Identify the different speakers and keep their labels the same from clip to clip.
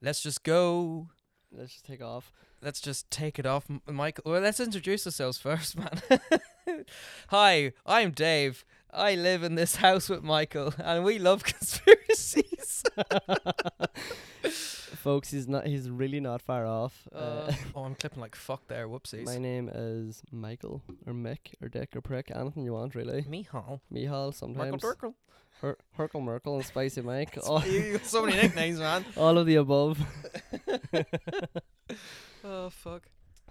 Speaker 1: Let's just go.
Speaker 2: Let's just take off.
Speaker 1: Let's just take it off, M- Michael. Well, let's introduce ourselves first, man. Hi, I'm Dave. I live in this house with Michael, and we love conspiracies.
Speaker 2: Uh, Folks, he's not. He's really not far off.
Speaker 1: Uh,
Speaker 2: Uh,
Speaker 1: oh, I'm clipping like fuck there. Whoopsies.
Speaker 2: my name is Michael or Mick or Dick or Prick. Anything you want, really.
Speaker 1: Mihal.
Speaker 2: Mihal sometimes.
Speaker 1: Michael
Speaker 2: Her- Herkel Merkel and Spicy Mike. all,
Speaker 1: Durkle. you got so many nicknames, man.
Speaker 2: all of the above.
Speaker 1: Oh fuck.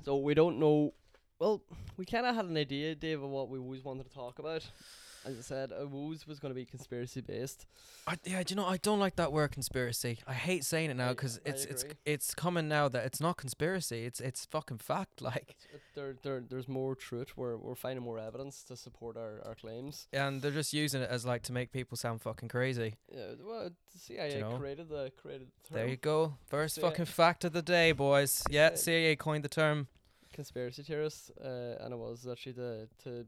Speaker 2: So we don't know. Well, we kind of had an idea, Dave, of what we always wanted to talk about. As I said, uh, Woos was going to be conspiracy based.
Speaker 1: I, yeah, do you know I don't like that word conspiracy. I hate saying it now
Speaker 2: I-
Speaker 1: because
Speaker 2: I
Speaker 1: it's it's
Speaker 2: agree.
Speaker 1: it's common now that it's not conspiracy. It's it's fucking fact. Like,
Speaker 2: Uh, There, there, there's more truth. We're, we're finding more evidence to support our, our claims.
Speaker 1: and they're just using it as like to make people sound fucking crazy.
Speaker 2: Yeah, well, the CIA
Speaker 1: know?
Speaker 2: created the created the term
Speaker 1: There you go. First
Speaker 2: So, yeah.
Speaker 1: fucking fact of the day, boys. Yeah,
Speaker 2: Uh,
Speaker 1: CIA coined the term.
Speaker 2: conspiracy theorists, uh, and it was actually to to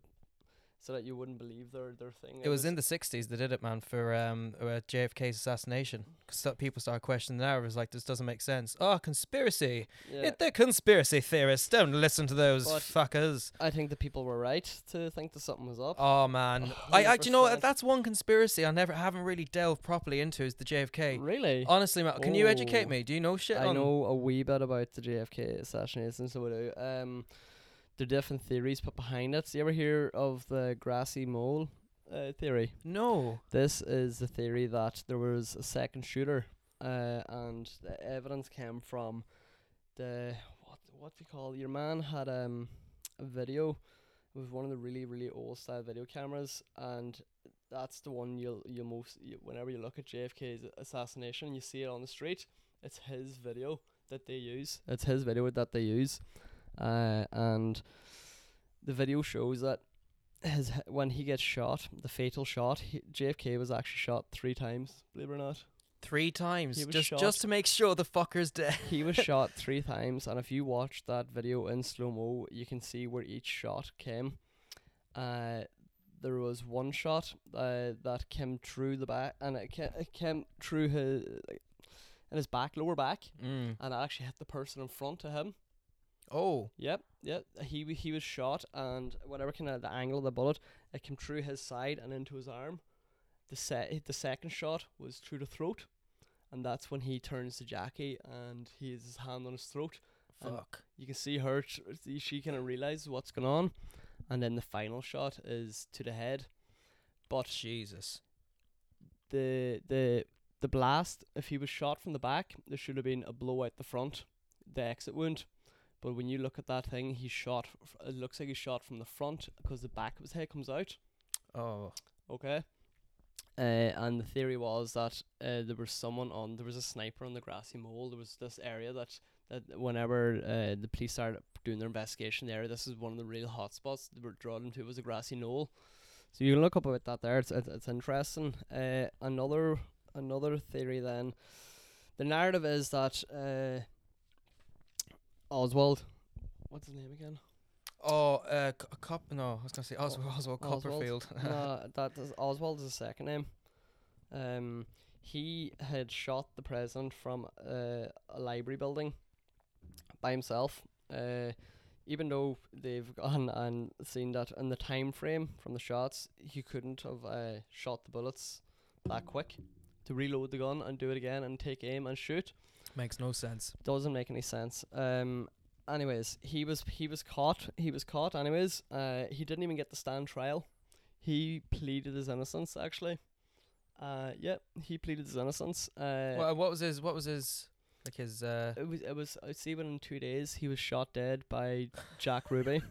Speaker 2: so that you wouldn't believe their their thing.
Speaker 1: It was in the '60s they did it, man, for um uh, JFK's assassination. 'Cause so- people started questioning that. It was like this doesn't make sense. Oh, conspiracy.
Speaker 2: Yeah,
Speaker 1: It, they're conspiracy theorists. Don't listen to those
Speaker 2: But-
Speaker 1: fuckers.
Speaker 2: I think the people were right to think that something was up.
Speaker 1: Oh man, I, I do you know what?
Speaker 2: 100%.
Speaker 1: that's one conspiracy I never haven't really delved properly into is the JFK.
Speaker 2: really?
Speaker 1: Honestly, Matt, can you educate
Speaker 2: Oh.
Speaker 1: me? Do you know Oh, shit?
Speaker 2: I
Speaker 1: on...
Speaker 2: know a wee bit about the JFK assassination, so I do. Um, there are different theories put behind it. So you ever hear of the grassy mole uh, theory?
Speaker 1: No.
Speaker 2: This is the theory that there was a second shooter, uh, and the evidence came from the what what do you call your man had um a video with one of the really really old style video cameras, and that's the one you'll you most you, whenever you look at JFK's assassination, you see it on the street. It's his video that they use. It's his video that they use, uh, and the video shows that his he- when he gets shot, the fatal shot, he, JFK was actually shot three times. Believe it or not,
Speaker 1: Three times,
Speaker 2: He was
Speaker 1: just
Speaker 2: shot.
Speaker 1: just to make sure the fucker's dead.
Speaker 2: he was shot three times, and if you watch that video in slow mo, you can see where each shot came. Uh, there was one shot uh, that came through the back, and it, ca- it came through his in his back, lower back,
Speaker 1: Mm.
Speaker 2: and it actually hit the person in front of him.
Speaker 1: Oh,
Speaker 2: Yep, yep. He w- he was shot, and whatever kind of the angle of the bullet, it came through his side and into his arm. The se- the second shot was through the throat, and that's when he turns to Jackie and he has his hand on his throat. And-
Speaker 1: fuck.
Speaker 2: You can see her; tr- see she kind of realizes what's going on, and then the final shot is to the head. But
Speaker 1: Jesus.
Speaker 2: the the the blast, if he was shot from the back, there should have been a blow out the front, the exit wound. But when you look at that thing, he shot. f- It looks like he shot from the front because the back of his head comes out.
Speaker 1: Oh,
Speaker 2: Okay. Uh, and the theory was that uh, there was someone on. There was a sniper on the grassy mole. There was this area that that whenever uh, the police started doing their investigation there, this is one of the real hotspots they were drawn to was a grassy knoll. So you can look up about that there. It's it's, it's interesting. Uh, another another theory then, the narrative is that uh, Oswald, what's his name again?
Speaker 1: oh, uh, c- a cop. No, I was gonna say Oswald, Oswald,
Speaker 2: Oswald.
Speaker 1: Copperfield.
Speaker 2: no, that is Oswald is his second name. Um, he had shot the president from uh, a library building by himself. Uh, even though they've gone and seen that in the time frame from the shots, he couldn't have uh, shot the bullets that quick to reload the gun and do it again and take aim and shoot
Speaker 1: Makes no sense.
Speaker 2: doesn't make any sense. Um, anyways, he was he was caught. He was caught. Anyways, uh, he didn't even get to stand trial. He pleaded his innocence. Actually, uh, yeah, he pleaded his innocence. Uh,
Speaker 1: Well, what was his? What was his? Like his? Uh,
Speaker 2: it was it was. I see. Within two days, he was shot dead by Jack Ruby,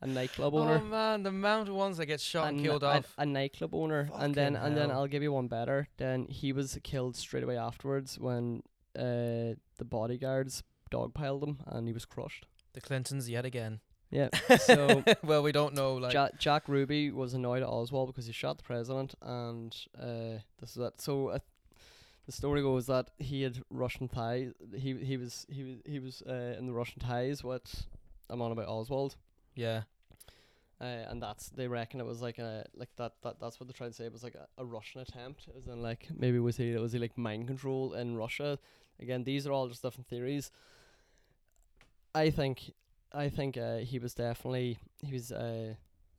Speaker 2: a nightclub
Speaker 1: oh
Speaker 2: owner.
Speaker 1: man, the amount of ones that get shot and
Speaker 2: a,
Speaker 1: killed
Speaker 2: a-
Speaker 1: off.
Speaker 2: a nightclub owner, and then
Speaker 1: Fucking
Speaker 2: and then
Speaker 1: hell.
Speaker 2: I'll give you one better. Then he was killed straight away afterwards when uh, the bodyguards dogpiled him, and he was crushed.
Speaker 1: The Clintons yet again.
Speaker 2: Yeah. So
Speaker 1: well, we don't know. Like,
Speaker 2: Ja- Jack Ruby was annoyed at Oswald because he shot the president, and uh, this is that. So uh, the story goes that he had Russian ties. He he was he was he was uh, in the Russian ties. What I'm on about Oswald,
Speaker 1: yeah.
Speaker 2: uh, and that's they reckon it was like a like that, that that's what they're trying to say. It was like a, a Russian attempt. It was in like maybe was he was he like mind control in Russia Again, these are all just different theories. I think, I think uh, he was definitely he was uh,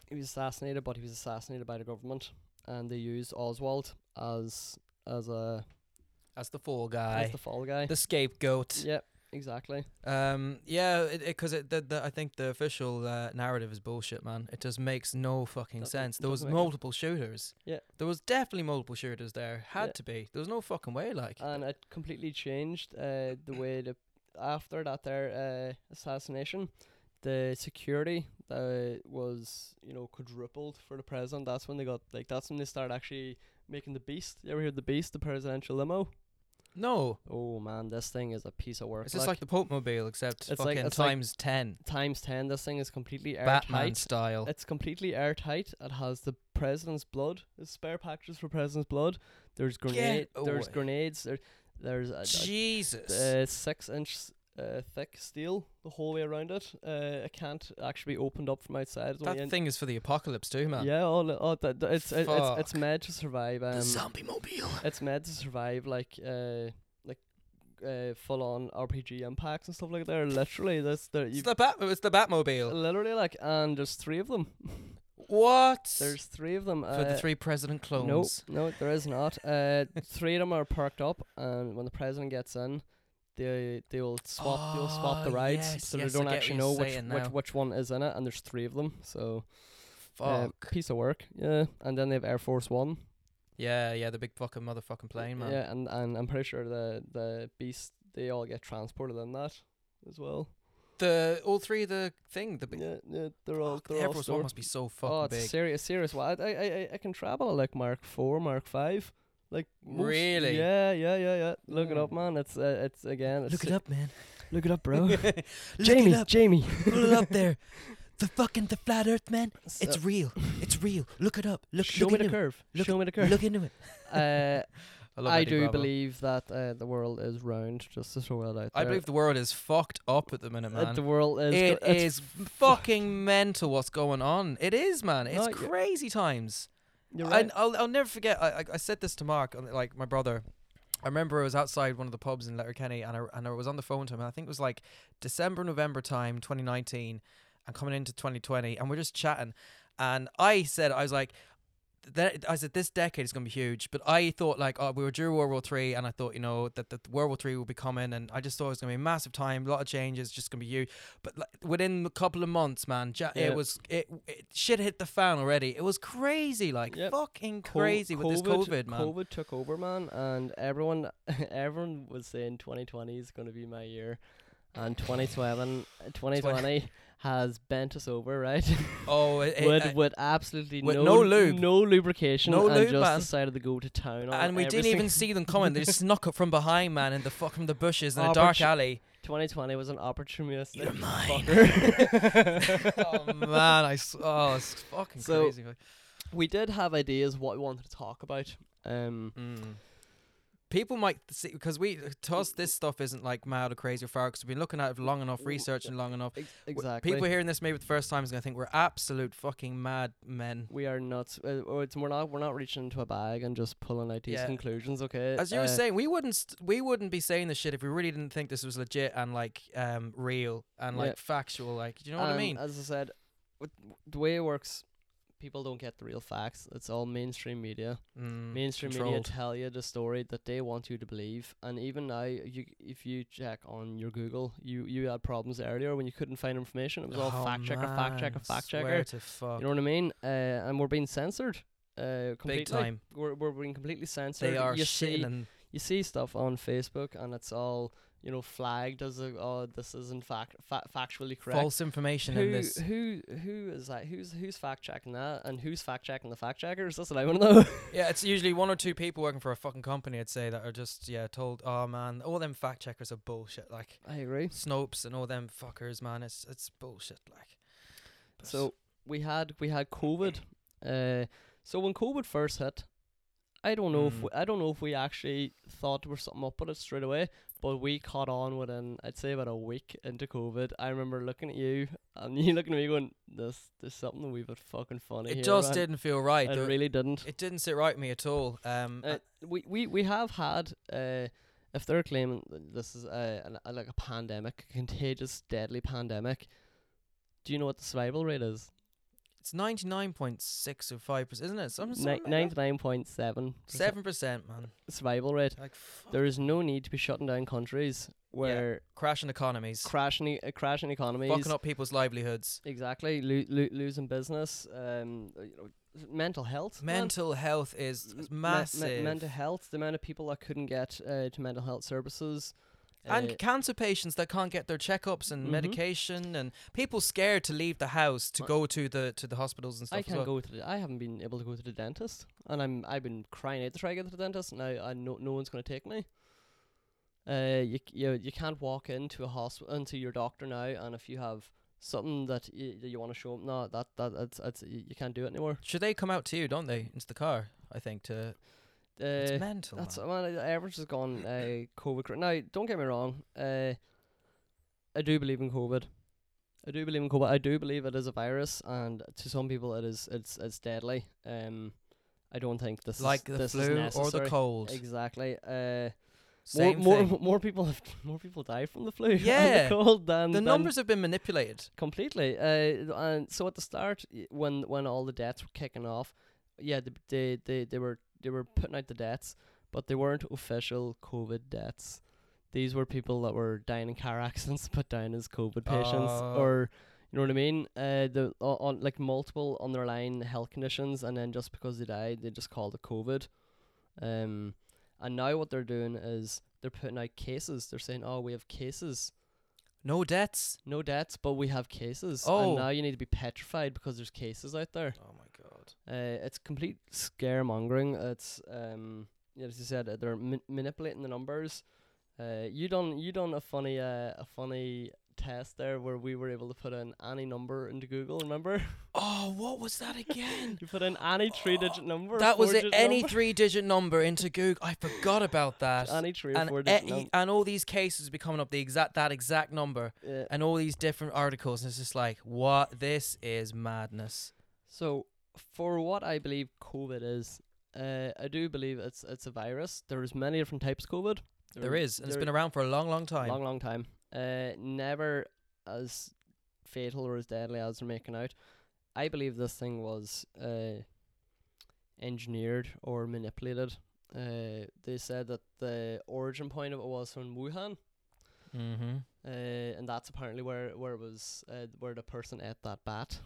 Speaker 2: he was assassinated, but he was assassinated by the government, and they used Oswald as as a
Speaker 1: That's the fall
Speaker 2: as
Speaker 1: guy,
Speaker 2: the fall guy.
Speaker 1: the, scapegoat.
Speaker 2: Yep, exactly.
Speaker 1: Um, yeah, because it, 'cause it, the, the, I think the official uh, narrative is bullshit, man. It just makes no fucking
Speaker 2: Doesn't-
Speaker 1: sense. There was
Speaker 2: doesn't make sense.
Speaker 1: multiple shooters.
Speaker 2: Yeah.
Speaker 1: There was definitely multiple shooters there. Had
Speaker 2: Yeah.
Speaker 1: to be. There was no fucking way, like.
Speaker 2: And it completely changed uh, the way the after that their uh, assassination, the security that was you know quadrupled for the president. That's when they got like that's when they started actually making the beast. You ever heard the beast, the presidential limo?
Speaker 1: no.
Speaker 2: Oh man, this thing is a piece of work.
Speaker 1: It's just like the Pope Mobile, except
Speaker 2: It's like-
Speaker 1: fucking
Speaker 2: it's like
Speaker 1: times 10.
Speaker 2: times ten. This thing is completely airtight.
Speaker 1: Batman style.
Speaker 2: It's completely airtight. It has the president's blood. There's spare packages for president's blood. There's grenade. There's
Speaker 1: away.
Speaker 2: grenades. There, there's a, a
Speaker 1: Jesus.
Speaker 2: uh, six inch s- uh, thick steel the whole way around it. Uh, it can't actually be opened up from outside. It's only
Speaker 1: that
Speaker 2: in-
Speaker 1: thing is for the apocalypse, too, man.
Speaker 2: Yeah, all, all that, that- it's, it, it's it's
Speaker 1: Fuck.
Speaker 2: made to survive. Um,
Speaker 1: the zombie mobile.
Speaker 2: it's made to survive like uh like uh full on RPG impacts and stuff like that. Literally, that's the
Speaker 1: It's
Speaker 2: you
Speaker 1: the, Bat- it's the Batmobile.
Speaker 2: literally like and there's three of them.
Speaker 1: What?
Speaker 2: There's three of them. Uh,
Speaker 1: for the three president clones.
Speaker 2: No, no, there is not. Uh, three of them are parked up, and when the president gets in, they they will swap. they'll swap the
Speaker 1: Ah,
Speaker 2: rides,
Speaker 1: yes,
Speaker 2: so
Speaker 1: yes, I
Speaker 2: they don't
Speaker 1: get what
Speaker 2: actually
Speaker 1: you're
Speaker 2: know which,
Speaker 1: saying
Speaker 2: which
Speaker 1: now.
Speaker 2: which one is in it. And there's three of them, so uh,
Speaker 1: Fuck.
Speaker 2: piece of work. Yeah, and then they have Air Force One.
Speaker 1: yeah, yeah, the big fucking motherfucking plane, man.
Speaker 2: Yeah, and, and I'm pretty sure the the beast they all get transported in that as well.
Speaker 1: The all three the thing the big
Speaker 2: Yeah, yeah, they're all
Speaker 1: fuck, the
Speaker 2: they're
Speaker 1: Air
Speaker 2: all
Speaker 1: Force
Speaker 2: stored.
Speaker 1: One must be so fucking
Speaker 2: Oh, it's
Speaker 1: big.
Speaker 2: serious, serious. Well, I, I, I, I can travel at, like Mark Four, Mark Five, like most-
Speaker 1: Really?
Speaker 2: Yeah, yeah, yeah, yeah. Look it up,
Speaker 1: Mm.
Speaker 2: man. It's uh, it's again. It's
Speaker 1: Look it up, man.
Speaker 2: Look it up, bro.
Speaker 1: Look it
Speaker 2: Jamie,
Speaker 1: up.
Speaker 2: Jamie.
Speaker 1: Pull it up there. The fucking the flat Earth, man. It's
Speaker 2: So-
Speaker 1: real. It's real. Look it up. Look.
Speaker 2: show
Speaker 1: look
Speaker 2: me the
Speaker 1: into
Speaker 2: curve.
Speaker 1: Look
Speaker 2: show me the
Speaker 1: it.
Speaker 2: curve.
Speaker 1: Look into it.
Speaker 2: uh,
Speaker 1: I,
Speaker 2: I do believe that uh, the world is round. Just to throw it out
Speaker 1: I
Speaker 2: there.
Speaker 1: believe the world is fucked up at the minute,
Speaker 2: Uh,
Speaker 1: man.
Speaker 2: the world is.
Speaker 1: It
Speaker 2: go- it's
Speaker 1: is fucking mental what's going on. It is, man. It's
Speaker 2: No, yeah.
Speaker 1: crazy times.
Speaker 2: You're
Speaker 1: I,
Speaker 2: right.
Speaker 1: I'll, I'll never forget. I, I, I said this to Mark, uh, like my brother. I remember I was outside one of the pubs in Letterkenny, and I and I was on the phone to him. And I think it was like December, November time, 2019, and coming into 2020, and we're just chatting. And I said, I was like, that I said this decade is going to be huge. But I thought like, oh, we were during World War Three, and I thought you know that that World War Three will be coming, and I just thought it was going to be a massive time, a lot of changes, just going to be huge. But like, within a couple of months, man, ja-
Speaker 2: Yeah.
Speaker 1: it was it, it shit hit the fan already. It was crazy, like
Speaker 2: Yep.
Speaker 1: fucking
Speaker 2: Co-
Speaker 1: crazy with this COVID, man.
Speaker 2: COVID took over, man, and everyone, everyone was saying 2020 is going to be my year, and 2020, 2020 has bent us over, right?
Speaker 1: Oh, it, it-
Speaker 2: with
Speaker 1: uh,
Speaker 2: with absolutely
Speaker 1: with
Speaker 2: no
Speaker 1: no lube.
Speaker 2: no lubrication,
Speaker 1: No
Speaker 2: and
Speaker 1: lube,
Speaker 2: just
Speaker 1: man.
Speaker 2: decided to go to town. On
Speaker 1: and we didn't
Speaker 2: everything.
Speaker 1: even see them coming. They just snuck up from behind, man, in the fuck from the bushes in a
Speaker 2: Opportu-
Speaker 1: dark alley.
Speaker 2: 2020 was an opportunistic.
Speaker 1: You're mine.
Speaker 2: fucker.
Speaker 1: oh man, I s- oh it's fucking
Speaker 2: So-
Speaker 1: crazy.
Speaker 2: we did have ideas what we wanted to talk about. Um,
Speaker 1: Mm. People might see because we to us this stuff isn't like mad or crazy or far because we've been looking at it for long enough, research and long enough.
Speaker 2: ex-
Speaker 1: W-
Speaker 2: exactly.
Speaker 1: People hearing this maybe the first time is gonna think we're absolute fucking mad men.
Speaker 2: we are nuts. Uh, oh, it's, we're not. We're not reaching into a bag and just pulling out these
Speaker 1: Yeah.
Speaker 2: conclusions. Okay.
Speaker 1: As you were
Speaker 2: Uh,
Speaker 1: saying, we wouldn't st- we wouldn't be saying this shit if we really didn't think this was legit and like um real and
Speaker 2: Yeah. Um, uh,
Speaker 1: like factual. Like, do you know what I
Speaker 2: and
Speaker 1: mean?
Speaker 2: As I said, w- w- the way it works, people don't get the real facts. It's all mainstream media.
Speaker 1: Mm,
Speaker 2: mainstream media
Speaker 1: controlled.
Speaker 2: tell you the story that they want you to believe and even now you if you check on your google you you had problems earlier when you couldn't find information it was all
Speaker 1: Oh,
Speaker 2: fact checker fact checker
Speaker 1: man,
Speaker 2: fact
Speaker 1: swear
Speaker 2: checker
Speaker 1: to fuck.
Speaker 2: you know what i mean uh, and we're being censored uh completely
Speaker 1: Big time.
Speaker 2: we're, we're being completely censored
Speaker 1: They are
Speaker 2: you
Speaker 1: shitting
Speaker 2: see
Speaker 1: and
Speaker 2: you see stuff on facebook and it's all you know flagged as a, oh this isn't fact fa- factually correct
Speaker 1: false information in
Speaker 2: who,
Speaker 1: this.
Speaker 2: who who is that? Who's who's fact checking that? And who's fact checking the fact checkers? That's what I want to know.
Speaker 1: Yeah, it's usually one or two people working for a fucking company, I'd say, that are just, yeah, told, oh man, all them fact checkers are bullshit. Like,
Speaker 2: I agree.
Speaker 1: Snopes and all them fuckers, man, it's it's bullshit. Like, But-
Speaker 2: So we had we had COVID. Uh, so when COVID first hit, I don't know if
Speaker 1: Mm.
Speaker 2: we, I don't know if we actually thought there was something up with it straight away, but we caught on within I'd say about a week into COVID. I remember looking at you and you looking at me going, "This there's something we've bit fucking funny."
Speaker 1: it
Speaker 2: here,
Speaker 1: just
Speaker 2: man."
Speaker 1: didn't feel right.
Speaker 2: It
Speaker 1: There-
Speaker 2: really didn't.
Speaker 1: Um, it didn't sit right with me at all. Um,
Speaker 2: Uh, we, we we have had uh, if they're claiming that this is a, an- a like a pandemic, a contagious, deadly pandemic, do you know what the survival rate is?
Speaker 1: It's ninety nine point six or five percent, isn't it? Some
Speaker 2: Ninety nine point seven
Speaker 1: seven percent, man.
Speaker 2: survival rate.
Speaker 1: Like
Speaker 2: There is no need to be shutting down countries where
Speaker 1: crashing economies,
Speaker 2: crashing e- uh, crashing economies,
Speaker 1: fucking up people's livelihoods,
Speaker 2: exactly, lo- lo- losing business, um, uh, you know, mental health, man.
Speaker 1: mental health is
Speaker 2: M- me- me-
Speaker 1: massive,
Speaker 2: mental health, the amount of people that couldn't get uh, to mental health services,
Speaker 1: and
Speaker 2: uh,
Speaker 1: cancer patients that can't get their checkups and
Speaker 2: Mhm.
Speaker 1: medication, and people scared to leave the house to
Speaker 2: I-
Speaker 1: go to the to the hospitals and stuff.
Speaker 2: I
Speaker 1: as
Speaker 2: can't
Speaker 1: well.
Speaker 2: go to the. I haven't been able to go to the dentist, and I'm I've been crying out to try to get to the dentist, and I, I no no one's gonna take me. Uh, you c- you you can't walk into a hospital into your doctor now, and if you have something that you, that you want to show 'em, no, that that that's, that's you, you can't do it anymore.
Speaker 1: Should they come out to you? Don't they into the car? I think to
Speaker 2: Uh,
Speaker 1: it's mental.
Speaker 2: That's
Speaker 1: man.
Speaker 2: man. The average has gone uh, COVID. cra- Now, don't get me wrong. Uh, I do believe in COVID. I do believe in COVID. I do believe it is a virus, and to some people, it is it's it's deadly. Um, I don't think this
Speaker 1: like the
Speaker 2: is, this
Speaker 1: flu
Speaker 2: is
Speaker 1: or the
Speaker 2: necessary.
Speaker 1: cold.
Speaker 2: Exactly. Uh,
Speaker 1: Same
Speaker 2: more,
Speaker 1: thing.
Speaker 2: more more people have more people die from the flu and
Speaker 1: Yeah.
Speaker 2: the cold than
Speaker 1: the
Speaker 2: than
Speaker 1: numbers have been manipulated.
Speaker 2: completely. Uh, and so at the start, y- when when all the deaths were kicking off, yeah, they they they, they were they were putting out the deaths, but they weren't official COVID deaths. These were people that were dying in car accidents, but dying as COVID patients,
Speaker 1: Oh.
Speaker 2: or you know what I mean? Uh, the o- on like multiple underlying health conditions, and then just because they died, they just called it COVID. Um, and now what they're doing is they're putting out cases. They're saying, "Oh, we have cases."
Speaker 1: No deaths.
Speaker 2: No deaths, but we have cases.
Speaker 1: Oh.
Speaker 2: And now you need to be petrified because there's cases out there.
Speaker 1: Oh my god.
Speaker 2: Uh, it's complete scaremongering. It's um, yeah, as you said, uh, they're ma- manipulating the numbers. Uh, you done you done a funny uh, a funny test there where we were able to put in any number into Google. Remember,
Speaker 1: Oh, what was that again?
Speaker 2: you put in any three digit number.
Speaker 1: that was it.
Speaker 2: four-digit
Speaker 1: Any
Speaker 2: number,
Speaker 1: three digit number into Google. I forgot about that.
Speaker 2: any three or
Speaker 1: and,
Speaker 2: four
Speaker 1: eh,
Speaker 2: digit number.
Speaker 1: and all these cases be coming up the exact that exact number
Speaker 2: Yeah.
Speaker 1: and all these different articles and it's just like what this is madness
Speaker 2: So, for what I believe COVID is, uh, I do believe it's it's a virus. There's many different types of COVID.
Speaker 1: there is and it's been around for a long long time
Speaker 2: long, long time. Uh, never as fatal or as deadly as they're making out. I believe this thing was uh, engineered or manipulated. Uh, they said that the origin point of it was from Wuhan,
Speaker 1: mm-hmm.
Speaker 2: uh, and that's apparently where where it was uh, where the person ate that bat.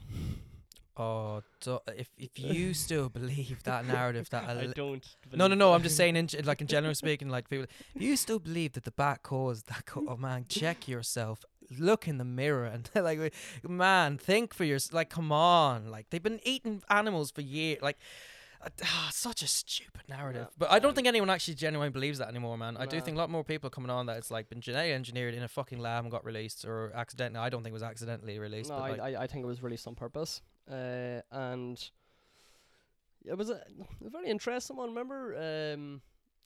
Speaker 1: oh do- if, if you still believe that narrative that a
Speaker 2: I
Speaker 1: li-
Speaker 2: don't.
Speaker 1: no no
Speaker 2: believe
Speaker 1: no
Speaker 2: that.
Speaker 1: i'm just saying in, ge- like in general speaking like people if you still believe that the bat caused that co- oh man check yourself look in the mirror and like man think for yourself like come on like they've been eating animals for years like uh, ah, such a stupid narrative
Speaker 2: Yeah.
Speaker 1: but i don't think anyone actually genuinely believes that anymore man i do
Speaker 2: No.
Speaker 1: think a lot more people are coming on that it's like been genetically engineered in a fucking lab and got released or accidentally i don't think it was accidentally released
Speaker 2: No,
Speaker 1: but
Speaker 2: I,
Speaker 1: like,
Speaker 2: I, I think it was released on purpose. Uh, and it was a, a very interesting one. Remember, um,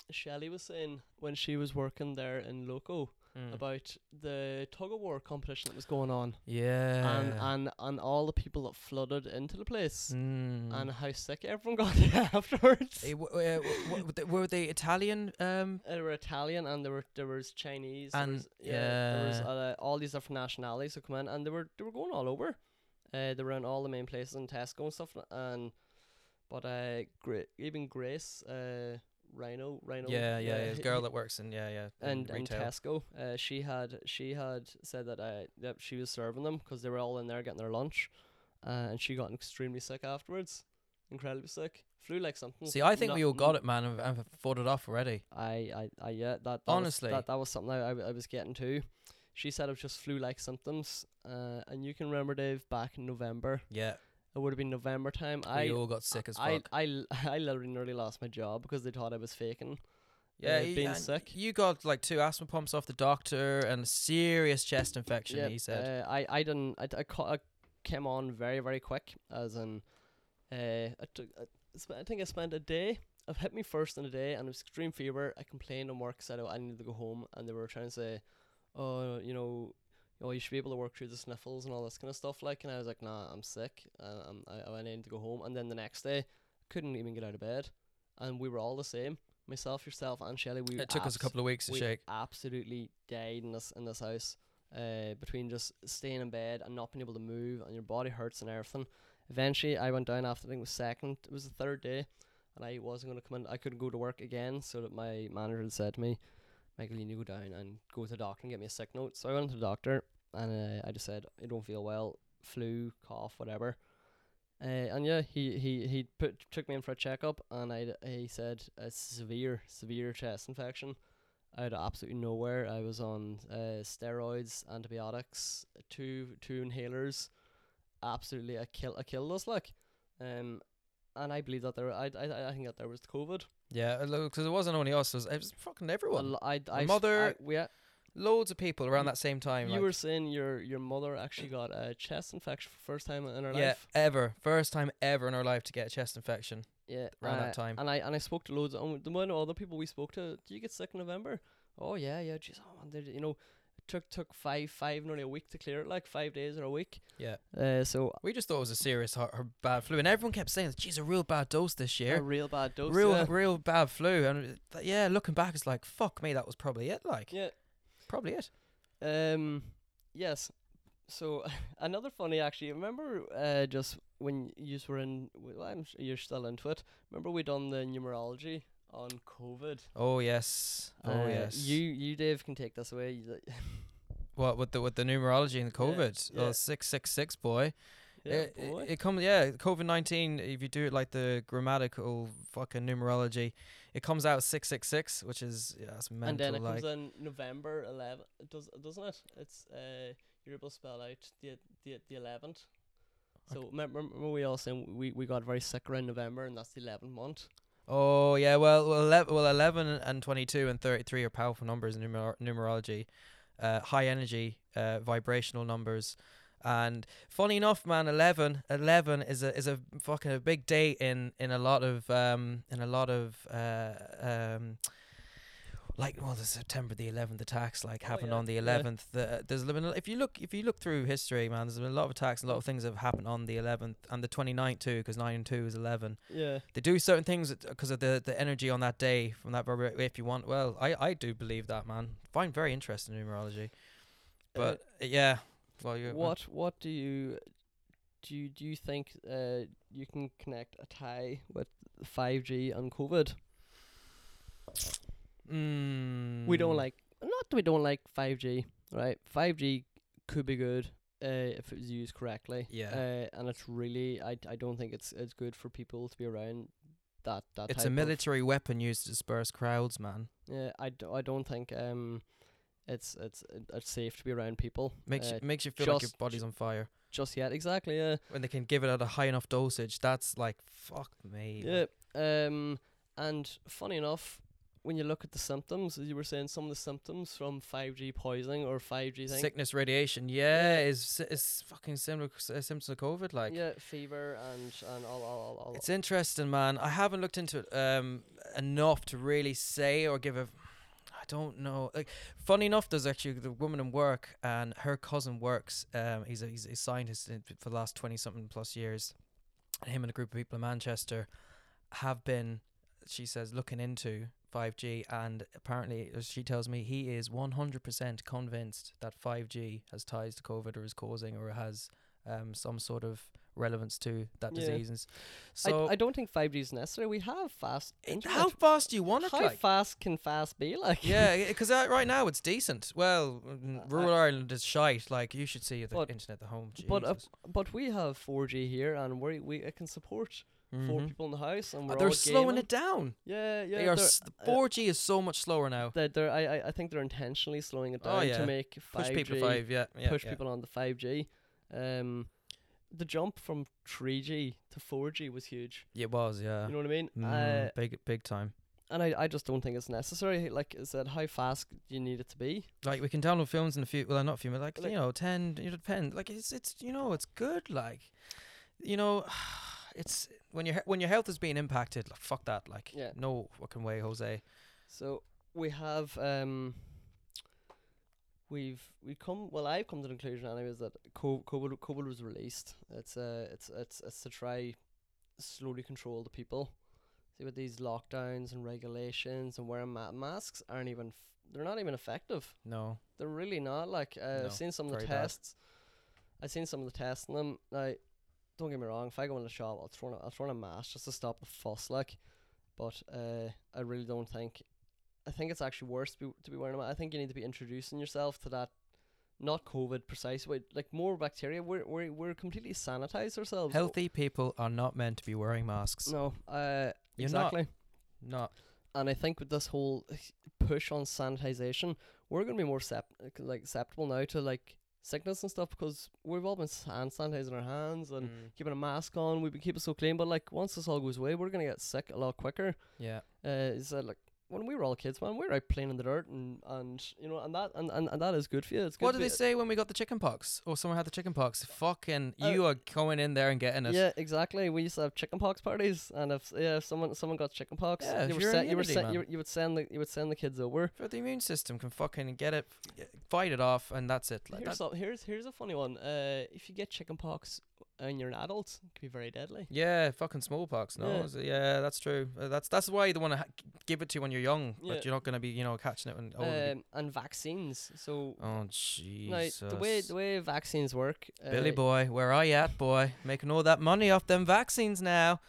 Speaker 2: Shelley was saying when she was working there in Loco
Speaker 1: Mm.
Speaker 2: about the tug of war competition that was going on
Speaker 1: yeah
Speaker 2: and, and, and all the people that flooded into the place
Speaker 1: Mm.
Speaker 2: and how sick everyone got afterwards.
Speaker 1: Eh, w- eh, w- w- w- were they italian um
Speaker 2: They were Italian and there were there was Chinese
Speaker 1: And-
Speaker 2: there was, there was
Speaker 1: yeah.
Speaker 2: uh, all these different nationalities that come in and they were they were going all over. Uh, they were in all the main places in Tesco and stuff and but uh Gra- even Grace uh Rhino Rhino
Speaker 1: Yeah, yeah, yeah.
Speaker 2: h-
Speaker 1: The girl
Speaker 2: h-
Speaker 1: that works in yeah, yeah,
Speaker 2: and
Speaker 1: in
Speaker 2: in
Speaker 1: retail.
Speaker 2: Tesco uh, she had she had said that uh that she was serving them 'cause they were all in there getting their lunch uh, and she got extremely sick afterwards incredibly sick flew like something
Speaker 1: See, I think
Speaker 2: not-
Speaker 1: we all got
Speaker 2: n-
Speaker 1: it, man, and and have fought it off already.
Speaker 2: I, I, I yeah, that, that
Speaker 1: Honestly.
Speaker 2: was, that, that was something I, I, w- I was getting to. She said it was just flu-like symptoms, uh, and you can remember Dave back in November.
Speaker 1: Yeah,
Speaker 2: It would have been November time.
Speaker 1: we
Speaker 2: I,
Speaker 1: all got sick as fuck.
Speaker 2: I, I, l- I literally nearly lost my job because they thought I was faking.
Speaker 1: yeah,
Speaker 2: uh,
Speaker 1: you-
Speaker 2: being
Speaker 1: and
Speaker 2: sick.
Speaker 1: You got like two asthma pumps off the doctor and a serious chest infection.
Speaker 2: Yeah,
Speaker 1: he said.
Speaker 2: Uh, I, I didn't. I, I, ca- I came on very, very quick. As in, uh, I took. I, sp- I think I spent a day. I've hit me first in a day, and it was extreme fever. I complained on work, said oh, I needed to go home, and they were trying to say, oh, you know, oh, you should be able to work through the sniffles and all this kind of stuff. Like, and I was like, nah, I'm sick. Uh, I'm, I, I need to go home. And then the next day, couldn't even get out of bed, and we were all the same. myself, yourself, and Shelley, we
Speaker 1: It took us a
Speaker 2: abs-
Speaker 1: couple of weeks to
Speaker 2: we
Speaker 1: shake.
Speaker 2: absolutely died in this in this house. Uh, between just staying in bed and not being able to move, and your body hurts and everything. Eventually, I went down after I think it was second, it was the third day, and I wasn't going to come in. I couldn't go to work again, so that my manager had said to me, "Michael, you need to go down and go to the doctor and get me a sick note." So I went to the doctor, and uh, I just said, "I don't feel well, flu, cough, whatever." Uh, and yeah, he he he put took me in for a checkup, and I he said a severe severe chest infection out of absolutely nowhere. I was on uh, steroids, antibiotics, two two inhalers. Absolutely, I kill I killed us like, um, and I believe that there I I I think that there was COVID.
Speaker 1: Yeah, because it wasn't only us. It was, it was fucking
Speaker 2: A
Speaker 1: everyone.
Speaker 2: lo- I, I s-
Speaker 1: mother-
Speaker 2: I, yeah,
Speaker 1: Loads of people around
Speaker 2: You-
Speaker 1: that same time.
Speaker 2: you
Speaker 1: like-
Speaker 2: were saying your your mother actually got a chest infection for the first time in her
Speaker 1: yeah,
Speaker 2: life.
Speaker 1: ever first time ever in our life to get a chest infection.
Speaker 2: Yeah,
Speaker 1: around that
Speaker 2: uh,
Speaker 1: time.
Speaker 2: And I and I spoke to loads. Of, um, the amount of other people we spoke to. Do you get sick in November? Oh yeah, yeah. Geez, oh, man, they, you know, it took took five five nearly a week to clear it, like five days or a week.
Speaker 1: Yeah,
Speaker 2: Uh, so
Speaker 1: we just thought it was a serious her, bad flu, and everyone kept saying, "Geez, a real bad dose this year."
Speaker 2: a real bad dose.
Speaker 1: real,
Speaker 2: yeah.
Speaker 1: real bad flu, and th- yeah, looking back, it's like fuck me, that was probably it. Like,
Speaker 2: yeah.
Speaker 1: probably it.
Speaker 2: Um. Yes. So another funny actually. Remember, uh, just when you were in, well, I'm sure you're still into it. Remember we done the numerology on COVID.
Speaker 1: Oh yes, oh
Speaker 2: Uh,
Speaker 1: yes.
Speaker 2: You, you, Dave, can take this away. You-
Speaker 1: what with the with the numerology and the
Speaker 2: Yeah,
Speaker 1: COVID?
Speaker 2: yeah.
Speaker 1: Oh, six six six, boy.
Speaker 2: Yeah,
Speaker 1: it, it-
Speaker 2: boy.
Speaker 1: It, comes, yeah. COVID nineteen. If you do it like the grammatical fucking numerology, it comes out six six six, which is yeah, that's mental.
Speaker 2: and then it
Speaker 1: like,
Speaker 2: comes in November 11th, does, doesn't it? It's uh, you're able to spell out the the the 11th. So remember, remember we all saying we, we got very sick around November, and that's the 11th month.
Speaker 1: Oh yeah, well, well, ele- well, eleven and twenty-two and thirty-three are powerful numbers in numer- numerology, uh, high energy, uh, vibrational numbers, and funny enough, man, 11, 11 is a is a fucking a big day in in a lot of um in a lot of uh um. Like well, the September the 11th attacks like
Speaker 2: Oh,
Speaker 1: happened
Speaker 2: yeah,
Speaker 1: on the
Speaker 2: yeah.
Speaker 1: 11th. The, there's been a- if you look if you look through history, man, there's been a lot of attacks, a lot of things have happened on the 11th and the 29th too, because nine and two is 11
Speaker 2: Yeah.
Speaker 1: they do certain things because of the, the energy on that day from that vibra- if you want well I, I do believe that man find very interesting numerology but uh, yeah well you
Speaker 2: what what do you do? You, do you think uh, you can connect a tie with 5G and COVID?
Speaker 1: mm,
Speaker 2: We don't like not that we don't like 5G, right? 5G could be good uh, if it was used correctly.
Speaker 1: Yeah.
Speaker 2: Uh, and it's really I I don't think it's it's good for people to be around that that
Speaker 1: it's
Speaker 2: type
Speaker 1: a
Speaker 2: of-
Speaker 1: military weapon used to disperse crowds man
Speaker 2: Yeah, I, d- I don't think um it's it's it's safe to be around people.
Speaker 1: makes you,
Speaker 2: uh,
Speaker 1: makes you feel like your
Speaker 2: just-
Speaker 1: body's on fire
Speaker 2: just yet exactly. Yeah.
Speaker 1: when they can give it at a high enough dosage that's like fuck me
Speaker 2: Yeah. Um, and funny enough, when you look at the symptoms, as you were saying, some of the symptoms from 5G poisoning or 5G thing.
Speaker 1: sickness radiation yeah,
Speaker 2: Yeah.
Speaker 1: is si- is fucking similar c- uh, symptoms of covid like
Speaker 2: yeah, fever and and all all all. all
Speaker 1: It's interesting, man. I haven't looked into it um, enough to really say or give a. I don't know. Like, funny enough, there's actually the woman in work, and her cousin works. Um, he's a, he's a scientist in- for the last twenty something plus years. And him and a group of people in Manchester have been, she says, looking into 5G, and apparently, as she tells me, he is 100% convinced that 5G has ties to COVID or is causing or has um, some sort of relevance to that
Speaker 2: Yeah.
Speaker 1: disease. And s- So
Speaker 2: I, I don't think 5G is necessary. We have fast
Speaker 1: it-
Speaker 2: internet.
Speaker 1: How fast do you want it?
Speaker 2: How
Speaker 1: Like?
Speaker 2: fast can fast be? Like
Speaker 1: yeah, because uh, right now it's decent. Well, mm,
Speaker 2: Uh,
Speaker 1: rural Ireland is shite. Like you should see the
Speaker 2: But-
Speaker 1: internet at home. Jesus.
Speaker 2: But uh, but we have 4G here, and we we it can support four
Speaker 1: Mhm.
Speaker 2: people in the house, and
Speaker 1: Uh,
Speaker 2: we're
Speaker 1: they're
Speaker 2: all
Speaker 1: slowing
Speaker 2: gaming.
Speaker 1: it down.
Speaker 2: Yeah, yeah.
Speaker 1: they are.
Speaker 2: they're-
Speaker 1: S- the
Speaker 2: uh,
Speaker 1: 4G is so much slower now.
Speaker 2: They're, they're, I, I I think they're intentionally slowing it
Speaker 1: Oh,
Speaker 2: down
Speaker 1: yeah.
Speaker 2: to make 5G
Speaker 1: Push people five. Yeah, yeah
Speaker 2: push
Speaker 1: yeah.
Speaker 2: people on the 5G. Um, the jump from 3G to 4G was huge.
Speaker 1: It was. Yeah.
Speaker 2: You know what I mean?
Speaker 1: Mm,
Speaker 2: Uh,
Speaker 1: big, big time.
Speaker 2: and I, I just don't think it's necessary. Like I said, how fast do you need it to be?
Speaker 1: Like we can download films in a few. Well, not a few, but like,
Speaker 2: Like-
Speaker 1: you know, ten. You know, depend. Like it's, it's, you know, it's good. Like, you know, it's when your he- when your health is being impacted. Like, fuck that. Like,
Speaker 2: Yeah.
Speaker 1: no fucking way, Jose.
Speaker 2: So we have um, we've we come. Well, I've come to the conclusion, anyways, that co- COVID COVID was released. It's uh, it's it's it's to try slowly control the people. See, with these lockdowns and regulations and wearing ma- masks aren't even, f- they're not even effective.
Speaker 1: No.
Speaker 2: They're really not. Like uh,
Speaker 1: No,
Speaker 2: I've seen some of the
Speaker 1: very bad.
Speaker 2: tests. I've seen some of the tests on them. Like, don't get me wrong. If I go in the shop, I'll throw on a, I'll throw on a mask just to stop the fuss. Like, but uh, I really don't think. I think it's actually worse to be, to be wearing a mask. I think you need to be introducing yourself to that, not COVID precise way, like more bacteria. We're we're we're completely sanitized ourselves.
Speaker 1: Healthy people are not meant to be wearing masks.
Speaker 2: No, uh,
Speaker 1: You're not.
Speaker 2: exactly.
Speaker 1: Not.
Speaker 2: And I think with this whole push on sanitization, we're going to be more sep- like susceptible now to like sickness and stuff because we've all been hand sanitizing our hands
Speaker 1: Mm.
Speaker 2: and keeping a mask on. We've been keeping so clean, but like once this all goes away, we're going to get sick a lot quicker.
Speaker 1: Yeah.
Speaker 2: Uh, is that like when we were all kids, man, we were out playing in the dirt and and you know and that and, and, and that is good for you. It's good.
Speaker 1: What
Speaker 2: to
Speaker 1: did they
Speaker 2: be-
Speaker 1: say when we got the chicken pox? Or someone had the chicken pox? Fucking,
Speaker 2: Uh,
Speaker 1: you are going in there and getting it.
Speaker 2: Yeah, exactly. We used to have chicken pox parties, and if yeah, if someone someone got chicken pox,
Speaker 1: Yeah,
Speaker 2: you,
Speaker 1: if
Speaker 2: were
Speaker 1: you're
Speaker 2: sen- you were
Speaker 1: immunity,
Speaker 2: sen-
Speaker 1: man.
Speaker 2: you, you would send the you would send the kids over.
Speaker 1: But the immune system can fucking get it, fight it off, and that's it. Like
Speaker 2: here's,
Speaker 1: that-
Speaker 2: some- here's here's a funny one. Uh, if you get chickenpox and you're an adult, it can be very deadly.
Speaker 1: yeah, fucking smallpox. No,
Speaker 2: Yeah.
Speaker 1: yeah, yeah that's true. Uh, that's that's why they want to ha- give it to you when you're young,
Speaker 2: Yeah.
Speaker 1: but you're not gonna be, you know, catching it when older. people-
Speaker 2: um, and vaccines. So
Speaker 1: oh Jesus!
Speaker 2: now Um, the way the way vaccines work, uh,
Speaker 1: Billy boy, where are you at, boy? Making all that money off them vaccines now.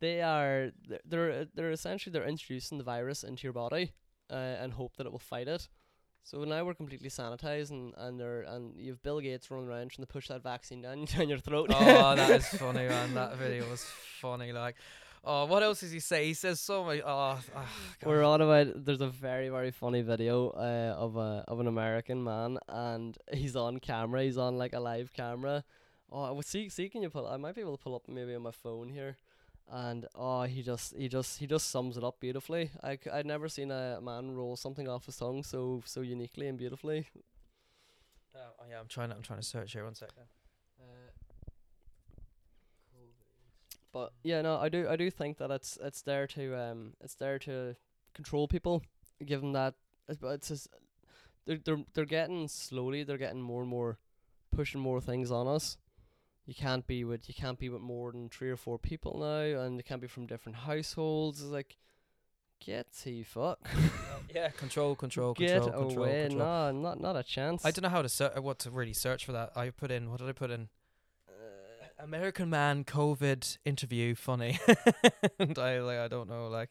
Speaker 2: they are they're- they're they're essentially they're introducing the virus into your body, uh, and hope that it will fight it. So now we're completely sanitized, and and, they're, and you have Bill Gates running around trying to push that vaccine down, down your throat.
Speaker 1: oh, that is funny, man. That video was funny. Like, oh, what else does he say? He says so much. Oh, oh God.
Speaker 2: We're on about. There's a very very funny video uh, of a of an American man, and he's on camera. He's on like a live camera. Oh, I would see see. Can you pull? I might be able to pull up maybe on my phone here. And oh, he just he just he just sums it up beautifully. I c- I'd never seen a man roll something off his tongue so so uniquely and beautifully.
Speaker 1: Oh, oh, yeah, I'm trying. to- I'm trying to search here. One second. Uh,
Speaker 2: But yeah, no, I do I do think that it's it's there to um it's there to control people, give them that. It's, but it's just, they're they're they're getting slowly. They're getting more and more, pushing more things on us. You can't be with you can't be with more than three or four people now, and you can't be from different households. It's like, get the fuck,
Speaker 1: yeah, control, control,
Speaker 2: get
Speaker 1: control, control,
Speaker 2: away.
Speaker 1: control.
Speaker 2: No, not not a chance.
Speaker 1: I don't know how to ser- uh, what to really search for that. I put in what did I put in?
Speaker 2: Uh,
Speaker 1: American man COVID interview funny. and I like I don't know like,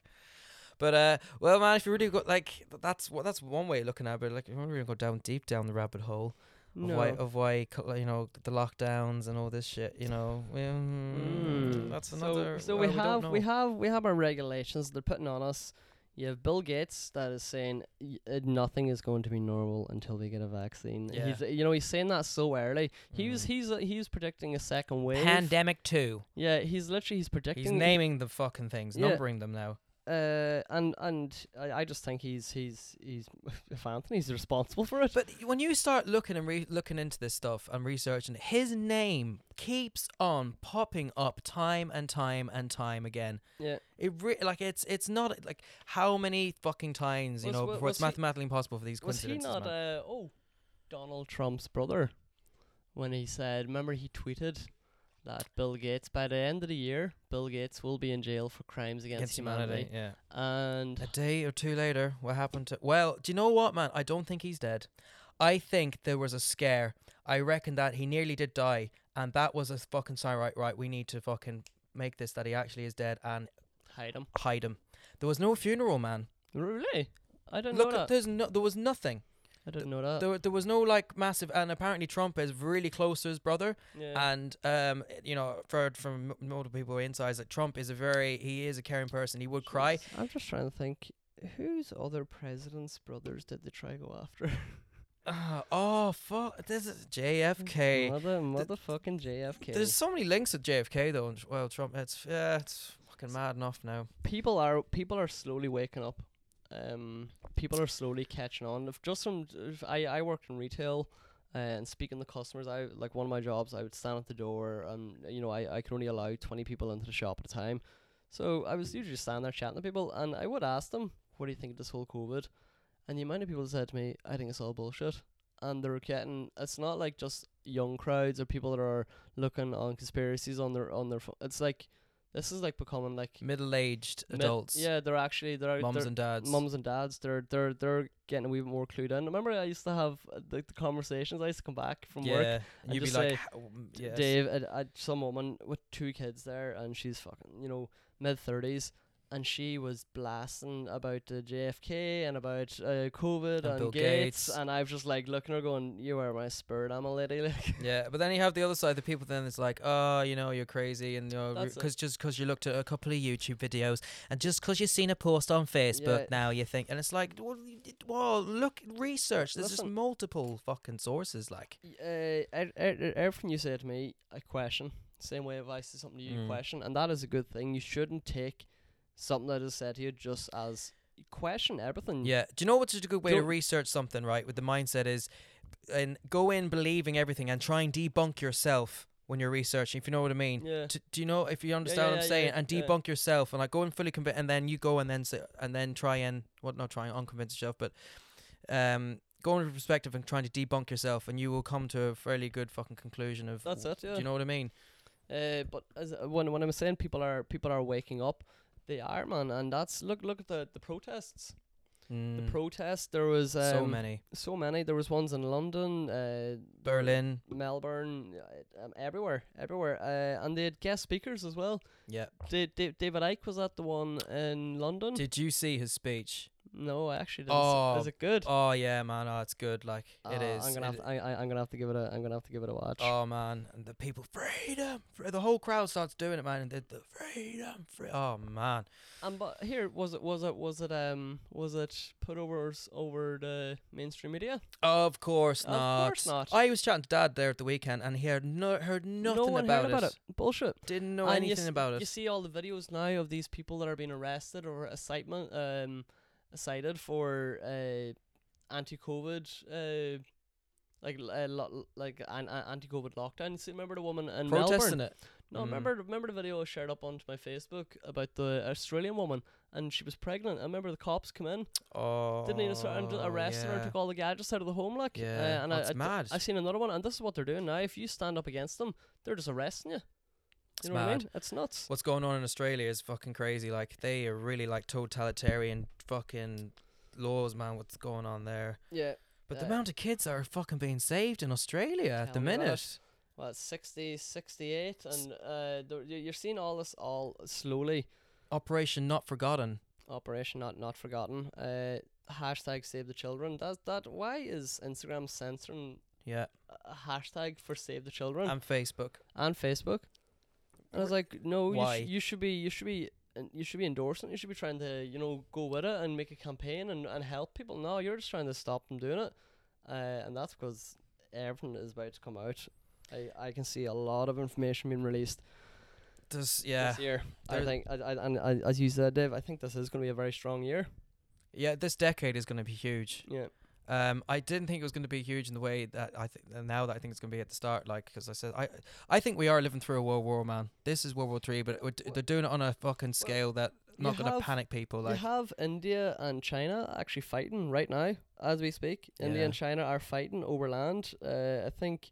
Speaker 1: but uh well man if you really got like th- that's what that's one way of looking at it. But like if you want to really go down deep down the rabbit hole of
Speaker 2: no.
Speaker 1: why of why co- like, you know the lockdowns and all this shit you know mm,
Speaker 2: Mm.
Speaker 1: that's
Speaker 2: So-
Speaker 1: another.
Speaker 2: So,
Speaker 1: uh,
Speaker 2: we,
Speaker 1: we don't
Speaker 2: have
Speaker 1: know.
Speaker 2: we have we have our regulations they're putting on us. You have Bill Gates that is saying y- uh, nothing is going to be normal until we get a vaccine.
Speaker 1: Yeah.
Speaker 2: He's you know he's saying that so early. He was
Speaker 1: Mm.
Speaker 2: he's uh, he's predicting a second wave.
Speaker 1: pandemic two.
Speaker 2: yeah, he's literally he's predicting.
Speaker 1: He's naming the fucking things,
Speaker 2: Yeah.
Speaker 1: numbering them now.
Speaker 2: Uh, and and I, I just think he's he's he's if Anthony's responsible for it.
Speaker 1: But when you start looking and re- looking into this stuff and researching, his name keeps on popping up time and time and time again.
Speaker 2: Yeah.
Speaker 1: It re- like it's it's not like how many fucking times you
Speaker 2: Was-
Speaker 1: know
Speaker 2: wa-
Speaker 1: before it's
Speaker 2: was he-
Speaker 1: mathematically impossible for these
Speaker 2: Was he
Speaker 1: coincidences.
Speaker 2: not?
Speaker 1: man.
Speaker 2: Uh, oh, Donald Trump's brother. When he said, remember he tweeted that Bill Gates, by the end of the year, Bill Gates will be in jail for crimes against,
Speaker 1: Against
Speaker 2: humanity.
Speaker 1: humanity, yeah.
Speaker 2: And
Speaker 1: A day or two later, what happened to? Well, do you know what, man? I don't think he's dead. I think there was a scare. I reckon that he nearly did die, and that was a fucking sign. Right, right. We need to fucking make this that he actually is dead and
Speaker 2: hide him.
Speaker 1: hide him. There was no funeral, man.
Speaker 2: Really? I didn't
Speaker 1: Look,
Speaker 2: know
Speaker 1: at,
Speaker 2: that.
Speaker 1: there's no, there was nothing.
Speaker 2: I didn't know that.
Speaker 1: There, there was no like massive, and apparently Trump is really close to his brother.
Speaker 2: yeah.
Speaker 1: And um, you know, I've heard from m- multiple people insights that Trump is a very, he is a caring person. He would cry.
Speaker 2: Jeez. I'm just trying to think. Whose other president's brothers did they try go after?
Speaker 1: Ah, oh fuck, this is JFK.
Speaker 2: Mother, motherfucking JFK.
Speaker 1: There's so many links with JFK though. And, well, Trump, it's yeah, it's fucking mad enough now.
Speaker 2: people are people are slowly waking up. Um, people are slowly catching on. If just from if I I worked in retail, uh, and speaking to customers, I like one of my jobs. I would stand at the door, and you know I I could only allow twenty people into the shop at a time. So I was usually standing there chatting to people, and I would ask them, "What do you think of this whole COVID?" And the amount of people that said to me, "I think it's all bullshit." And they're getting. It's not like just young crowds or people that are looking on conspiracies on their on their. pho- It's like This is like becoming like
Speaker 1: Middle-aged
Speaker 2: mid-
Speaker 1: adults,
Speaker 2: yeah, they're actually they're out
Speaker 1: mums
Speaker 2: they're,
Speaker 1: and dads.
Speaker 2: mums and dads. They're they're they're getting a wee bit more clued in. Remember, I used to have uh, the, the conversations. I used to come back from
Speaker 1: yeah,
Speaker 2: work.
Speaker 1: and
Speaker 2: and
Speaker 1: you'd be
Speaker 2: just
Speaker 1: like,
Speaker 2: say,
Speaker 1: "How- mm, yes."
Speaker 2: Dave, I, I, some woman with two kids there, and she's fucking, you know, mid thirties, and she was blasting about the JFK and about uh, COVID
Speaker 1: And
Speaker 2: and,
Speaker 1: Bill
Speaker 2: Gates,
Speaker 1: Gates.
Speaker 2: and I was just like looking at her, going, "You are my spirit animal, lady." Like,
Speaker 1: Yeah, but then you have the other side, the people then it's like, oh, you know, you're crazy, and you know,
Speaker 2: That's it.
Speaker 1: because just because you looked at a couple of YouTube videos, and just because you've seen a post on Facebook
Speaker 2: Yeah.
Speaker 1: now, you think, and it's like, well, you did- whoa, look, research. There's just
Speaker 2: Listen.
Speaker 1: multiple fucking sources, like,
Speaker 2: y- uh, e- e- e- everything you say to me, I question. Same way if I say something to you,
Speaker 1: Mm.
Speaker 2: question, and that is a good thing. You shouldn't take something that is said to you just as question everything.
Speaker 1: yeah. Do you know what's just a good way to
Speaker 2: Don't-
Speaker 1: research something, right? With the mindset is, and go in believing everything and try and debunk yourself when you're researching, if you know what I mean.
Speaker 2: Yeah.
Speaker 1: Do, do you know if you understand what
Speaker 2: yeah,
Speaker 1: I'm
Speaker 2: yeah,
Speaker 1: saying? and
Speaker 2: yeah.
Speaker 1: debunk yourself and like go and fully convince, and then you go and then say, and then try and what not try and unconvince yourself, but um, go into perspective and trying to debunk yourself, and you will come to a fairly good fucking conclusion of.
Speaker 2: That's it, yeah.
Speaker 1: Do you know what I mean?
Speaker 2: Uh, but as uh, when when I'm saying people are people are waking up, they are man, and that's look look at the the protests.
Speaker 1: Mm,
Speaker 2: The protests there was um,
Speaker 1: so many.
Speaker 2: so many. There was ones in London, uh,
Speaker 1: Berlin.
Speaker 2: Melbourne, uh, um, everywhere, everywhere, uh, and they had guest speakers as well.
Speaker 1: Yeah.
Speaker 2: Da- da- David Icke was at the one in London.
Speaker 1: Did you see his speech?
Speaker 2: no, I actually didn't.
Speaker 1: Oh,
Speaker 2: see. Is it good?
Speaker 1: Oh yeah, man. Oh, it's good. Like it
Speaker 2: Uh,
Speaker 1: is.
Speaker 2: I'm
Speaker 1: It-
Speaker 2: gonna have to, I, I, I'm gonna have to give it a I'm gonna have to give it a watch.
Speaker 1: Oh man, and the people freedom. Fre- The whole crowd starts doing it, man. And the, the freedom, free- Oh man,
Speaker 2: And Um, but here was it was it was it um was it put over s- over the mainstream media?
Speaker 1: of course
Speaker 2: Of
Speaker 1: not.
Speaker 2: course not.
Speaker 1: I was chatting to Dad there at the weekend, and he heard no heard nothing
Speaker 2: no one
Speaker 1: about,
Speaker 2: heard
Speaker 1: it.
Speaker 2: about it. Bullshit.
Speaker 1: Didn't know
Speaker 2: And you
Speaker 1: anything
Speaker 2: s-
Speaker 1: about it.
Speaker 2: You see all the videos now of these people that are being arrested or incitement, um, cited for uh, anti-COVID, uh, like l- uh, lo- like an, an anti-COVID lockdown. You see, remember the woman in
Speaker 1: Protesting
Speaker 2: Melbourne?
Speaker 1: it.
Speaker 2: No,
Speaker 1: Mm.
Speaker 2: remember remember the video I shared up onto my Facebook about the Australian woman and she was pregnant. I remember the cops come in,
Speaker 1: Oh,
Speaker 2: didn't even start and ju- arrested her,
Speaker 1: yeah.
Speaker 2: and took all the gadgets out of the home, like
Speaker 1: Yeah,
Speaker 2: Uh, and
Speaker 1: that's
Speaker 2: I, I, d-
Speaker 1: mad.
Speaker 2: I seen another one, and this is what they're doing now. If you stand up against them, they're just arresting you.
Speaker 1: It's
Speaker 2: You know what I
Speaker 1: mad.
Speaker 2: mean? It's nuts.
Speaker 1: What's going on in Australia is fucking crazy. Like they are really like totalitarian fucking laws, man. What's going on there?
Speaker 2: Yeah.
Speaker 1: But the
Speaker 2: Uh,
Speaker 1: amount of kids that are fucking being saved in Australia at the
Speaker 2: Tell me about it.
Speaker 1: minute.
Speaker 2: Well, 60, 68, and uh, the, you- you're seeing all this all slowly.
Speaker 1: Operation Not Forgotten.
Speaker 2: Operation not not forgotten. Uh, hashtag save the children. That that why is Instagram censoring
Speaker 1: Yeah,
Speaker 2: a- a hashtag for save the children
Speaker 1: and Facebook.
Speaker 2: and Facebook? And I was like, no,
Speaker 1: Why?
Speaker 2: You, sh- you should be you should be en- you should be endorsing. it, You should be trying to you know go with it and make a campaign and, and help people. No, you're just trying to stop them doing it, uh, and that's because everything is about to come out. I, I can see a lot of information being released
Speaker 1: There's yeah,
Speaker 2: this year. I
Speaker 1: There-
Speaker 2: think, I, I, and I, as you said, Dave, I think this is going to be a very strong year.
Speaker 1: yeah. This decade is going to be huge.
Speaker 2: Yeah.
Speaker 1: Um, I didn't think it was going to be huge in the way that I think now that I think it's going to be at the start. Like, because I said I, I think we are living through a world war, man. This is World War Three, but it,
Speaker 2: Well-
Speaker 1: they're doing it on a fucking scale that
Speaker 2: you
Speaker 1: not going to
Speaker 2: have-
Speaker 1: panic people. Like,
Speaker 2: you have India and China actually fighting right now as we speak. India
Speaker 1: Yeah.
Speaker 2: and China are fighting over land. Uh, I think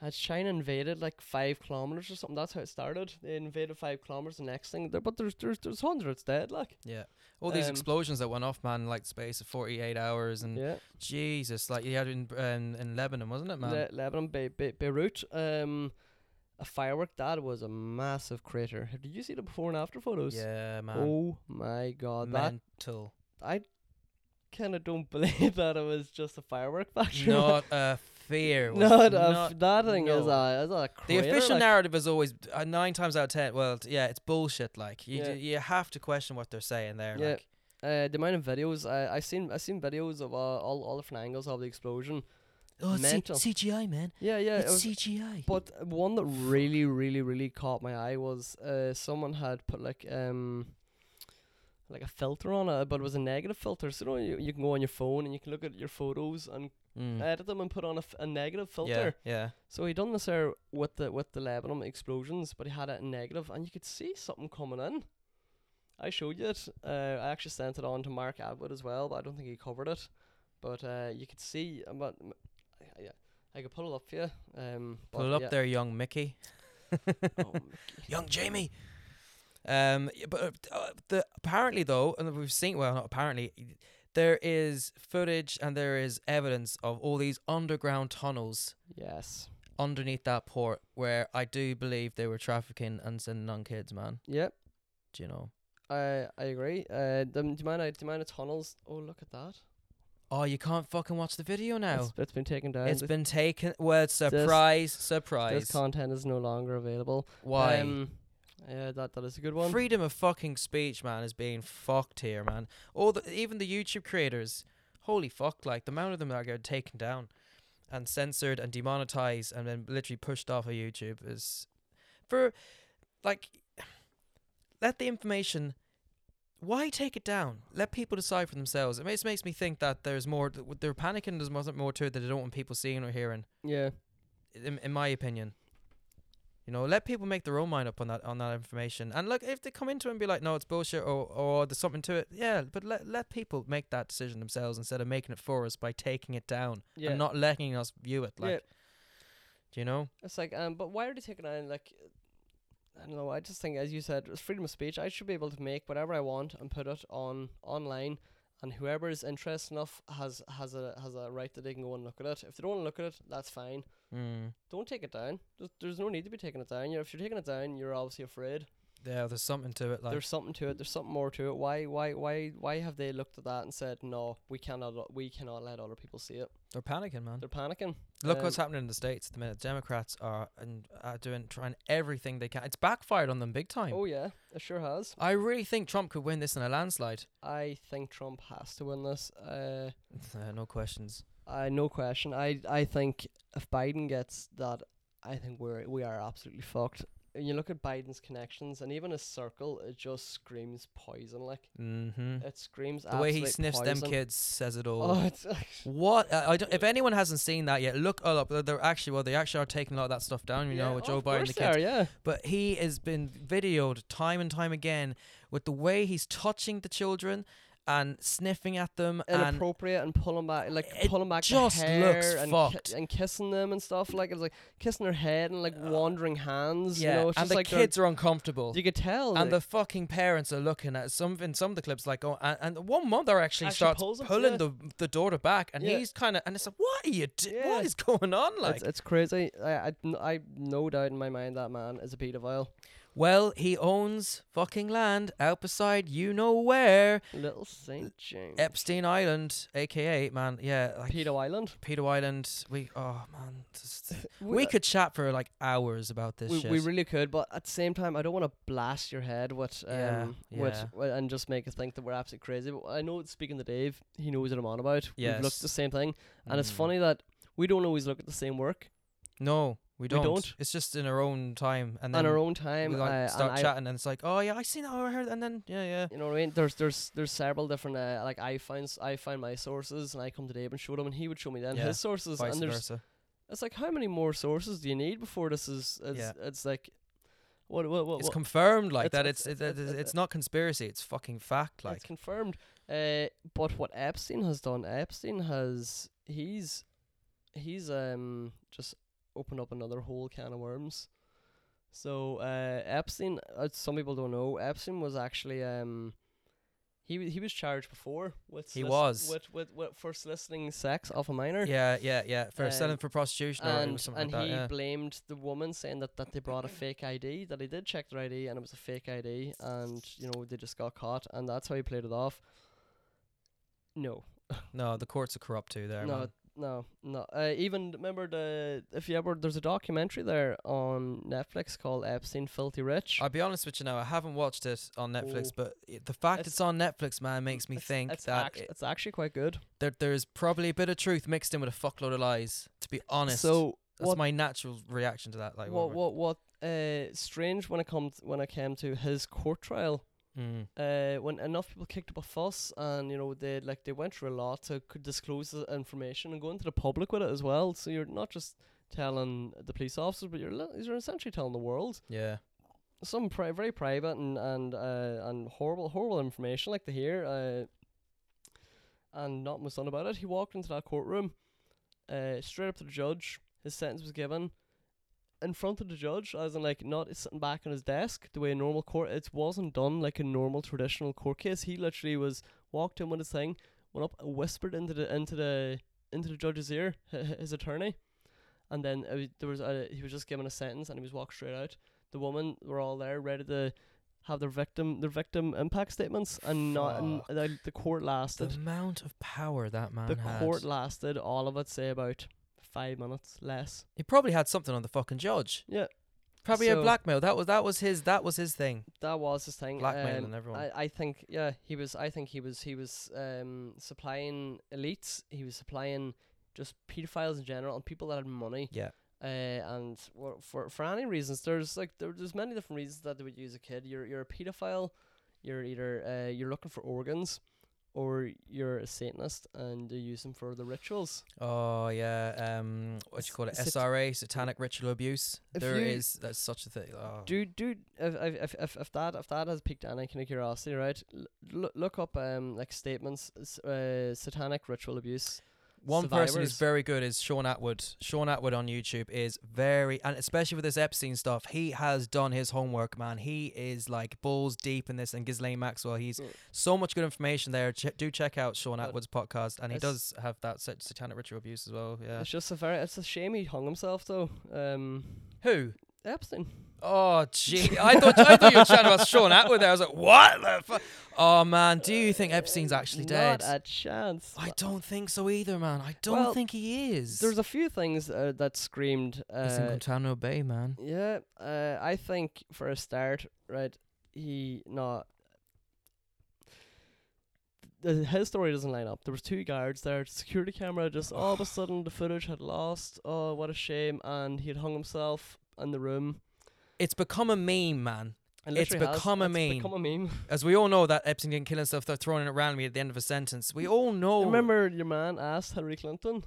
Speaker 2: has China invaded like five kilometers or something. That's how it started. They invaded five kilometers. The next thing, there, but there's there's there's hundreds dead. Like
Speaker 1: yeah, all these
Speaker 2: Um,
Speaker 1: explosions that went off, man, like the space of forty eight hours, and
Speaker 2: yeah,
Speaker 1: Jesus, like you had in um, in Lebanon, wasn't it, man?
Speaker 2: Le- Lebanon, Be- Be- Beirut. Um, a firework that was a massive crater. Did you see the before and after photos?
Speaker 1: yeah, man.
Speaker 2: Oh my god, that
Speaker 1: Mental.
Speaker 2: I kind of don't believe that it was just a firework factory.
Speaker 1: not a fear. was
Speaker 2: not a
Speaker 1: not
Speaker 2: f- that thing is
Speaker 1: no.
Speaker 2: a is a
Speaker 1: The
Speaker 2: crater,
Speaker 1: official
Speaker 2: like,
Speaker 1: narrative is always uh, nine times out of ten. Well, t- yeah, it's bullshit. Like you,
Speaker 2: Yeah.
Speaker 1: d- you have to question what they're saying there.
Speaker 2: Yeah.
Speaker 1: Like,
Speaker 2: uh, the amount of videos I I seen I seen videos of uh, all all different angles of the explosion.
Speaker 1: oh, it's C-
Speaker 2: Mental.
Speaker 1: CGI, man.
Speaker 2: Yeah, yeah. it
Speaker 1: it's
Speaker 2: was-
Speaker 1: CGI.
Speaker 2: but one that really, really, really caught my eye was uh, someone had put like um like a filter on it, but it was a negative filter. So you, know, you, you can go on your phone and you can look at your photos and
Speaker 1: Mm.
Speaker 2: edit them and put on a, f- a negative filter.
Speaker 1: yeah, yeah.
Speaker 2: So he done this there with the with the Lebanon explosions, but he had it in negative, and you could see something coming in. I showed you it. Uh, I actually sent it on to Mark Atwood as well, but I don't think he covered it. But uh, you could see, uh, but m- I, I, I could pull it up for you. Um,
Speaker 1: Pull
Speaker 2: but
Speaker 1: it up
Speaker 2: yeah.
Speaker 1: there, young Mickey,
Speaker 2: Oh, Mickey.
Speaker 1: young Jamie. Um, yeah, but uh, uh, the apparently though, and we've seen well, not apparently, there is footage and there is evidence of all these underground tunnels
Speaker 2: Yes.
Speaker 1: underneath that port where I do believe they were trafficking and sending on kids, man.
Speaker 2: Yep.
Speaker 1: Do you know?
Speaker 2: I I agree. Uh, the m- the amount of the amount of tunnels. Oh, look at that!
Speaker 1: Oh, you can't fucking watch the video now.
Speaker 2: It's, it's been taken down.
Speaker 1: It's
Speaker 2: This-
Speaker 1: been taken. Well, surprise, surprise.
Speaker 2: this content is no longer available.
Speaker 1: Why?
Speaker 2: Um, yeah, that that is a good one.
Speaker 1: Freedom of fucking speech, man, is being fucked here, man. All the even the YouTube creators, holy fuck, like the amount of them that get taken down and censored and demonetized and then literally pushed off of YouTube is for like let the information why take it down? Let people decide for themselves. It makes makes me think that there's more. They're panicking. There's more more to it that they don't want people seeing or hearing.
Speaker 2: Yeah.
Speaker 1: In, in my opinion, you know, let people make their own mind up on that on that information. And look, if they come into it and be like, no, it's bullshit, or or there's something to it, yeah. But let let people make that decision themselves instead of making it for us by taking it down
Speaker 2: Yeah.
Speaker 1: and not letting us view it. Like,
Speaker 2: yeah.
Speaker 1: do you know?
Speaker 2: It's like um, but why are they taking down like? I don't know. I just think, as you said, it's freedom of speech. I should be able to make whatever I want and put it on online, and whoever is interested enough has has a has a right that they can go and look at it. If they don't want to look at it, that's fine.
Speaker 1: Mm.
Speaker 2: Don't take it down. There's, there's no need to be taking it down. You're, if you're taking it down, you're obviously afraid.
Speaker 1: Yeah, there's something to it. Like,
Speaker 2: there's something to it. There's something more to it. Why, why, why, why have they looked at that and said, "No, we cannot, o- we cannot let other people see it."
Speaker 1: they're panicking, man.
Speaker 2: They're panicking.
Speaker 1: Look what's happening in the states at the minute. Democrats are and are doing trying everything they can. It's backfired on them big time.
Speaker 2: Oh yeah, it sure has.
Speaker 1: I really think Trump could win this in a landslide.
Speaker 2: I think Trump has to win this. Uh,
Speaker 1: Uh, no questions.
Speaker 2: I Uh, no question. I, I think if Biden gets that, I think we're we are absolutely fucked. And you look at Biden's connections and even his circle, it just screams poison. Like
Speaker 1: Mm-hmm.
Speaker 2: it screams.
Speaker 1: The way he
Speaker 2: absolute
Speaker 1: sniffs them
Speaker 2: poison.
Speaker 1: kids says it all.
Speaker 2: Oh, it's
Speaker 1: What I I don't, if anyone hasn't seen that yet, look it up. They're- They're actually well, they actually are taking a lot of that stuff down. You
Speaker 2: Yeah,
Speaker 1: know,
Speaker 2: oh,
Speaker 1: with Joe
Speaker 2: of
Speaker 1: Biden,
Speaker 2: course
Speaker 1: the
Speaker 2: they
Speaker 1: kids.
Speaker 2: are, yeah.
Speaker 1: But he has been videoed time and time again with the way he's touching the children and sniffing at them and
Speaker 2: inappropriate and pulling back like
Speaker 1: it
Speaker 2: pulling back
Speaker 1: just
Speaker 2: the hair
Speaker 1: looks
Speaker 2: and,
Speaker 1: fucked. Uh,
Speaker 2: and kissing them and stuff like it's like kissing their head and like wandering hands
Speaker 1: yeah,
Speaker 2: you know it's
Speaker 1: and
Speaker 2: just
Speaker 1: the
Speaker 2: like they're-
Speaker 1: kids are uncomfortable.
Speaker 2: you could tell
Speaker 1: and
Speaker 2: like,
Speaker 1: the fucking parents are looking at some in some of the clips like oh and, and one mother actually,
Speaker 2: Actually
Speaker 1: starts
Speaker 2: pulls him,
Speaker 1: pulling
Speaker 2: yeah.
Speaker 1: the the daughter back and
Speaker 2: Yeah.
Speaker 1: he's kind of and it's like what are you do-
Speaker 2: Yeah.
Speaker 1: what is going on like
Speaker 2: it's, it's crazy I, I n- I no doubt in my mind that man is a pedophile
Speaker 1: well he owns fucking land out beside you know where
Speaker 2: little Saint James
Speaker 1: Epstein Island aka man yeah like
Speaker 2: pedo island
Speaker 1: Pedo Island we oh man just-
Speaker 2: we,
Speaker 1: we could chat for like hours about this
Speaker 2: we,
Speaker 1: shit
Speaker 2: we really could but at the same time I don't want to blast your head with um
Speaker 1: Yeah,
Speaker 2: with
Speaker 1: yeah.
Speaker 2: wi- and just make us think that we're absolutely crazy but I know speaking to Dave he knows what I'm on about we've
Speaker 1: Yes.
Speaker 2: looked at the same thing and it's
Speaker 1: Mm.
Speaker 2: funny that we don't always look at the same work
Speaker 1: no we don't.
Speaker 2: don't.
Speaker 1: it's just in our own time and then
Speaker 2: on our own time.
Speaker 1: we like
Speaker 2: uh,
Speaker 1: start
Speaker 2: and I-
Speaker 1: chatting and it's like oh yeah I seen that I heard that," and then yeah yeah
Speaker 2: you know what I mean? There's there's there's several different uh, like I find s- I find my sources and I come to Dave and show them and he would show me then
Speaker 1: Yeah,
Speaker 2: his sources
Speaker 1: vice
Speaker 2: and there's
Speaker 1: versa
Speaker 2: it's like how many more sources do you need before this is it's, it's like what what what,
Speaker 1: it's
Speaker 2: what-
Speaker 1: confirmed like
Speaker 2: It's-
Speaker 1: that.
Speaker 2: it's-
Speaker 1: It's it's, it's,
Speaker 2: it's-
Speaker 1: it's
Speaker 2: it's-
Speaker 1: not conspiracy. It's fucking fact. Like
Speaker 2: it's confirmed. Uh, but what Epstein has done, Epstein has he's he's um just opened up another whole can of worms. So uh, Epstein, uh, some people don't know, Epstein was actually um he wa- he was charged before with
Speaker 1: He
Speaker 2: solici-
Speaker 1: was.
Speaker 2: with, with, with for soliciting sex off a minor.
Speaker 1: yeah, yeah, yeah. For
Speaker 2: Um,
Speaker 1: selling for prostitution or it was
Speaker 2: And,
Speaker 1: something
Speaker 2: and
Speaker 1: like
Speaker 2: he
Speaker 1: that. Yeah.
Speaker 2: blamed the woman saying that, that they brought a fake ID, that he did check their ID and it was a fake ID and you know, they just got caught and that's how he played it off. No.
Speaker 1: No, the courts are corrupt too. There,
Speaker 2: No,
Speaker 1: man.
Speaker 2: no, no. Uh, even remember the if you ever there's a documentary there on Netflix called Epstein Filthy Rich.
Speaker 1: I'll be honest with you now. I haven't watched it on Netflix,
Speaker 2: Oh.
Speaker 1: but it, the fact it's,
Speaker 2: It's-
Speaker 1: on Netflix, man, makes me
Speaker 2: It's-
Speaker 1: think
Speaker 2: it's
Speaker 1: that
Speaker 2: act-
Speaker 1: it-
Speaker 2: it's actually quite good.
Speaker 1: there there is probably a bit of truth mixed in with a fuckload of lies. To be honest,
Speaker 2: So
Speaker 1: that's
Speaker 2: what
Speaker 1: my natural reaction to that. Like,
Speaker 2: what
Speaker 1: whatever.
Speaker 2: what what uh strange when it comes when it came to his court trial.
Speaker 1: Mm.
Speaker 2: Uh, when enough people kicked up a fuss, and you know they like they went through a lot to could disclose the information and go into the public with it as well. So you're not just telling the police officers, but you're li- you're essentially telling the world.
Speaker 1: yeah,
Speaker 2: some pri- very private and and uh, and horrible horrible information like to hear uh, and not much done about it. He walked into that courtroom, uh, straight up to the judge. His sentence was given. in front of the judge, as in like not sitting back on his desk the way a normal court. It wasn't done like a normal traditional court case. He literally was walked in with his thing, went up, and whispered into the into the into the judge's ear, hi- hi- his attorney, and then uh, there was a, he was just given a sentence and he was walked straight out. The women were all there ready to have their victim their victim impact statements, and not and
Speaker 1: Fuck.
Speaker 2: the, the court
Speaker 1: The
Speaker 2: lasted
Speaker 1: amount of power that man
Speaker 2: the
Speaker 1: had.
Speaker 2: court lasted all of it, say about five minutes less.
Speaker 1: He probably had something on the fucking judge.
Speaker 2: Yeah.
Speaker 1: Probably a
Speaker 2: So-
Speaker 1: blackmail. That was that was his that was his thing.
Speaker 2: That was his thing.
Speaker 1: Blackmailing
Speaker 2: um,
Speaker 1: everyone.
Speaker 2: I, I think yeah, he was I think he was he was um supplying elites, he was supplying just pedophiles in general and people that had money.
Speaker 1: Yeah.
Speaker 2: Uh, and for, for for any reasons, there's like there, there's many different reasons that they would use a kid. You're you're a pedophile, you're either uh, you're looking for organs, or you're a satanist and they use them for the rituals.
Speaker 1: Oh yeah. Um what you call it?
Speaker 2: Sat-
Speaker 1: SRA, satanic ritual abuse.
Speaker 2: If
Speaker 1: There
Speaker 2: you-
Speaker 1: is that's such a thing. Oh.
Speaker 2: Do do if if- if if if that if that has piqued any kind of curiosity, right? L- look up um like statements, s- uh, satanic ritual abuse.
Speaker 1: One person
Speaker 2: survivors.
Speaker 1: who's very good is Sean Atwood. Sean Atwood on YouTube is very, and especially with this Epstein stuff, he has done his homework, man. He is like balls deep in this, and Ghislaine Maxwell. He's
Speaker 2: Mm.
Speaker 1: so much good information there. Ch- do check out Sean
Speaker 2: But
Speaker 1: Atwood's podcast, and he
Speaker 2: it's-
Speaker 1: does have that sat- satanic ritual abuse as well. Yeah.
Speaker 2: It's just a very it's a shame he hung himself though. Um,
Speaker 1: Who?
Speaker 2: Epstein.
Speaker 1: Oh, gee. I thought I thought you were chatting about Sean Atwood. There, I was like, what the fuck? Oh man, do you think Epstein's actually dead?
Speaker 2: Not a chance.
Speaker 1: I don't think so either, man. I don't
Speaker 2: Well,
Speaker 1: think he is.
Speaker 2: There's a few things uh, that screamed.
Speaker 1: He's in
Speaker 2: Uh,
Speaker 1: Guantanamo Bay, man.
Speaker 2: yeah, uh, I think for a start, right? He not. Th- His story doesn't line up. There was two guards there. Security camera just all of a sudden the footage had lost. Oh, what a shame! And he had hung himself in the room.
Speaker 1: It's become a meme, man.
Speaker 2: And
Speaker 1: It's
Speaker 2: literally has-
Speaker 1: become a
Speaker 2: it's
Speaker 1: meme.
Speaker 2: Become a meme.
Speaker 1: As we all know, that Epstein didn't kill himself. They're throwing it around me at the end of a sentence. We all know.
Speaker 2: Remember your man asked Hillary Clinton.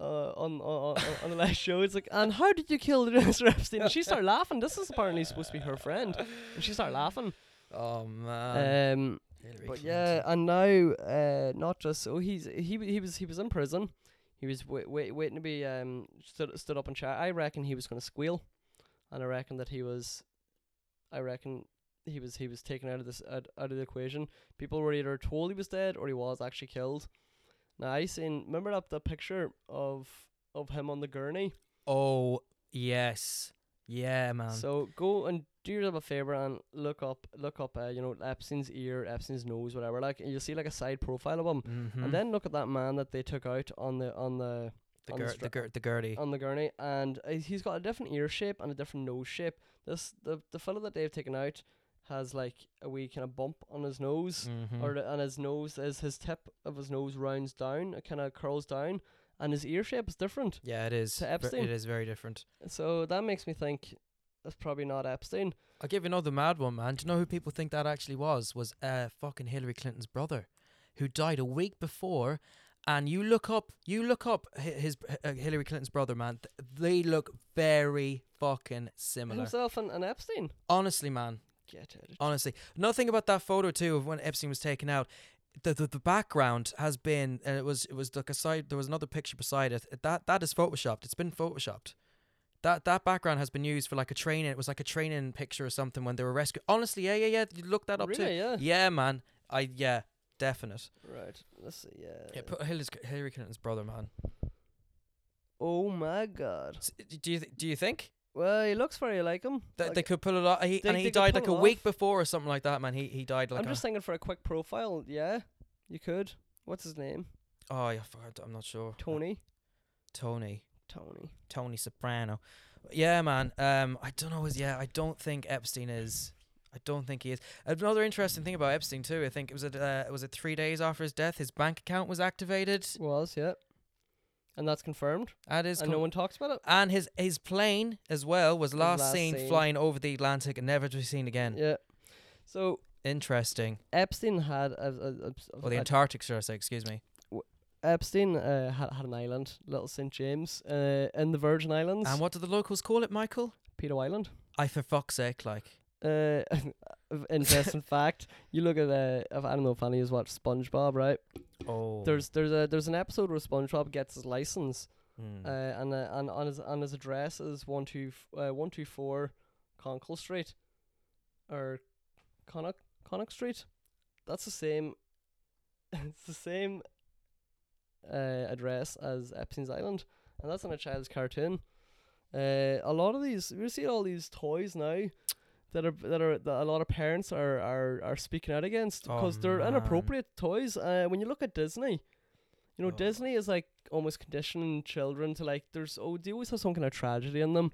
Speaker 2: Uh, on, on on on the last show, it's like, and how did you kill Mr. Epstein? And she started laughing. This is apparently supposed to be her friend, and she started laughing.
Speaker 1: Oh man.
Speaker 2: Um, But yeah, and now uh, not just so he's he w- he was he was in prison. He was wait, wait, waiting to be um stood stood up and chat. I reckon he was going to squeal, and I reckon that he was, I reckon he was he was taken out of this out, out of the equation. People were either told he was dead or he was actually killed. Now I seen remember that the picture of of him on the gurney.
Speaker 1: Oh yes, yeah, man.
Speaker 2: So go and do yourself a favor and look up look up uh, you know Epstein's ear, Epstein's nose, whatever. Like and you'll see like a side profile of him
Speaker 1: Mhm.
Speaker 2: and then look at that man that they took out on the on the
Speaker 1: the,
Speaker 2: on the
Speaker 1: gir-
Speaker 2: stra-
Speaker 1: the, gir- the Gertie.
Speaker 2: on the gurney, and uh, he's got a different ear shape and a different nose shape. This the the fellow that they've taken out has like a wee kind of bump on his nose,
Speaker 1: Mhm.
Speaker 2: or the, and his nose is his tip of his nose rounds down, it kind of curls down, and his ear shape is different.
Speaker 1: yeah, it is.
Speaker 2: to
Speaker 1: ver-
Speaker 2: Epstein.
Speaker 1: It is very different.
Speaker 2: So that makes me think that's probably not Epstein.
Speaker 1: I'll give you another mad one, man. Do you know who people think that actually was? Was uh fucking Hillary Clinton's brother, who died a week before. And you look up, you look up hi- his uh, Hillary Clinton's brother, man. Th- They look very fucking similar. Oh,
Speaker 2: Himself and, and Epstein.
Speaker 1: Honestly, man.
Speaker 2: Get out. of-
Speaker 1: Honestly, another thing about that photo too of when Epstein was taken out, the the, the background has been and it was it was like a side there was another picture beside it that that is photoshopped. It's been photoshopped. That that background has been used for like a training. It was like a training picture or something when they were rescued. Honestly, yeah, yeah, yeah. You look that up
Speaker 2: Really? Yeah.
Speaker 1: too. Yeah, man. I yeah, definite.
Speaker 2: Right. Let's see. Yeah.
Speaker 1: Yeah, put Hillary, Hillary Clinton's brother, man.
Speaker 2: oh my God.
Speaker 1: S- Do you th- do you think
Speaker 2: Well, he looks very like him.
Speaker 1: that
Speaker 2: Like-
Speaker 1: they could pull it off? He,
Speaker 2: They-
Speaker 1: and he
Speaker 2: they could
Speaker 1: died like a
Speaker 2: pull it
Speaker 1: week
Speaker 2: off.
Speaker 1: before or something like that, man. He he died like
Speaker 2: I'm
Speaker 1: a-
Speaker 2: just thinking for a quick profile. Yeah, you could. What's his name?
Speaker 1: oh yeah, fuck, I'm not sure.
Speaker 2: Tony.
Speaker 1: Tony.
Speaker 2: Tony.
Speaker 1: Tony Soprano. Yeah, man. Um, I don't know. Is yeah, I don't think Epstein is. I don't think he is. Another interesting thing about Epstein too. I think it was it uh, was it three days after his death, his bank account was activated.
Speaker 2: Was yeah. And that's confirmed.
Speaker 1: At his
Speaker 2: and no
Speaker 1: com-
Speaker 2: one talks about it.
Speaker 1: and his his plane as well was last,
Speaker 2: last
Speaker 1: seen,
Speaker 2: seen.
Speaker 1: flying over the Atlantic and never to be seen again.
Speaker 2: Yeah. So
Speaker 1: Interesting.
Speaker 2: Epstein had a, a, a, a-
Speaker 1: Well, the Antarctic, should I say? Excuse me.
Speaker 2: Epstein uh, had, had an island, Little St James, uh, in the Virgin Islands,
Speaker 1: And what do the locals call it, Michael?
Speaker 2: Pedo Island.
Speaker 1: I for fuck's sake, like.
Speaker 2: Uh, interesting fact. You look at uh, if- I don't know if any of you watched SpongeBob, right?
Speaker 1: Oh.
Speaker 2: There's there's a there's an episode where SpongeBob gets his license,
Speaker 1: Mm.
Speaker 2: Uh, and uh, and on his on his address is one two f- uh, one two four Conkle Street, or Connacht Connacht Street. That's the same. It's the same. Uh, address as Epstein's Island, and that's on a child's cartoon. Uh, a lot of these we see all these toys now. That are that are that a lot of parents are are, are speaking out against
Speaker 1: Oh,
Speaker 2: because they're
Speaker 1: man.
Speaker 2: inappropriate toys. Uh, when you look at Disney, you know,
Speaker 1: Oh.
Speaker 2: Disney is like almost conditioning children to like there's oh they always have some kind of tragedy in them.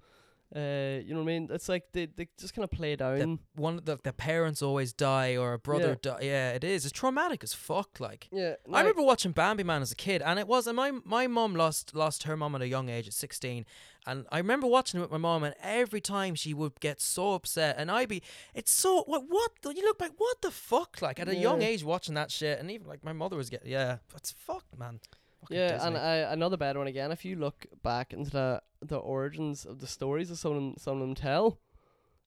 Speaker 2: Uh, you know what I mean? It's like they they just kind of play down.
Speaker 1: One the, the parents always die or a brother die. Yeah, it is. It's traumatic as fuck. Like
Speaker 2: yeah,
Speaker 1: I remember watching Bambi Man as a kid, and it was and my my mom lost lost her mom at a young age at sixteen, and I remember watching it with my mom, and every time she would get so upset, and I'd be, it's so what what the- you look like what the fuck like at a young
Speaker 2: Yeah.
Speaker 1: age watching that shit, and even like my mother was getting yeah, that's fucked man. Fucking
Speaker 2: yeah,
Speaker 1: Disney.
Speaker 2: and uh, another bad one again. If you look back into the the origins of the stories that some of them, some of them tell,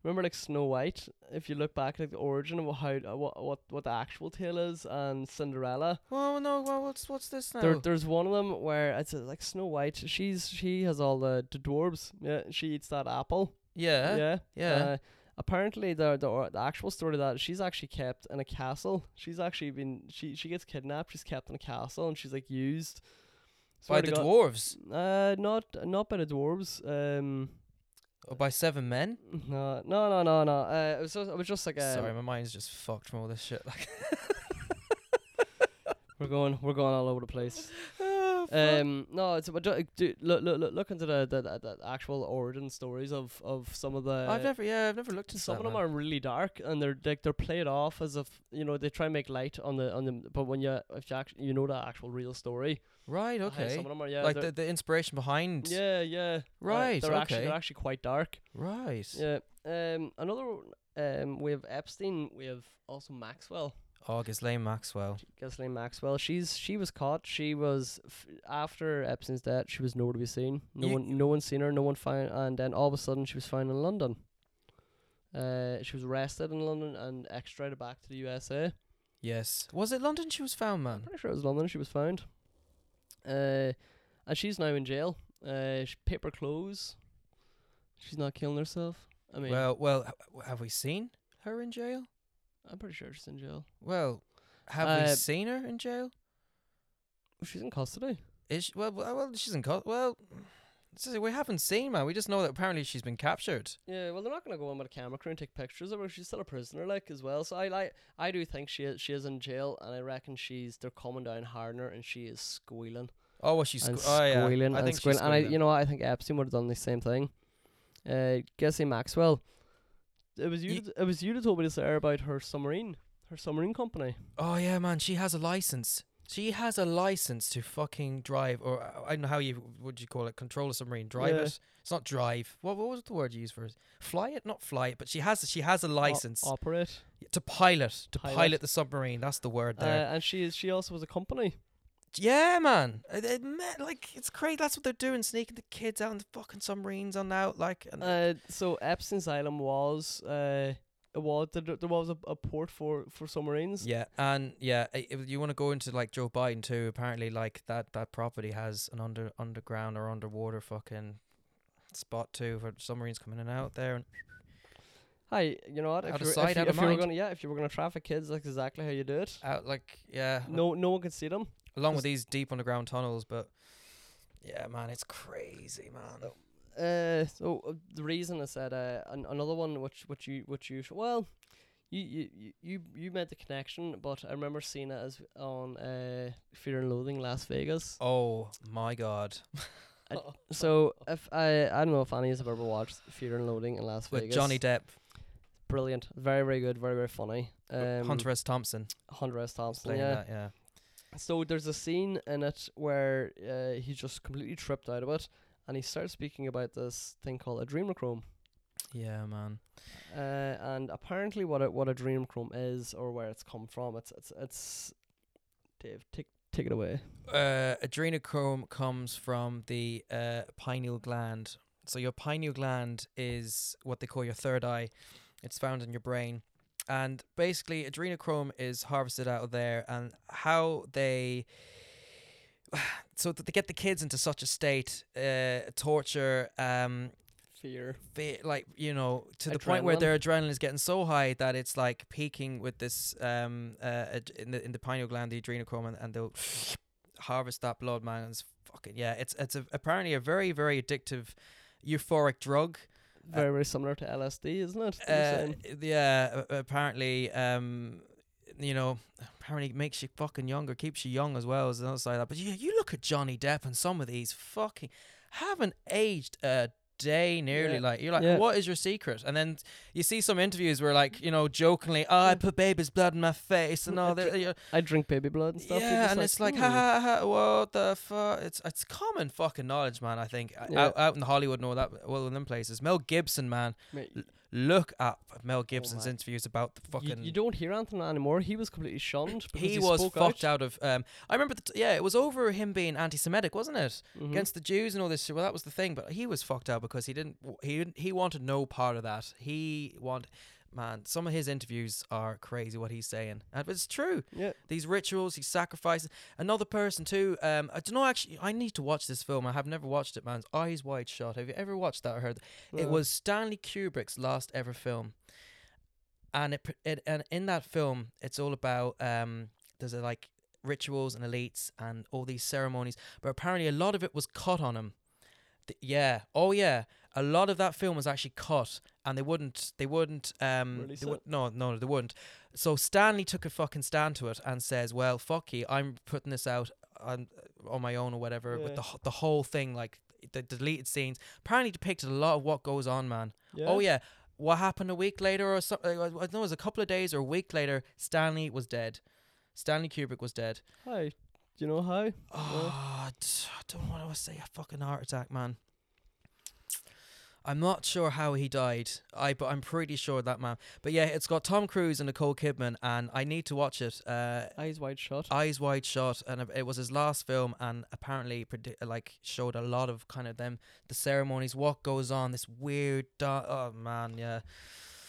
Speaker 2: remember like Snow White. If you look back at the origin of how uh, what what what the actual tale is, and Cinderella,
Speaker 1: oh no, well, what's what's this now?
Speaker 2: There, there's one of them where it's uh, like Snow White. She's she has all the, the dwarves. Yeah, she eats that apple.
Speaker 1: yeah, yeah,
Speaker 2: Yeah, Uh, apparently, the, the or- the actual story of that she's actually kept in a castle. She's actually been she she gets kidnapped. She's kept in a castle and she's like used.
Speaker 1: by
Speaker 2: Swear to
Speaker 1: the
Speaker 2: God-
Speaker 1: dwarves
Speaker 2: Uh, not not by the dwarves. Um,
Speaker 1: or Oh, by seven men.
Speaker 2: no, no, no, no, no. Uh, it was just, it was just like um,
Speaker 1: Sorry, my mind's just fucked from all this shit. Like,
Speaker 2: we're going we're going all over the place.
Speaker 1: oh, fuck.
Speaker 2: Um, no, it's but do, do, look look look look into the, the, the, the actual origin stories of of some of the.
Speaker 1: I've never, yeah, I've never looked into
Speaker 2: some
Speaker 1: that,
Speaker 2: of them
Speaker 1: man.
Speaker 2: are really dark and they're like they're played off as if you know they try and make light on the on them but when you if you actually you know the actual real story
Speaker 1: right.
Speaker 2: how
Speaker 1: Okay,
Speaker 2: some of them are yeah
Speaker 1: like the,
Speaker 2: they're-
Speaker 1: the inspiration behind.
Speaker 2: yeah yeah Uh,
Speaker 1: Right,
Speaker 2: they're actually they're
Speaker 1: okay.
Speaker 2: actually quite dark
Speaker 1: Right.
Speaker 2: yeah um another one, um we have epstein we have also maxwell
Speaker 1: Oh, Ghislaine Maxwell.
Speaker 2: Ghislaine Maxwell, she's she was caught. She was f- after Epstein's death. She was nowhere to be seen. No
Speaker 1: You-
Speaker 2: one, no one seen her. No one found. And then all of a sudden, she was found in London. Uh, she was arrested in London and extradited back to the USA.
Speaker 1: Yes. Was it London she was found, man?
Speaker 2: Pretty sure it was London she was found. Uh, and she's now in jail. Uh, sh paper clothes. She's not killing herself. I mean,
Speaker 1: Well, well, h- have we seen her in jail?
Speaker 2: I'm pretty sure she's in jail.
Speaker 1: Well, have we
Speaker 2: Uh,
Speaker 1: seen her in jail?
Speaker 2: She's in custody.
Speaker 1: Is she, well, well, well, she's in co- Well, this is- we haven't seen, man. We just know that apparently she's been captured.
Speaker 2: Yeah, well, they're not gonna go in with a camera crew and take pictures of her. She's still a prisoner, like as well. So I like, I do think she is, she is in jail, and I reckon she's they're coming down hard on her, and she is squealing
Speaker 1: Oh, well, she's
Speaker 2: and
Speaker 1: sque- oh, yeah.
Speaker 2: squealing
Speaker 1: I
Speaker 2: and
Speaker 1: think she's
Speaker 2: squealing. And I,
Speaker 1: squealing.
Speaker 2: you know, what? I think Epstein would have done the same thing. Uh, Gissy Maxwell, it was you.
Speaker 1: Ye-
Speaker 2: that- it was you that told me this there about her submarine, her submarine company.
Speaker 1: Oh yeah, man, she has a license. She has a license to fucking drive, or uh, I don't know how you would you call it, control a submarine, drive
Speaker 2: Yeah.
Speaker 1: it. It's not drive. What what was the word you used for it? Fly it, not fly it. But she has she has a
Speaker 2: o-
Speaker 1: license
Speaker 2: operate,
Speaker 1: to pilot to pilot.
Speaker 2: Pilot.
Speaker 1: the submarine. That's the word
Speaker 2: uh,
Speaker 1: there.
Speaker 2: and she is. She also was a company.
Speaker 1: yeah, man. It, it ma- like it's crazy. That's what they're doing, sneaking the kids out in the fucking submarines on out. Like, and,
Speaker 2: Uh, so Epstein's Island was uh, it was there, there was a, a port for for submarines.
Speaker 1: yeah, and yeah, i- if you want to go into like Joe Biden too. Apparently, like that that property has an under underground or underwater fucking spot too for submarines coming in and out there. And
Speaker 2: Hi, you know what?
Speaker 1: Out
Speaker 2: If
Speaker 1: of
Speaker 2: you were,
Speaker 1: sight,
Speaker 2: if you,
Speaker 1: out of
Speaker 2: if you were
Speaker 1: mind.
Speaker 2: gonna yeah, if you were gonna traffic kids, that's exactly how you do it.
Speaker 1: out like yeah
Speaker 2: No, no one could see them.
Speaker 1: along
Speaker 2: just-
Speaker 1: with these deep underground tunnels but yeah man it's crazy man
Speaker 2: Uh, so uh, the reason I said uh, an- another one, which which you which you sh- well, you you you- you you made the connection, but I remember seeing it as on uh, Fear and Loathing Las Vegas.
Speaker 1: oh my god
Speaker 2: So if I I don't know if any of have ever watched Fear and Loathing in Las
Speaker 1: with
Speaker 2: Vegas.
Speaker 1: johnny depp
Speaker 2: brilliant, very very good, very very funny.
Speaker 1: with
Speaker 2: Um,
Speaker 1: hunter s thompson
Speaker 2: Hunter S. Thompson,
Speaker 1: playing
Speaker 2: yeah.
Speaker 1: that yeah
Speaker 2: So there's a scene in it where uh, he's just completely tripped out of it, and he starts speaking about this thing called a dreamochrome.
Speaker 1: yeah man
Speaker 2: Uh, and apparently, what a, what a dreamochrome is, or where it's come from, it's it's it's. Dave, take take it away.
Speaker 1: uh adrenochrome comes from the uh pineal gland so your pineal gland is what they call your third eye it's found in your brain and basically adrenochrome is harvested out of there and how they so that they get the kids into such a state, uh, torture, um,
Speaker 2: Fear.
Speaker 1: fe- like you know, to the point where
Speaker 2: Adrenaline.
Speaker 1: their adrenaline is getting so high that it's like peaking with this um uh ad- in the in the pineal gland, the adrenochrome, and, and they'll harvest that blood, man. and It's fucking yeah. It's it's a, apparently a very very addictive, euphoric drug.
Speaker 2: Very, very similar to LSD, isn't it? They're
Speaker 1: Uh,
Speaker 2: saying.
Speaker 1: yeah, a- apparently, um, you know, apparently it makes you fucking younger, keeps you young as well as another side of that. But you, you look at Johnny Depp and some of these fucking haven't aged a day nearly.
Speaker 2: Yeah.
Speaker 1: Like you're like,
Speaker 2: Yeah.
Speaker 1: what is your secret? And then you see some interviews where like you know jokingly, oh, I
Speaker 2: Yeah.
Speaker 1: put baby's blood in my face and
Speaker 2: Mm, I
Speaker 1: all that.
Speaker 2: dr-
Speaker 1: you know.
Speaker 2: I drink baby blood and stuff. You're
Speaker 1: Yeah,
Speaker 2: just
Speaker 1: and it's like,
Speaker 2: "Hmm."
Speaker 1: ha ha ha, what the fuck? It's it's common fucking knowledge, man. I think O-
Speaker 2: Yeah.
Speaker 1: out, out in Hollywood and all that, well, in them places. Mel Gibson, man
Speaker 2: Mate, y-
Speaker 1: look up Mel Gibson's
Speaker 2: man.
Speaker 1: interviews about the
Speaker 2: Oh you,
Speaker 1: fucking.
Speaker 2: you don't hear Anthony anymore. He was completely shunned. Because
Speaker 1: he,
Speaker 2: he,
Speaker 1: was
Speaker 2: spoke
Speaker 1: fucked out, of. Um, I remember. The t- yeah, it was over him being anti-Semitic, wasn't it?
Speaker 2: Mhm.
Speaker 1: Against the Jews and all this shit. Well, that was the thing. But he was fucked out because he didn't. w- He didn't, he wanted no part of that. He want. Man, some of his interviews are crazy. What he's saying, and it's true.
Speaker 2: Yeah.
Speaker 1: These rituals, he sacrifices another person too. Um, I don't know. Actually, I need to watch this film. I have never watched it. Man's eyes wide shut. Have you ever watched that or heard? It
Speaker 2: Uh,
Speaker 1: was Stanley Kubrick's last ever film, and it, pr- it and in that film, it's all about um, there's a, like rituals and elites and all these ceremonies, but apparently a lot of it was cut on him. Th- yeah, oh yeah, a lot of that film was actually cut, and they wouldn't, they wouldn't, um,
Speaker 2: Release
Speaker 1: they
Speaker 2: it?
Speaker 1: would, no, no, they wouldn't. So Stanley took a fucking stand to it and says, "Well, fuck you, I'm putting this out on on my own or whatever." With
Speaker 2: Yeah.
Speaker 1: the wh- the whole thing, like the deleted scenes, apparently depicted a lot of what goes on, man. Oh yeah, what happened a week later or something? I don't know. It was a couple of days or a week later. Stanley was dead. Stanley Kubrick was dead.
Speaker 2: Hi. Do you know how?
Speaker 1: Oh, t- I don't want to say a fucking heart attack, man. I'm not sure how he died. I but I'm pretty sure that man. But yeah, it's got Tom Cruise and Nicole Kidman, and I need to watch it. Uh,
Speaker 2: Eyes wide shut.
Speaker 1: Eyes Wide Shut, and it was his last film, and apparently, predi- like, showed a lot of kind of them, the ceremonies, what goes on, this weird, da- oh man, yeah,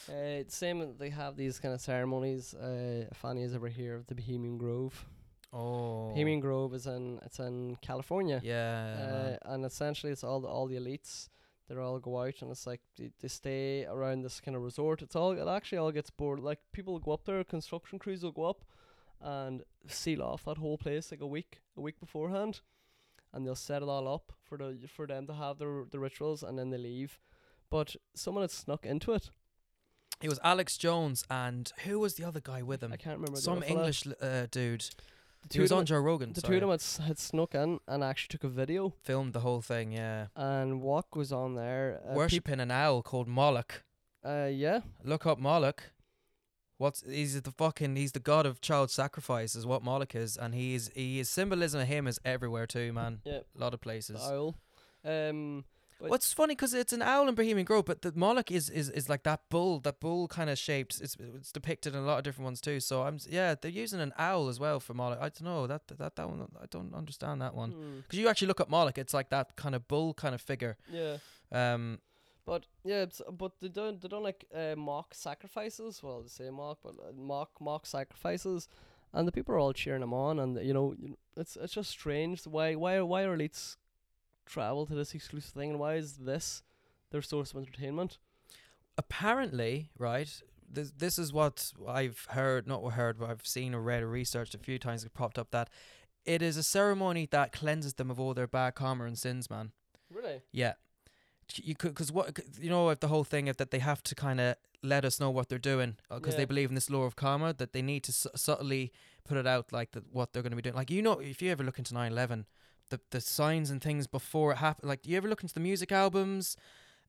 Speaker 2: Uh, it's same. as They have these kind of ceremonies. Uh, if Fanny's ever here of the Bohemian Grove.
Speaker 1: oh,
Speaker 2: Bohemian Grove is in it's in California.
Speaker 1: yeah,
Speaker 2: Uh, and essentially, it's all the, all the elites. They all go out, and it's like they, they stay around this kind of resort. It's all it actually all gets bored. Like people go up there, construction crews will go up, and seal off that whole place like a week a week beforehand, and they'll set it all up for the for them to have their the rituals, and then they leave. But someone had snuck into it.
Speaker 1: it was Alex Jones, and who was the other guy with him?
Speaker 2: I can't remember. the
Speaker 1: Some
Speaker 2: other fella.
Speaker 1: English l- uh, dude.
Speaker 2: The
Speaker 1: He
Speaker 2: two of
Speaker 1: was
Speaker 2: them
Speaker 1: on
Speaker 2: had-
Speaker 1: Joe Rogan.
Speaker 2: The two
Speaker 1: sorry.
Speaker 2: of them had, s- had snuck in and actually took a video.
Speaker 1: filmed the whole thing.
Speaker 2: Uh,
Speaker 1: Yeah,
Speaker 2: And what goes on there? Uh, peop-
Speaker 1: worshipping an owl called Moloch.
Speaker 2: uh, yeah.
Speaker 1: Look up Moloch. What's he's the fucking he's the god of child sacrifice is what Moloch is, and he is he is symbolism of him is everywhere too, man.
Speaker 2: Yep.
Speaker 1: A lot of
Speaker 2: The
Speaker 1: places.
Speaker 2: owl. Um, Oh, but-
Speaker 1: What's funny because it's an owl in Bohemian Grove, but the Moloch is is, is like that bull, that bull kind of shaped. It's it's depicted in a lot of different ones too. So I'm s- yeah, they're using an owl as well for Moloch. I don't know that that that one. I don't understand that one
Speaker 2: mm,
Speaker 1: because you actually look at Moloch, it's like that kind of bull kind of figure.
Speaker 2: yeah.
Speaker 1: Um,
Speaker 2: But yeah, it's, but they don't they don't like uh, mock sacrifices. Well, they say mock, but uh, mock mock sacrifices, and the people are all cheering them on. And you know, you know, it's it's just strange. Why why why are elites travel to this exclusive thing, and why is this their source of entertainment?
Speaker 1: apparently, right? This this is what I've heard, not what heard, but I've seen or read or researched a few times. It popped up that it is a ceremony that cleanses them of all their bad karma and sins, man.
Speaker 2: Really?
Speaker 1: Yeah, you could because what c- you know if the whole thing if that they have to kind of let us know what they're doing because they
Speaker 2: Yeah.
Speaker 1: believe in this law of karma that they need to su- subtly put it out like that what they're going to be doing. Like you know if you ever look into 9/11, the the signs and things before it happened. Like you ever look into the music albums.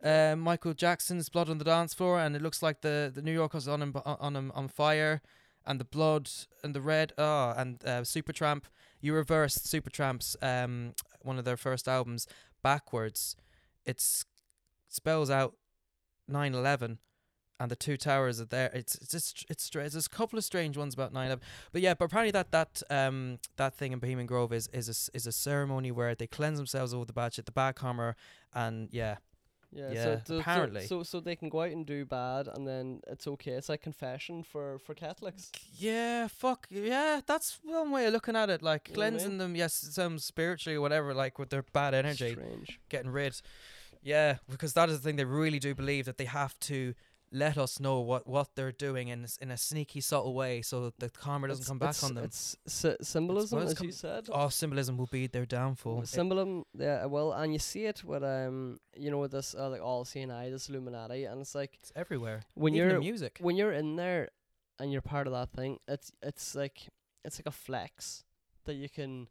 Speaker 1: Uh, Michael Jackson's blood on the dance floor, and it looks like the, the New Yorkers on him on him on fire, and the blood and the red. Ah, and uh, Supertramp, you reversed Supertramp's um one of their first albums backwards. It's spells out 9/11 and the two towers are there. It's it's just it's stra- there's a couple of strange ones about 9/11. But yeah, but apparently that that um that thing in Bohemian Grove is is a, s- is a ceremony where they cleanse themselves of all the bad shit, the bad karma, and yeah,
Speaker 2: Yeah.
Speaker 1: Yeah,
Speaker 2: so it- so, so-
Speaker 1: apparently.
Speaker 2: So, so they can go out and do bad, and then it's okay. It's like confession for for Catholics.
Speaker 1: Yeah, fuck. Yeah, that's one way of looking at it. Like
Speaker 2: You know what I mean?
Speaker 1: cleansing them, yes, some spiritually or whatever, like with their bad energy,
Speaker 2: Strange.
Speaker 1: getting rid. Yeah, because that is the thing they really do believe that they have to let us know what what they're doing in s- in a sneaky, subtle way, so that the karma doesn't
Speaker 2: It's-
Speaker 1: come back
Speaker 2: it's-
Speaker 1: on them.
Speaker 2: It's sy- symbolism,
Speaker 1: well, it's
Speaker 2: as you
Speaker 1: com-
Speaker 2: said.
Speaker 1: All symbolism will be their downfall.
Speaker 2: Well, Symbolism, yeah, well, and you see it with um, you know, with this uh, like all seeing eye, this Illuminati, and it's like
Speaker 1: it's everywhere.
Speaker 2: when
Speaker 1: Even in
Speaker 2: you're
Speaker 1: music,
Speaker 2: when you're in there and you're part of that thing, it's it's like it's like a flex that you can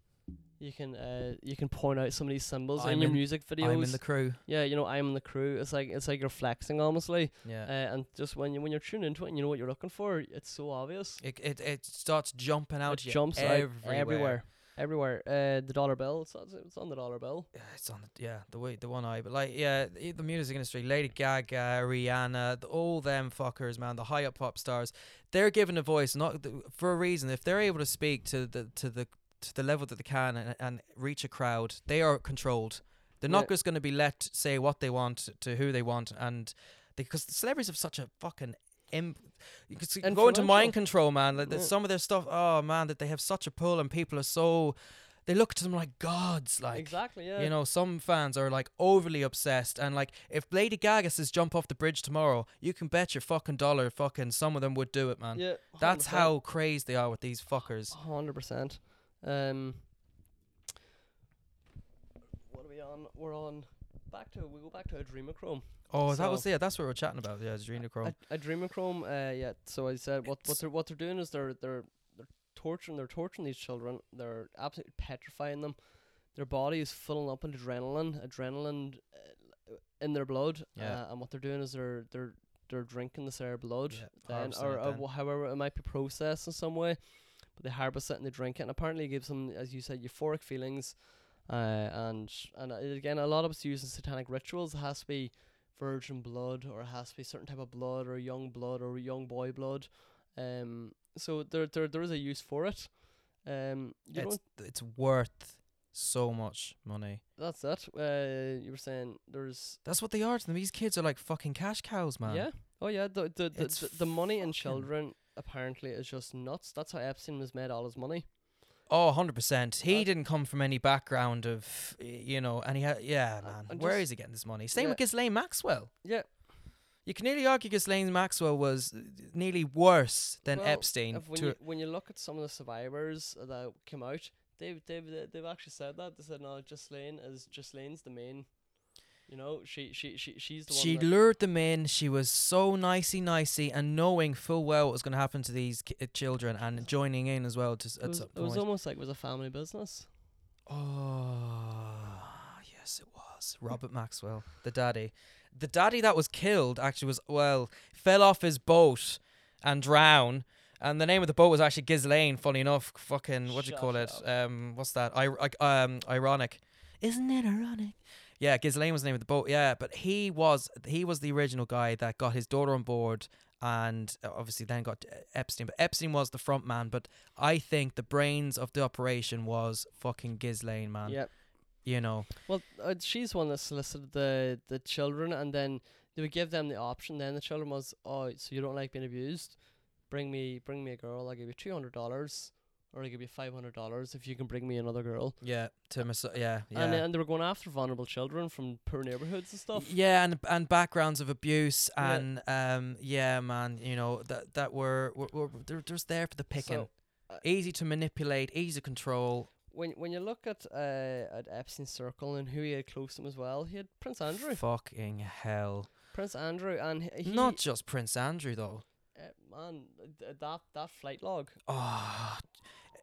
Speaker 2: you can uh you can point out some of these symbols in
Speaker 1: I'm
Speaker 2: your
Speaker 1: in-
Speaker 2: music videos.
Speaker 1: I'm in the crew.
Speaker 2: yeah, you know, I'm in the crew. It's like it's like you're flexing honestly.
Speaker 1: Yeah.
Speaker 2: Uh, and just when you when you're tuned into it and you know what you're looking for, it's so obvious.
Speaker 1: It, it it starts jumping out.
Speaker 2: it
Speaker 1: at you
Speaker 2: jumps out
Speaker 1: everywhere.
Speaker 2: everywhere. Everywhere. Uh the dollar bill, it's, on- it's on the dollar bill.
Speaker 1: Yeah, It's on the, yeah the way the one eye, but like yeah i- the music industry, Lady Gaga, Rihanna, the, all them fuckers, man, the high up pop stars, they're given a voice not th- for a reason. If they're able to speak to the to the to the level that they can and, and reach a crowd, they are controlled. They're not
Speaker 2: Yeah.
Speaker 1: just going to be let say what they want to who they want, and because the celebrities have such a fucking imp. You can see, go into
Speaker 2: Influential.
Speaker 1: mind control, man. Like there's
Speaker 2: Yeah.
Speaker 1: some of their stuff. Oh man, that they have such a pull, and people are so. They look to them like gods, like
Speaker 2: exactly, yeah.
Speaker 1: you know, some fans are like overly obsessed, and like if Lady Gaga says jump off the bridge tomorrow, you can bet your fucking dollar, fucking some of them would do it, man.
Speaker 2: yeah,
Speaker 1: That's
Speaker 2: 100%.
Speaker 1: how crazed they are with these fuckers.
Speaker 2: A Hundred percent. Um, what are we on? We're on back to we go back to Adrenochrome.
Speaker 1: Oh, that was
Speaker 2: So-
Speaker 1: yeah, that's what we we're chatting about. Yeah, adrenochrome.
Speaker 2: Ad- Adrenochrome. Uh, yeah. So I said what what
Speaker 1: It's-
Speaker 2: they're what they're doing is they're they're they're torturing they're torturing these children. They're absolutely petrifying them. Their body is filling up with adrenaline, adrenaline uh, in their blood.
Speaker 1: Yeah.
Speaker 2: Uh, and what they're doing is they're they're they're drinking this air blood.
Speaker 1: Yeah,
Speaker 2: then,
Speaker 1: harvesting
Speaker 2: or
Speaker 1: it
Speaker 2: uh,
Speaker 1: then.
Speaker 2: wh- however it might be processed in some way. But they harvest it and they drink it, and apparently it gives them, as you said, euphoric feelings. Uh, and and uh, again, a lot of it's used in satanic rituals. It has to be virgin blood, or it has to be certain type of blood, or young blood, or young boy blood. Um, so there there there is a use for it. Um, you
Speaker 1: It's
Speaker 2: don't.
Speaker 1: it's worth so much money.
Speaker 2: That's that. Uh, you were saying there's.
Speaker 1: That's what they are to them. These kids are like fucking cash cows, man.
Speaker 2: Yeah. Oh yeah. The the the,
Speaker 1: It's
Speaker 2: the, the money in
Speaker 1: fucking-
Speaker 2: children apparently is just nuts. That's how Epstein was made all his money.
Speaker 1: Oh, 100%. He
Speaker 2: Uh,
Speaker 1: didn't come from any background of, y- you know, and he had, yeah,
Speaker 2: Uh,
Speaker 1: man.
Speaker 2: and
Speaker 1: Where
Speaker 2: just-
Speaker 1: is he getting this money? Same
Speaker 2: yeah.
Speaker 1: with Ghislaine Maxwell.
Speaker 2: Yeah.
Speaker 1: You can nearly argue Ghislaine Maxwell was uh, nearly worse than
Speaker 2: Well,
Speaker 1: Epstein.
Speaker 2: if when,
Speaker 1: to-
Speaker 2: you, when you look at some of the survivors that came out, they've they've they've actually said that they said no, Ghislaine is Ghislaine's the main. You know, she she she she's the
Speaker 1: she
Speaker 2: one. that-
Speaker 1: lured them in. She was so nicey nicey, and knowing full well what was going to happen to these ki- uh, children, and joining in as well. To s-
Speaker 2: it
Speaker 1: at
Speaker 2: was,
Speaker 1: some
Speaker 2: it was
Speaker 1: point.
Speaker 2: almost like it was a family business.
Speaker 1: Oh, yes, it was. Robert Maxwell, the daddy. The daddy that was killed actually was, well, fell off his boat and drowned. And the name of the boat was actually Ghislaine, funny enough. Fucking, what do you
Speaker 2: Shut
Speaker 1: call it?
Speaker 2: up.
Speaker 1: Um, What's that? I- I- um, ironic. Isn't it ironic? Yeah, Ghislaine was the name of the boat. Yeah, but he was he was the original guy that got his daughter on board and uh, obviously then got uh, Epstein. But Epstein was the front man. But I think the brains of the operation was fucking Ghislaine, man.
Speaker 2: Yeah.
Speaker 1: You know,
Speaker 2: Well, uh, she's the one that solicited the the children, and then they would give them the option. Then the children was, oh, so you don't like being abused? Bring me bring me a girl. I'll give you two hundred dollars, or I'll give you five hundred dollars if you can bring me another girl.
Speaker 1: yeah, to mis- yeah, yeah.
Speaker 2: And, and they were going after vulnerable children from poor neighborhoods and stuff.
Speaker 1: Yeah, and and backgrounds of abuse
Speaker 2: Yeah.
Speaker 1: and um yeah, man, you know that that were were, were they're just there for the picking,
Speaker 2: So, uh,
Speaker 1: easy to manipulate, easy to control.
Speaker 2: when when you look at uh, at Epstein's circle and who he had close to him as well, he had Prince Andrew.
Speaker 1: Fucking hell!
Speaker 2: Prince Andrew and he, he
Speaker 1: Not just Prince Andrew though.
Speaker 2: uh, man th- that that flight log,
Speaker 1: Oh,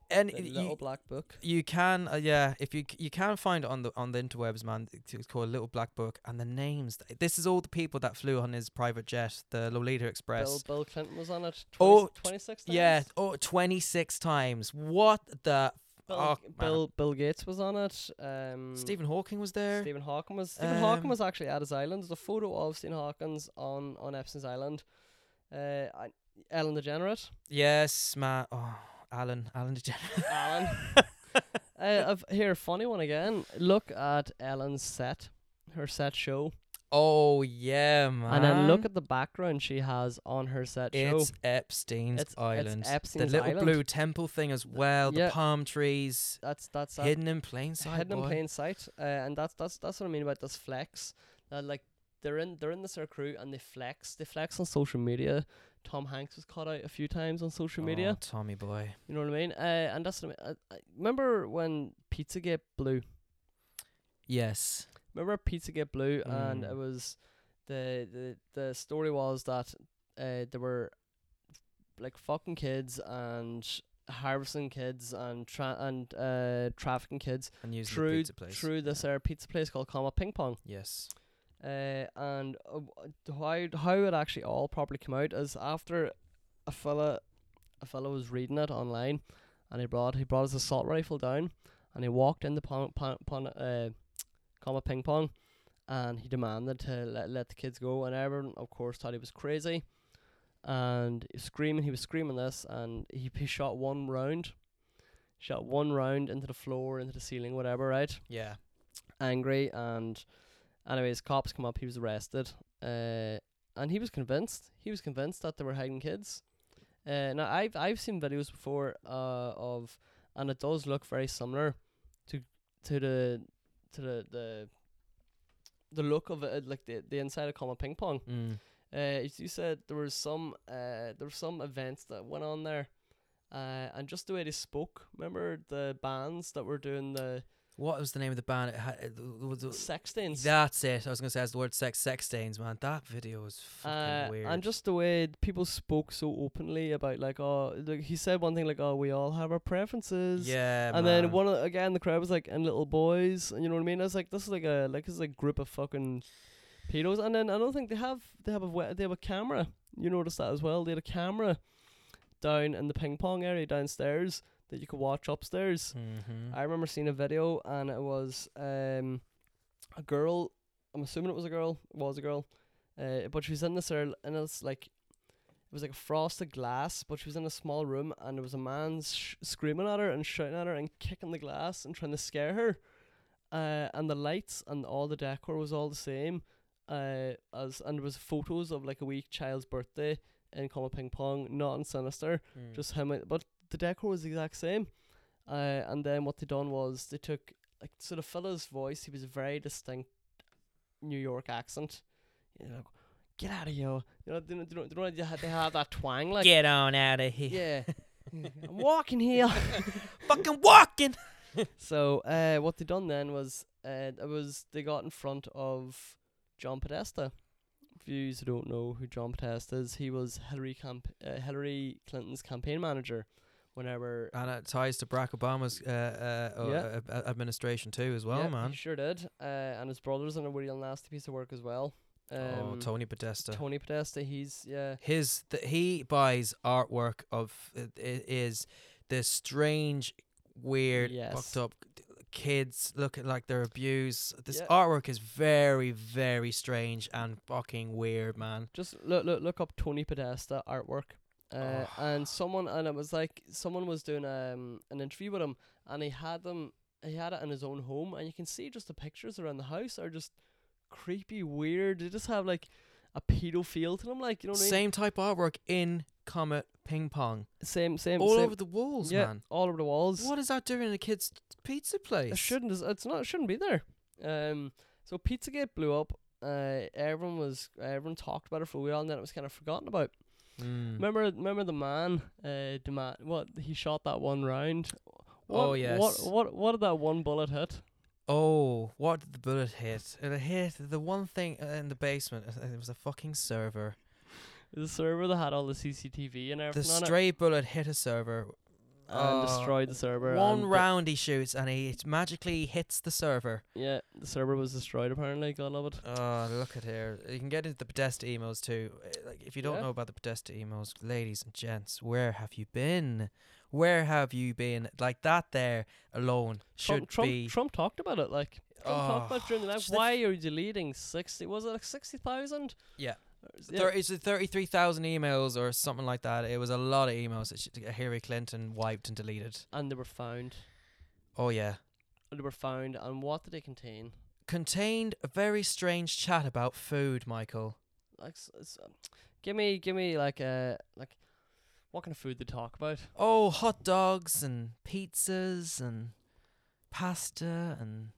Speaker 1: and
Speaker 2: the
Speaker 1: y-
Speaker 2: little
Speaker 1: you-
Speaker 2: black book.
Speaker 1: You can, uh, yeah. If you c- you can find it on the on the interwebs, man. It's it's called Little Black Book, and the names. th- This is all the people that flew on his private jet, the Lolita Express.
Speaker 2: Bill Bill Clinton was on it. 20,
Speaker 1: Oh, t-
Speaker 2: 26 times.
Speaker 1: yeah, oh, 26 times. What the?
Speaker 2: Bill,
Speaker 1: fuck, Oh, man.
Speaker 2: Bill Bill Gates was on it. Um,
Speaker 1: Stephen Hawking was there.
Speaker 2: Stephen Hawking was Stephen Hawking
Speaker 1: Um,
Speaker 2: was actually at his island. There's a photo of Stephen Hawkins on on Epstein's island. Uh, and Ellen DeGeneres.
Speaker 1: Yes, man. Oh, Alan, Alan DeGeneres.
Speaker 2: Alan. uh, I've, here, funny one again. Look at Ellen's set, her set show.
Speaker 1: Oh yeah, man.
Speaker 2: And then look at the background she has on her set show.
Speaker 1: it's Epstein's
Speaker 2: It's- it's
Speaker 1: Island.
Speaker 2: Epstein's
Speaker 1: the little
Speaker 2: Island.
Speaker 1: blue temple thing as well.
Speaker 2: yeah.
Speaker 1: The palm trees
Speaker 2: That's that's that
Speaker 1: hidden in plain sight.
Speaker 2: hidden
Speaker 1: boy.
Speaker 2: in plain sight, uh, and that's that's that's what I mean about this flex. That like they're in they're in this their crew and they flex they flex on social media. Tom Hanks was caught out a few times on social media.
Speaker 1: Oh, Tommy boy.
Speaker 2: You know what I mean? Uh, and that's what I, mean. I, I remember when Pizzagate blew.
Speaker 1: Yes.
Speaker 2: Remember Pizzagate blew, and
Speaker 1: Mm.
Speaker 2: it was the the the story was that uh, there were like fucking kids and harvesting kids and tra- and uh, trafficking kids
Speaker 1: And using the
Speaker 2: through
Speaker 1: pizza place.
Speaker 2: through this uh, pizza place called Comma Ping Pong.
Speaker 1: Yes.
Speaker 2: Uh, and uh, w- how how it actually all properly came out is after a fella a fella was reading it online, and he brought he brought his assault rifle down, and he walked in the pon, pon, pon uh, comma ping pong, and he demanded to let, let the kids go, and everyone of course thought he was crazy, and he was screaming he was screaming this, and he, he shot one round, shot one round into the floor into the ceiling whatever right,
Speaker 1: Yeah.
Speaker 2: angry and anyways cops come up he was arrested uh and he was convinced he was convinced that they were hiding kids uh now i've i've seen videos before uh of and it does look very similar to to the to the the the look of it uh, like the the inside of comma ping pong
Speaker 1: Mm.
Speaker 2: uh, as you said, there was some uh, there were some events that went on there, uh, and just the way they spoke. Remember the bands that were doing the
Speaker 1: What was the name of the band? It had, it was-
Speaker 2: sextings.
Speaker 1: that's it. I was gonna say that's the word sex sex stains, man. That video was fucking
Speaker 2: Uh,
Speaker 1: weird.
Speaker 2: and just the way people spoke so openly about like oh like, he said one thing like oh we all have our preferences
Speaker 1: yeah.
Speaker 2: and
Speaker 1: man.
Speaker 2: then one of, again the crowd was like and little boys and you know what I mean I was like this is like a like this is a group of fucking pedos and then I don't think they have they have a we- they have a camera you noticed that as well they had a camera down in the ping pong area downstairs that you could watch upstairs
Speaker 1: Mhm.
Speaker 2: I remember seeing a video and it was um a girl. I'm assuming it was a girl. It was a girl, uh, but she was in this earl and it's like it was like a frosted glass, but she was in a small room and there was a man sh- screaming at her and shouting at her and kicking the glass and trying to scare her. Uh, and the lights and all the decor was all the same. Uh, as and there was photos of like a wee child's birthday in comma ping pong, not in sinister
Speaker 1: Mm.
Speaker 2: just how much but the decor was the exact same uh, and then what they done was they took like so the fella's voice he was a very distinct new york accent you know get out of here you know they, they, they, they, had, they have that twang like
Speaker 1: get on out of here.
Speaker 2: yeah i'm walking here
Speaker 1: Fucking walking.
Speaker 2: so uh, what they done then was uh, it was they got in front of John Podesta. For you who don't know who John Podesta is, he was Hillary camp- uh, Hillary Clinton's campaign manager. Whenever
Speaker 1: And it ties to Barack Obama's uh, uh, uh,
Speaker 2: Yeah.
Speaker 1: uh, uh, administration too, as well,
Speaker 2: Yeah,
Speaker 1: man.
Speaker 2: he sure did, uh, and his brother's in a real nasty piece of work as well. Um,
Speaker 1: oh, Tony Podesta.
Speaker 2: Tony Podesta, he's yeah,
Speaker 1: His th- he buys artwork of i- i- is this strange, weird,
Speaker 2: Yes.
Speaker 1: fucked up d- kids looking like they're abused. This
Speaker 2: Yeah.
Speaker 1: artwork is very, very strange and fucking weird, man.
Speaker 2: just look look look up Tony Podesta artwork.
Speaker 1: Oh.
Speaker 2: Uh, and someone and it was like someone was doing um an interview with him and he had them he had it in his own home and you can see just the pictures around the house are just creepy weird they just have like a pedo feel to them like you know what I mean?
Speaker 1: Same type artwork in Comet Ping Pong,
Speaker 2: same same
Speaker 1: all
Speaker 2: same
Speaker 1: over the walls,
Speaker 2: yeah
Speaker 1: man.
Speaker 2: all over the walls
Speaker 1: What is that doing in a kid's pizza place?
Speaker 2: It shouldn't. is- It's not. It shouldn't be there. Um. So Pizzagate blew up. Uh. Everyone was. Everyone talked about it for a while, and then it was kind of forgotten about.
Speaker 1: Mm.
Speaker 2: Remember. Remember the man. Uh. The man. What he shot that one round. What,
Speaker 1: Oh, yes.
Speaker 2: What. What. What did that one bullet hit?
Speaker 1: Oh, what did the bullet hit? It hit the one thing uh, in the basement. uh, It was a fucking server.
Speaker 2: The server that had all the CCTV and
Speaker 1: The
Speaker 2: everything on it,
Speaker 1: stray bullet hit a server.
Speaker 2: and
Speaker 1: uh,
Speaker 2: destroyed um, the server.
Speaker 1: One
Speaker 2: and-
Speaker 1: round he shoots and he it magically hits the server.
Speaker 2: Yeah. The server was destroyed. Apparently, God love it.
Speaker 1: Oh, look at here. You can get into the Podesta emos too. Uh, Like if you don't
Speaker 2: Yeah.
Speaker 1: know about the Podesta emos, ladies and gents, where have you been? Where have you been? Like that there alone should
Speaker 2: Trump, Trump,
Speaker 1: be
Speaker 2: Trump talked about it. Like Trump talked
Speaker 1: Oh,
Speaker 2: about during the night.
Speaker 1: just the f-
Speaker 2: Why are you deleting sixty? Was it like sixty thousand?
Speaker 1: Yeah.
Speaker 2: Yeah.
Speaker 1: Thir- it's thirty-three thousand emails or something like that. It was a lot of emails that she- Hillary Clinton wiped and deleted.
Speaker 2: and they were found.
Speaker 1: Oh yeah,
Speaker 2: They were found, and what did they contain?
Speaker 1: contained a very strange chat about food, Michael.
Speaker 2: Like, s- s- um, give me, give me like a like, what kind of food they talk about?
Speaker 1: Oh, hot dogs and pizzas and pasta and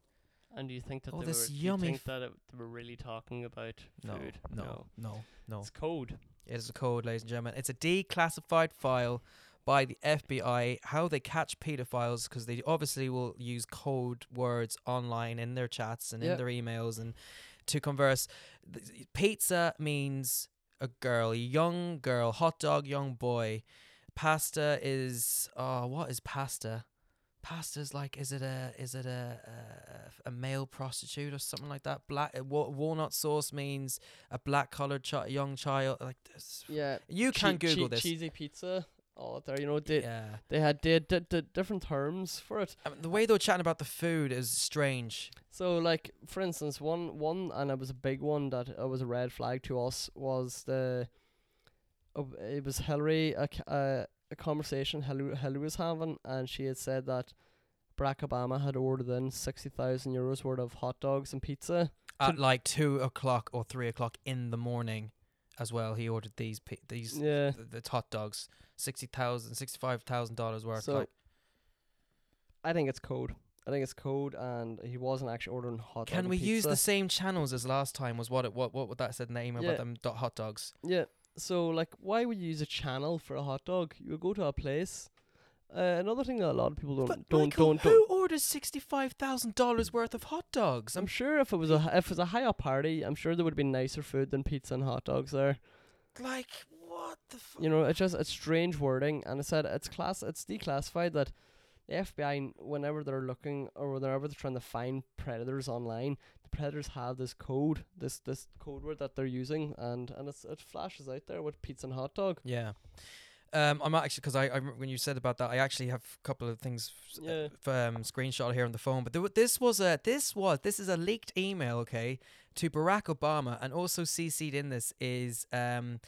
Speaker 2: And do you think that
Speaker 1: Oh,
Speaker 2: they
Speaker 1: this
Speaker 2: were, do
Speaker 1: yummy
Speaker 2: you think
Speaker 1: f-
Speaker 2: that it, they were really talking about
Speaker 1: no,
Speaker 2: food?
Speaker 1: no, no, no.
Speaker 2: It's code.
Speaker 1: It is a code, ladies and gentlemen. It's a declassified file by the FBI. How they catch pedophiles because they obviously will use code words online in their chats and
Speaker 2: Yeah.
Speaker 1: in their emails and to converse. Th- Pizza means a girl, a young girl. Hot dog, young boy. Pasta is oh, what is pasta? Pasta's like is it a is it a a, a male prostitute or something like that? Black uh, wa- walnut sauce means a black collared chi- young child like this.
Speaker 2: Yeah.
Speaker 1: You can
Speaker 2: Chee- chee-
Speaker 1: Google this.
Speaker 2: Cheesy pizza. All out there, you know. They
Speaker 1: yeah,
Speaker 2: they had they had d- d- different terms for it.
Speaker 1: I mean, the way they were chatting about the food is strange.
Speaker 2: So, like for instance, one one and it was a big one that uh, was a red flag to us was the oh, it was Hillary a c- uh, a conversation Hillary, Hillary was having, and she had said that Barack Obama had ordered in sixty thousand euros worth of hot dogs and pizza.
Speaker 1: At like two o'clock or three o'clock in the morning, as well, he ordered these pi- these
Speaker 2: Yeah.
Speaker 1: th- the hot dogs, sixty thousand, sixty-five thousand dollars worth.
Speaker 2: So
Speaker 1: like,
Speaker 2: I think it's code. I think it's code, and he wasn't actually ordering hot. dog
Speaker 1: can
Speaker 2: and
Speaker 1: we use
Speaker 2: pizza.
Speaker 1: the same channels as last time? Was what it what what, what that said in the email
Speaker 2: Yeah.
Speaker 1: about them dot hot dogs?
Speaker 2: Yeah. So like, why would you use a channel for a hot dog? You would go to a place. Uh, another thing that a lot of people don't
Speaker 1: But
Speaker 2: don't
Speaker 1: Michael,
Speaker 2: don't, don't
Speaker 1: who orders sixty-five thousand dollars worth of hot dogs?
Speaker 2: I'm
Speaker 1: I'm
Speaker 2: sure if it was a if it was a high up party, I'm sure there would have been nicer food than pizza and hot dogs there.
Speaker 1: like, what the? Fu-
Speaker 2: Mm. You know, it's just it's strange wording, and I said it's class it's declassified that the FBI n- whenever they're looking or whenever they're trying to find predators online, the predators have this code, this this code word that they're using, and and it's, it flashes out there with pizza and hot dog.
Speaker 1: Yeah. Um, I'm actually because I, I remember when you said about that, I actually have a couple of things f-
Speaker 2: Yeah.
Speaker 1: uh, f- um, screenshot here on the phone. But there, wa- this was a this was this is a leaked email, okay, to Barack Obama, and also CC'd in this is um,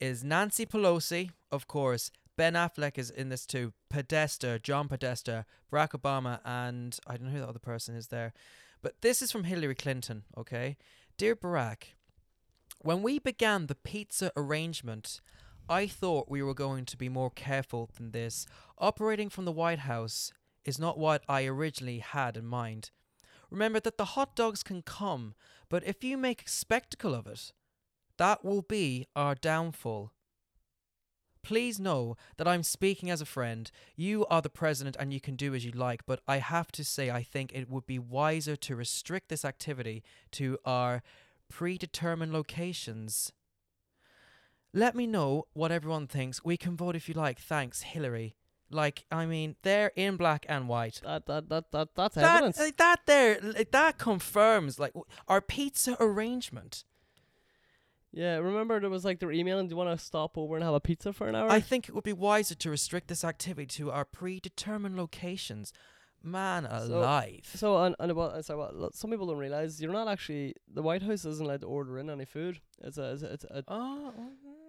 Speaker 1: is Nancy Pelosi, of course. Ben Affleck is in this too. Podesta, John Podesta, Barack Obama, and I don't know who the other person is there. But this is from Hillary Clinton, okay? Dear Barack, when we began the pizza arrangement, I thought we were going to be more careful than this. Operating from the White House is not what I originally had in mind. Remember that the hot dogs can come, but if you make a spectacle of it, that will be our downfall. Please know that I'm speaking as a friend. You are the president and you can do as you like, but I have to say, I think it would be wiser to restrict this activity to our predetermined locations. Let me know what everyone thinks. We can vote if you like. Thanks, Hillary. Like, I mean, they're in black and white.
Speaker 2: That that that that that's
Speaker 1: That,
Speaker 2: evidence.
Speaker 1: like, that there, like, that confirms like w- our pizza arrangement.
Speaker 2: yeah, remember there was like their email and do you want to stop over and have a pizza for an hour?
Speaker 1: I think it would be wiser to restrict this activity to our predetermined locations. Man
Speaker 2: So-
Speaker 1: alive.
Speaker 2: So and and about so what lo- some people don't realize you're not actually the White House isn't allowed to order in any food. It's a it's a, it's a
Speaker 1: oh,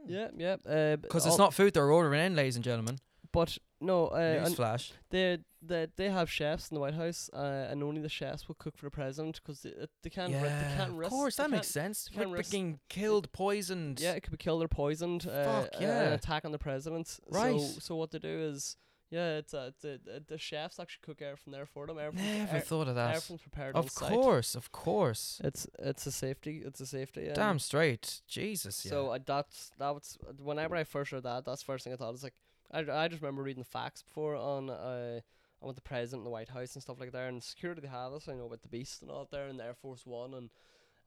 Speaker 2: yeah yeah uh, b-
Speaker 1: Because
Speaker 2: all-
Speaker 1: it's not food they're ordering in, ladies and gentlemen.
Speaker 2: But no, uh, and
Speaker 1: Newsflash.
Speaker 2: they they they have chefs in the White House, uh, and only the chefs will cook for the president because they, uh, they can't ri- they
Speaker 1: Yeah,
Speaker 2: can't risk.
Speaker 1: of course,
Speaker 2: they
Speaker 1: that makes
Speaker 2: can't-
Speaker 1: sense.
Speaker 2: they
Speaker 1: We're
Speaker 2: can't risk-
Speaker 1: being killed, poisoned.
Speaker 2: Yeah, it could be killed or poisoned. Uh,
Speaker 1: Fuck,
Speaker 2: uh,
Speaker 1: yeah.
Speaker 2: an attack on the president.
Speaker 1: Right.
Speaker 2: So so what they do is yeah, it's uh, the the- the chefs actually cook everything there for them. Everything's,
Speaker 1: Never
Speaker 2: er-
Speaker 1: thought of that.
Speaker 2: everything's prepared on
Speaker 1: Of
Speaker 2: site.
Speaker 1: course, of course.
Speaker 2: It's it's a safety. It's a safety. um,
Speaker 1: Damn straight. Jesus, yeah.
Speaker 2: So uh, that's that was whenever I first heard that. That's the first thing I thought. It's like I, I just remember reading the facts before on uh on with the president in the White House and stuff like that. And security they have this. I know about the beast and all that there and the Air Force One and.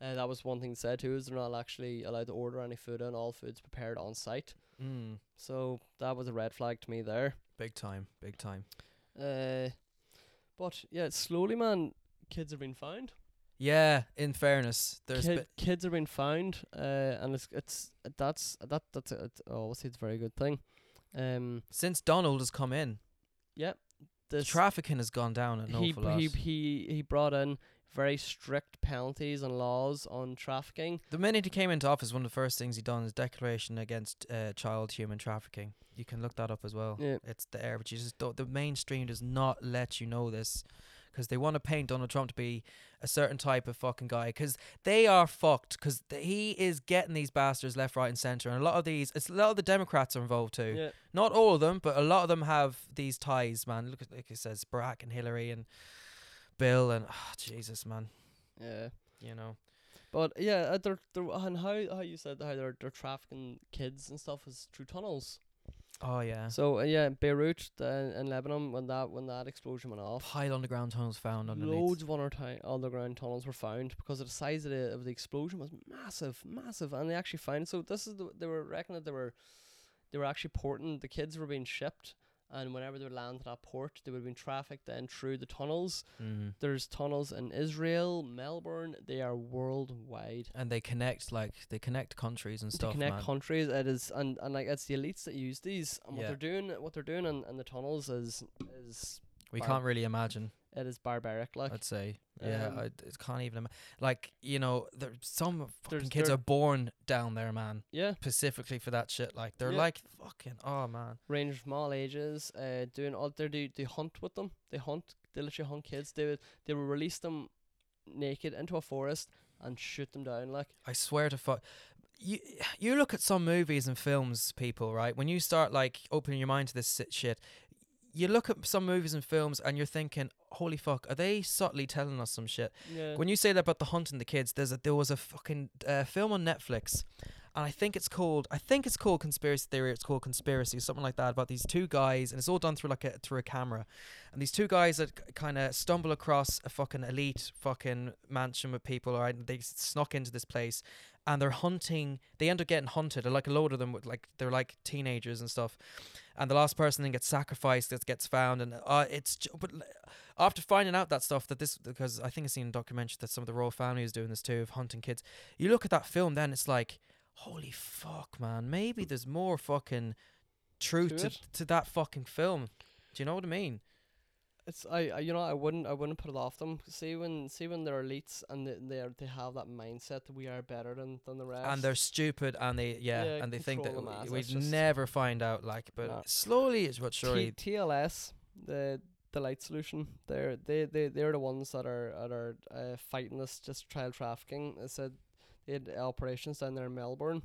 Speaker 2: Uh, that was one thing said too is they're not actually allowed to order any food and all food's prepared on site.
Speaker 1: mm,
Speaker 2: So that was a red flag to me there.
Speaker 1: big time, big time.
Speaker 2: Uh, but yeah, slowly man, kids have been found.
Speaker 1: Yeah, in fairness, there's
Speaker 2: Kid,
Speaker 1: been
Speaker 2: kids have been found, uh, and it's it's that's that that's a, it's, oh, obviously it's a very good thing. Um,
Speaker 1: since Donald has come in,
Speaker 2: this
Speaker 1: trafficking has gone down an
Speaker 2: he,
Speaker 1: awful lot.
Speaker 2: he he he brought in very strict penalties and laws on trafficking.
Speaker 1: the minute he came into office, one of the first things he done is declaration against uh, child human trafficking. You can look that up as well.
Speaker 2: Yeah.
Speaker 1: It's there, but you just don't, the mainstream does not let you know this because they want to paint Donald Trump to be a certain type of fucking guy because they are fucked because he is getting these bastards left, right, and center, and a lot of these, it's a lot of the Democrats are involved too.
Speaker 2: Yeah.
Speaker 1: Not all of them, but a lot of them have these ties, man. Look at like it says Barack and Hillary and Bill and oh, Jesus, man,
Speaker 2: Yeah.
Speaker 1: you know.
Speaker 2: But yeah, uh, they're, they're and how how you said how they're they're trafficking kids and stuff is through tunnels.
Speaker 1: Oh yeah.
Speaker 2: So uh, yeah, Beirut uh, in Lebanon when that when that explosion went off,
Speaker 1: Pile underground tunnels found underneath.
Speaker 2: loads of underti- underground tunnels were found because of the size of the of the explosion was massive, massive, and they actually found. So this is the, they were reckoning that they were they were actually porting the kids were being shipped. And whenever they would land at that port, they would have been trafficked then through the tunnels.
Speaker 1: Mhm.
Speaker 2: There's tunnels in Israel, Melbourne. They are worldwide.
Speaker 1: And they connect like they connect countries and stuff.
Speaker 2: to connect
Speaker 1: man.
Speaker 2: countries. It is and, and like it's the elites that use these and
Speaker 1: Yeah.
Speaker 2: what they're doing what they're doing in, in the tunnels is is
Speaker 1: we
Speaker 2: bar-
Speaker 1: can't really imagine.
Speaker 2: it is barbaric like
Speaker 1: I'd say. Yeah,
Speaker 2: Um,
Speaker 1: I d- can't even. Ima- like you know, there some fucking
Speaker 2: There's-
Speaker 1: kids
Speaker 2: there-
Speaker 1: are born down there, man.
Speaker 2: yeah,
Speaker 1: Specifically for that shit. Like they're
Speaker 2: Yeah.
Speaker 1: like fucking. Oh man.
Speaker 2: range from all ages, uh doing all they do they hunt with them. They hunt they literally hunt kids. They would they would release them naked into a forest and shoot them down like
Speaker 1: I swear to fuck. You you look at some movies and films, people, right? When you start like opening your mind to this si- shit, you look at some movies and films and you're thinking, "Holy fuck, are they subtly telling us some shit?"
Speaker 2: yeah.
Speaker 1: When you say that about the hunt and the kids, there's a there was a fucking uh, film on Netflix, and I think it's called I think it's called Conspiracy Theory. It's called Conspiracy, something like that, about these two guys, and it's all done through like a through a camera, and these two guys that kind of stumble across a fucking elite fucking mansion with people, all right, and they s- snuck into this place, and they're hunting. They end up getting hunted. Like a load of them, with like they're like teenagers and stuff, and the last person then gets sacrificed, that gets found, and uh, it's ju- but l- after finding out that stuff that this because I think I've seen a documentary that some of the royal family is doing this too of hunting kids. You look at that film, then it's like, holy fuck, man, maybe there's more fucking truth
Speaker 2: To
Speaker 1: to,
Speaker 2: it?
Speaker 1: to, that fucking film. Do you know what I mean?
Speaker 2: It's I, I you know I wouldn't I wouldn't put it off them. See when see when they're elites and they they, are, they have that mindset that we are better than, than the rest.
Speaker 1: And they're stupid, and they yeah,
Speaker 2: Yeah,
Speaker 1: and they think that
Speaker 2: control the
Speaker 1: we-
Speaker 2: mass,
Speaker 1: we'd
Speaker 2: that's just-
Speaker 1: never find out. Like, but
Speaker 2: No.
Speaker 1: slowly it's what
Speaker 2: T-
Speaker 1: surely.
Speaker 2: TLS, the the light solution, they're they they they're the ones that are that are uh, fighting this just child trafficking. They said they had operations down there in Melbourne.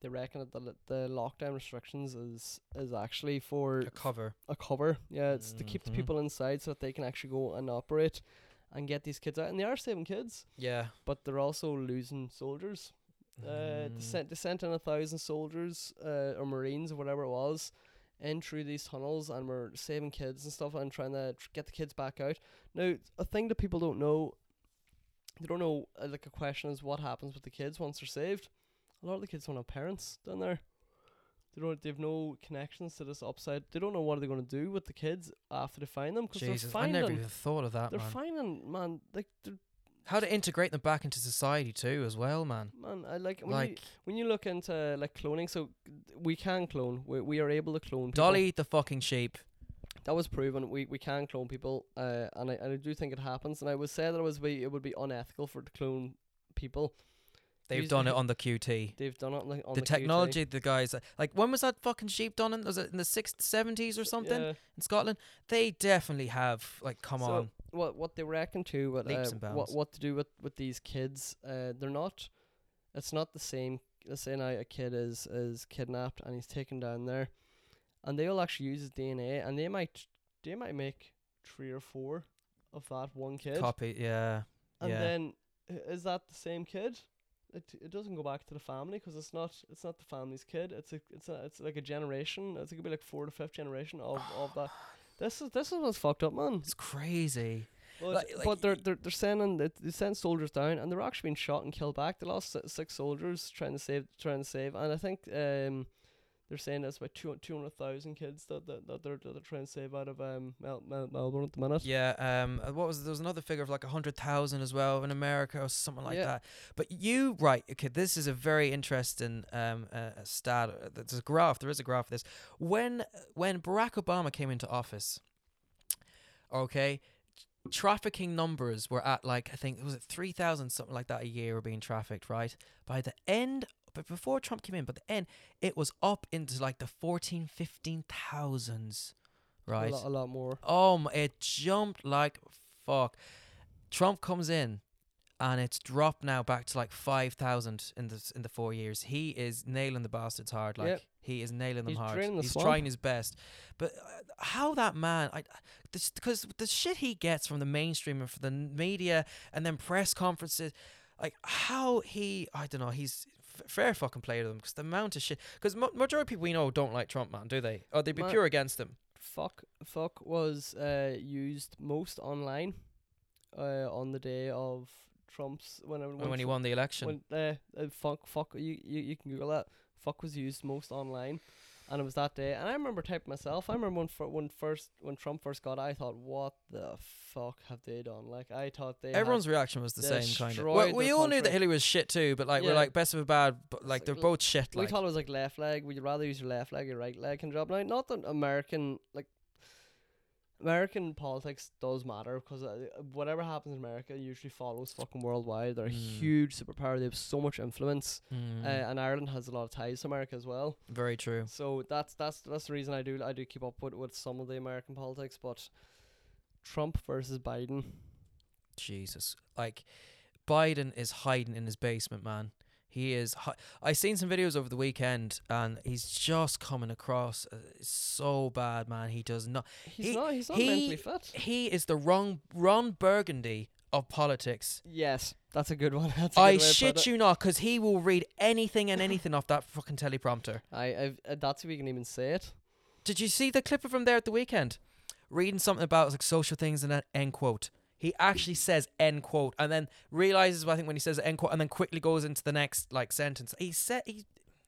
Speaker 2: They reckon that the lo- the lockdown restrictions is is actually for
Speaker 1: a cover.
Speaker 2: a cover. Yeah, it's to keep the
Speaker 1: Mhm.
Speaker 2: people inside so that they can actually go and operate and get these kids out. And they are saving kids,
Speaker 1: Yeah.
Speaker 2: but they're also losing soldiers. Uh, they
Speaker 1: Mm.
Speaker 2: sent they sent in a thousand soldiers, uh, or marines or whatever it was, in through these tunnels, and were saving kids and stuff, and trying to tr- get the kids back out. Now, a thing that people don't know, they don't know uh, like a question is what happens with the kids once they're saved. A lot of the kids don't have parents down there. They don't. They have no connections to this upside. They don't know what they're gonna do with the kids after they find them because they're
Speaker 1: Jesus, I
Speaker 2: finding.
Speaker 1: never even thought of that,
Speaker 2: they're
Speaker 1: man.
Speaker 2: finding man like they're,
Speaker 1: How to integrate them back into society too, as well, man.
Speaker 2: man I like when you-
Speaker 1: Like
Speaker 2: when you look into like cloning, so we can clone. We, we are able to clone. people.
Speaker 1: Dolly the fucking sheep.
Speaker 2: that was proven. We we can clone people, uh, and I, and I do think it happens. And I would say that it was be it would be unethical for to clone people.
Speaker 1: They've
Speaker 2: Use
Speaker 1: done
Speaker 2: the-
Speaker 1: it on the QT.
Speaker 2: They've done it on the, on
Speaker 1: the,
Speaker 2: the QT.
Speaker 1: technology, the guys, like when was that fucking sheep done? In, was it in the sixth, seventies or something
Speaker 2: Yeah.
Speaker 1: in Scotland? They definitely have. Like, come
Speaker 2: So,
Speaker 1: on,
Speaker 2: What what they reckon to what
Speaker 1: Leaps
Speaker 2: uh,
Speaker 1: and
Speaker 2: what
Speaker 1: bounds.
Speaker 2: what to do with with these kids? Uh, they're not. It's not the same. Let's say now a kid is is kidnapped and he's taken down there, and they will actually use his DNA, and they might they might make three or four of that one kid.
Speaker 1: copy, yeah,
Speaker 2: and
Speaker 1: yeah.
Speaker 2: then i- is that the same kid? It, it doesn't go back to the family 'cause it's not it's not the family's kid. It's a it's a it's like a generation. It's gonna be like four to fifth generation of, of that. This is this is what's fucked up, man.
Speaker 1: it's crazy.
Speaker 2: But,
Speaker 1: Like- like
Speaker 2: but they're
Speaker 1: y-
Speaker 2: they're they're sending they, they send soldiers down and they're actually being shot and killed back. They lost si- six soldiers trying to save trying to save, and I think um they're saying that's about two two hundred thousand kids that, that that they're that they're trying to save out of um Mel- Mel- Melbourne at the minute.
Speaker 1: Yeah. Um. uh, What was there was another figure of like a hundred thousand as well in America or something like
Speaker 2: Yeah.
Speaker 1: that. But you right? Okay. This is a very interesting um uh, uh, stat. uh, There's a graph. There is a graph of this. When when Barack Obama came into office, okay, trafficking numbers were at like I think was it three thousand something like that a year were being trafficked. Right. By the end. But before Trump came in, but the end, it was up into like the 14, 15,000s,
Speaker 2: a
Speaker 1: right?
Speaker 2: lot, a lot more.
Speaker 1: Um, it Oh jumped like fuck. Trump comes in and it's dropped now back to like 5,000 in the s- in the 4 years. He is nailing the bastards hard like
Speaker 2: Yep.
Speaker 1: he is nailing them
Speaker 2: He's
Speaker 1: hard.
Speaker 2: draining the
Speaker 1: He's
Speaker 2: swamp.
Speaker 1: trying his best. But uh, how that man I because the shit he gets from the mainstream and from the media and then press conferences like how he I don't know, he's f- fair fucking play to them because the amount of shit because mo- majority of people we know don't like Trump man, do they? Or they'd be
Speaker 2: Ma-
Speaker 1: pure against him.
Speaker 2: Fuck, fuck was uh, used most online uh, on the day of Trump's whenever
Speaker 1: when he
Speaker 2: Tru-
Speaker 1: won the election.
Speaker 2: When, uh, uh, fuck, fuck, you, you, you can Google that. Fuck was used most online, and it was that day. And I remember typing myself. I remember when fir- when first when Trump first got, it, I thought, what the fuck have they done? Like I thought they.
Speaker 1: Everyone's reaction was the
Speaker 2: they
Speaker 1: same kind of.
Speaker 2: destroyed
Speaker 1: Well, we
Speaker 2: the
Speaker 1: all knew that
Speaker 2: country.
Speaker 1: Hillary was shit too, but like we're
Speaker 2: Yeah.
Speaker 1: like best of a bad, but like
Speaker 2: like,
Speaker 1: they're
Speaker 2: l-
Speaker 1: both shit.
Speaker 2: had, we
Speaker 1: Like
Speaker 2: thought it was like left leg. Would you rather use your left leg or right leg? Can job now? Not that American like. American politics does matter because uh, whatever happens in America usually follows fucking worldwide. They're a
Speaker 1: Mm.
Speaker 2: huge superpower. They have so much influence,
Speaker 1: Mm,
Speaker 2: uh, and Ireland has a lot of ties to America as well.
Speaker 1: very true.
Speaker 2: So that's that's that's the reason I do I do keep up with with some of the American politics, but Trump versus Biden.
Speaker 1: Jesus, like Biden is hiding in his basement, man. He is. Hi- I seen some videos over the weekend, and he's just coming across uh, so bad, man. He does not.
Speaker 2: He's
Speaker 1: He-
Speaker 2: not he's not
Speaker 1: he-
Speaker 2: mentally fit.
Speaker 1: He is the wrong Ron Burgundy of politics.
Speaker 2: Yes, that's a good one. That's a
Speaker 1: I
Speaker 2: good way to put
Speaker 1: shit
Speaker 2: it.
Speaker 1: you not, because he will read anything and anything off that fucking teleprompter.
Speaker 2: I I've, uh, that's if we can even say it.
Speaker 1: Did you see the clip of him there at the weekend? Reading something about like social things and then end quote. He actually says end quote and then realizes I think when he says end quote and then quickly goes into the next like sentence. He said he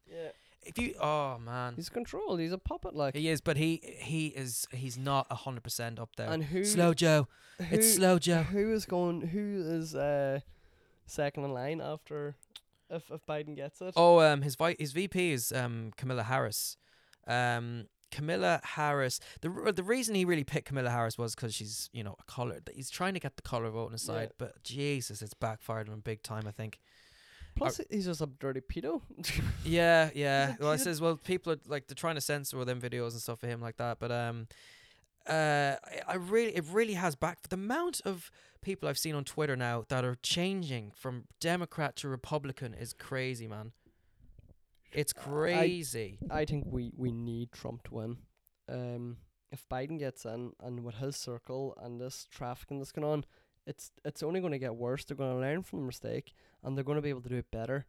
Speaker 2: Yeah,
Speaker 1: if you oh man.
Speaker 2: he's controlled. He's a puppet like.
Speaker 1: He is, but he he is he's not hundred percent up there.
Speaker 2: and who
Speaker 1: slow Joe.
Speaker 2: who,
Speaker 1: It's slow Joe.
Speaker 2: who is going? Who is uh second in line after if if Biden gets it?
Speaker 1: Oh, um, his vi- his VP is um Camilla Harris. Um, Camilla Harris. The r- the reason he really picked Camilla Harris was because she's you know a color. He's trying to get the color vote on his
Speaker 2: Yeah.
Speaker 1: side, but Jesus, it's backfired on him big time. I think.
Speaker 2: Plus, he's just a dirty pedo.
Speaker 1: Yeah, yeah.
Speaker 2: like,
Speaker 1: Well, it
Speaker 2: he's a-
Speaker 1: says well people are like they're trying to censor all them videos and stuff for him like that, but um. Uh, I- I really, it really has back. The amount of people I've seen on Twitter now that are changing from Democrat to Republican is crazy, man. It's crazy.
Speaker 2: I think we we need Trump to win. Um, if Biden gets in and with his circle and this trafficking that's going on, it's it's only going to get worse. They're going to learn from the mistake and they're going to be able to do it better.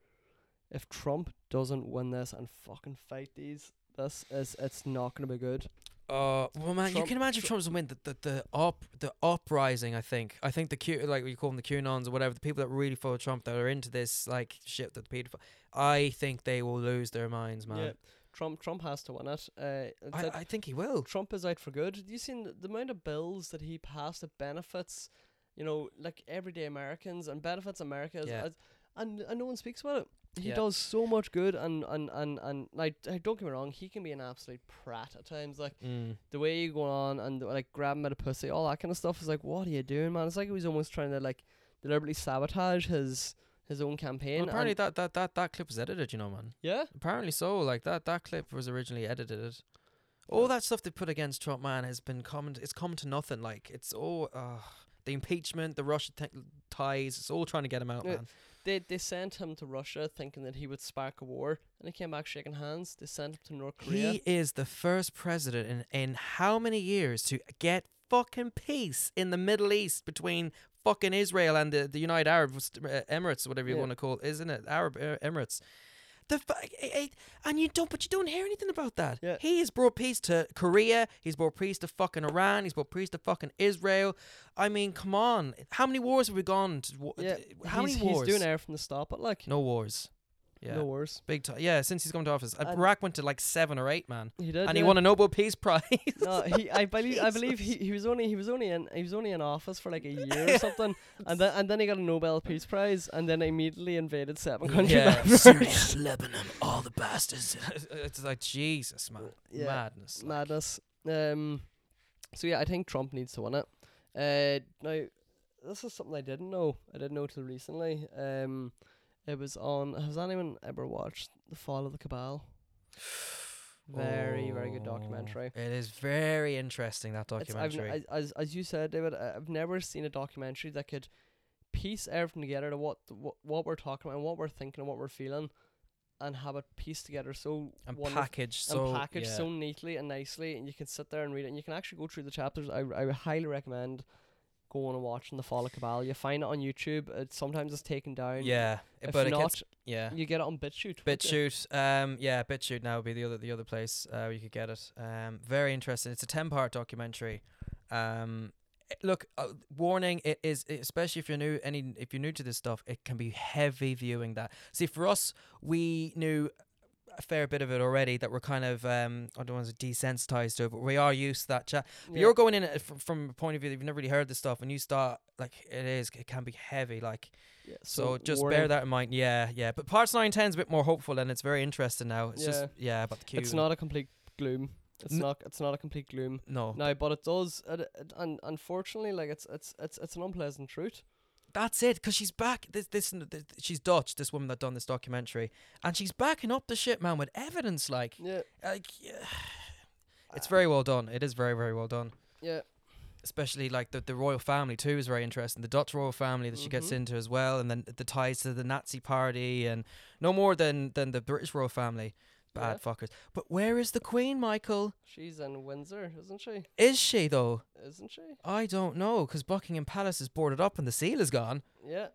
Speaker 2: If Trump doesn't win this and fucking fight these, this is it's not going to be good.
Speaker 1: Uh, well, man, you
Speaker 2: Trump-
Speaker 1: can imagine if Trump's win the the the, up, the uprising. I think I think the Q like you call them the QAnons or whatever the people that really follow Trump that are into this like shit that the pedophile. I think they will lose their minds, man.
Speaker 2: Trump Trump has to win it. Uh, it's
Speaker 1: I,
Speaker 2: that
Speaker 1: I think he will.
Speaker 2: Trump is out for good. You seen th- the amount of bills that he passed that benefits, you know, like everyday Americans and benefits America, as,
Speaker 1: Yeah.
Speaker 2: as, and and no one speaks about it. He
Speaker 1: Yeah.
Speaker 2: does so much good, and and and and like I- don't get me wrong, he can be an absolute prat at times. Like
Speaker 1: Mm.
Speaker 2: the way you go on and like grab him at a pussy, all that kind of stuff is like, what are you doing, man? It's like he was almost trying to like deliberately sabotage his his own campaign.
Speaker 1: Well, apparently
Speaker 2: and-
Speaker 1: that, that that that clip was edited, you know, man.
Speaker 2: yeah,
Speaker 1: Apparently so. Like that that clip was originally edited. All that stuff they put against Trump, man, has been common. It's come to nothing. Like it's all uh, the impeachment, the Russia t- ties. It's all trying to get him out,
Speaker 2: Yeah.
Speaker 1: man.
Speaker 2: They they sent him to Russia thinking that he would spark a war, and he came back shaking hands. They sent him to North Korea.
Speaker 1: He is the first president in, in how many years to get fucking peace in the Middle East between fucking Israel and the, the United Arab uh, Emirates, whatever you
Speaker 2: Yeah.
Speaker 1: want to call it, isn't it? Arab uh, Emirates. The fu- eh, eh, and you don't, but you don't hear anything about that.
Speaker 2: Yeah.
Speaker 1: He has brought peace to Korea. He's brought peace to fucking Iran. He's brought peace to fucking Israel. I mean, come on, how many wars have we gone? To, wa-
Speaker 2: Yeah,
Speaker 1: how
Speaker 2: he's,
Speaker 1: many wars?
Speaker 2: He's doing everything to stop it, like
Speaker 1: no wars. Yeah,
Speaker 2: no worse.
Speaker 1: big time. Yeah, since he's come to office, uh,
Speaker 2: And-
Speaker 1: Iraq went to like seven or eight, man
Speaker 2: He did,
Speaker 1: and he
Speaker 2: yeah.
Speaker 1: won a Nobel Peace Prize.
Speaker 2: No, he, I believe, I believe he,
Speaker 1: Jesus.
Speaker 2: he was only he was only in he was only in office for like a year or something, and then and then he got a Nobel Peace Prize, and then immediately invaded seven countries. afterwards.
Speaker 1: Lebanon, all the bastards. it's like Jesus, man,
Speaker 2: Yeah.
Speaker 1: madness. like.
Speaker 2: madness. Um, so yeah, I think Trump needs to win it. Uh, now this is something I didn't know. I didn't know till recently. Um, it was on. Has anyone ever watched The Fall of the Cabal? Very, very good
Speaker 1: Oh,
Speaker 2: documentary.
Speaker 1: It is very interesting that
Speaker 2: It's- I've n-
Speaker 1: documentary.
Speaker 2: as, as as you said, David, I- I've never seen a documentary that could piece everything together to what what, what we're talking about, and what we're thinking, and what we're feeling, and have it pieced together so
Speaker 1: and
Speaker 2: wonderf-
Speaker 1: packaged so
Speaker 2: and packaged
Speaker 1: yeah.
Speaker 2: so neatly and nicely, and you can sit there and read it, and you can actually go through the chapters. I I highly recommend going and watching the Fall of Cabal. You find it on YouTube. It sometimes it's taken down.
Speaker 1: yeah,
Speaker 2: If
Speaker 1: but it
Speaker 2: not,
Speaker 1: gets yeah.
Speaker 2: you get it on BitChute. won't you?
Speaker 1: BitChute, um, yeah, BitChute now would be the other the other place uh, where you could get it. Um, very interesting. It's a ten part documentary. Um, it- look, uh, warning: it is it- especially if you're new any if you're new to this stuff, it can be heavy viewing. That see for us, we knew a fair bit of it already that we're kind of um, I don't want to say desensitized to it, but we are used to that chat. But
Speaker 2: Yeah.
Speaker 1: you're going in it from, from a point of view that you've never really heard this stuff, and you start like it is. It can be heavy, like
Speaker 2: Yeah,
Speaker 1: so. just bear
Speaker 2: warning.
Speaker 1: that in mind. Yeah, yeah. But parts nine ten is a bit more hopeful, and it's very interesting now. It's just yeah about the queue.
Speaker 2: It's
Speaker 1: and-
Speaker 2: not a complete gloom. It's
Speaker 1: N-
Speaker 2: not. It's not a complete gloom.
Speaker 1: No,
Speaker 2: No, but it does. It, it, un unfortunately, like it's it's it's it's an unpleasant truth.
Speaker 1: that's it. Cause she's back. This, this this she's Dutch. This woman that done this documentary, and she's backing up the shit, man, with evidence. Like,
Speaker 2: Yeah,
Speaker 1: like yeah. it's very well done. It is very very well done.
Speaker 2: yeah,
Speaker 1: especially like the, the royal family too is very interesting. The Dutch royal family that she gets
Speaker 2: Mhm.
Speaker 1: into as well, and then the ties to the Nazi party, and no more than than the British royal family. Bad fuckers. But where is the Queen, Michael?
Speaker 2: She's in Windsor, isn't she?
Speaker 1: Is she though?
Speaker 2: Isn't she?
Speaker 1: I don't know, 'cause Buckingham Palace is boarded up and the seal is gone.
Speaker 2: Yeah.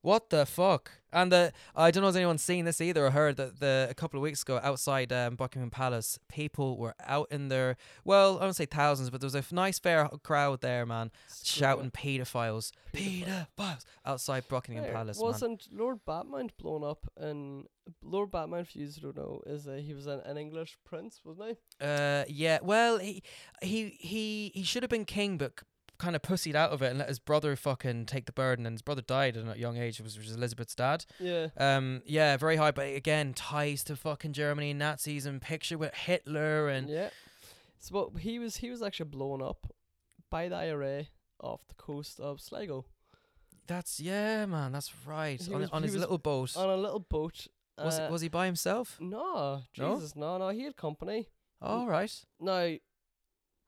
Speaker 1: What the fuck? And the I don't know if anyone's seen this either or heard that the a couple of weeks ago outside um, Buckingham Palace, people were out in their well, I don't say thousands, but there was a f- nice fair crowd there, man. shouting paedophiles,
Speaker 2: Paedophile.
Speaker 1: paedophiles outside Buckingham
Speaker 2: There.
Speaker 1: Palace, man.
Speaker 2: Wasn't Lord Batmount blown up? And Lord Batmount, for you who don't know, is uh, he was an, an English prince, wasn't
Speaker 1: Uh, yeah, well, he he he he should have been king, but kind of pussied out of it and let his brother fucking take the burden. And his brother died at a young age, which was Elizabeth's dad.
Speaker 2: he? Yeah.
Speaker 1: Um, yeah, very high, but again, ties to fucking Germany and Nazis and picture with Hitler and
Speaker 2: yeah. So what he was he was actually blown up by the IRA off the coast of Sligo
Speaker 1: that's yeah, man, that's right.
Speaker 2: He
Speaker 1: on
Speaker 2: was-
Speaker 1: on
Speaker 2: he
Speaker 1: his
Speaker 2: was-
Speaker 1: little boat.
Speaker 2: on a little boat.
Speaker 1: was
Speaker 2: uh,
Speaker 1: was he by himself?
Speaker 2: No,
Speaker 1: No?
Speaker 2: Jesus, no, no, he had company.
Speaker 1: All
Speaker 2: Mm.
Speaker 1: right,
Speaker 2: No,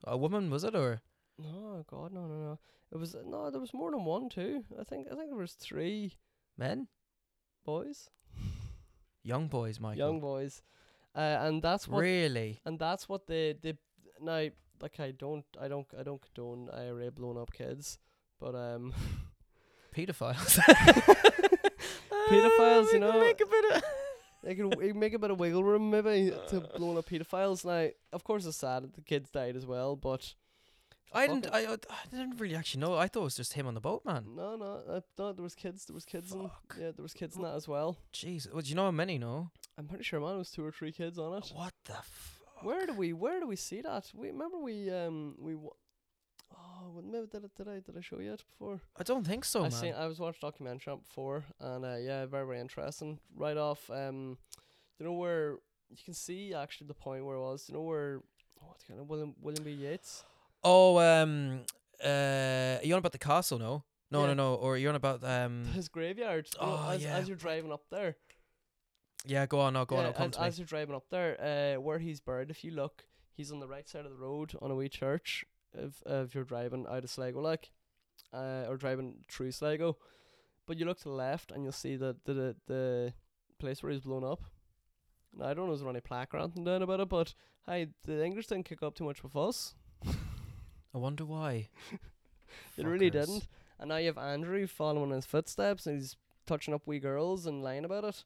Speaker 1: a woman was it or?
Speaker 2: No, Oh, God, no, no, no. It was no. There was more than one too. I think. I think there was three
Speaker 1: Men,
Speaker 2: boys,
Speaker 1: young boys, Michael.
Speaker 2: young boys, uh, and that's what.
Speaker 1: really?
Speaker 2: And that's what they they now. Like I don't, I don't, I don't condone IRA blown up kids, but um,
Speaker 1: pedophiles.
Speaker 2: Pedophiles,
Speaker 1: we
Speaker 2: you
Speaker 1: can
Speaker 2: know.
Speaker 1: Make a bit of
Speaker 2: they could w- make a bit of wiggle room maybe to blowing up pedophiles. Now, of course, it's sad that the kids died as well, but
Speaker 1: I didn't.
Speaker 2: fucking-
Speaker 1: I, I didn't really actually know. I thought it was just him on the boat, man.
Speaker 2: no, no, uh, no. There was kids. There was kids. And,
Speaker 1: Fuck.
Speaker 2: yeah, there was kids in that as well.
Speaker 1: Jeez. Well, do you know how many? No.
Speaker 2: I'm pretty sure, man, it was two or three kids on it.
Speaker 1: What the? Fuck?
Speaker 2: Where do we where do we see that? We remember we um we wa- oh well, maybe did, I- did I did I show you it before?
Speaker 1: I don't think so,
Speaker 2: I
Speaker 1: Oh, man.
Speaker 2: seen I was watching a documentary on it before and uh, yeah very very interesting. Right off um you know where you can see actually the point where it was you know where oh, what kind of William William B Yeats
Speaker 1: oh, um, uh, are you on about the castle? No. No, no,
Speaker 2: Yeah.
Speaker 1: no. Or you're on about um.
Speaker 2: his graveyard. you know,
Speaker 1: Oh,
Speaker 2: as,
Speaker 1: yeah.
Speaker 2: as you're driving up there,
Speaker 1: Yeah, go on. No, go on.
Speaker 2: yeah,
Speaker 1: I'll come
Speaker 2: as,
Speaker 1: to me.
Speaker 2: as you're driving up there, uh, where he's buried, if you look, he's on the right side of the road on a wee church. If uh, if you're driving out of Sligo, like, uh, or driving through Sligo, but you look to the left and you'll see the the the, the place where he's blown up. Now, I don't know if there's any plaque or anything down about it, but hey, the English didn't kick up too much with us.
Speaker 1: I wonder why.
Speaker 2: It really
Speaker 1: Fuckers.
Speaker 2: didn't. And now you have Andrew following in his footsteps and he's touching up wee girls and lying about it.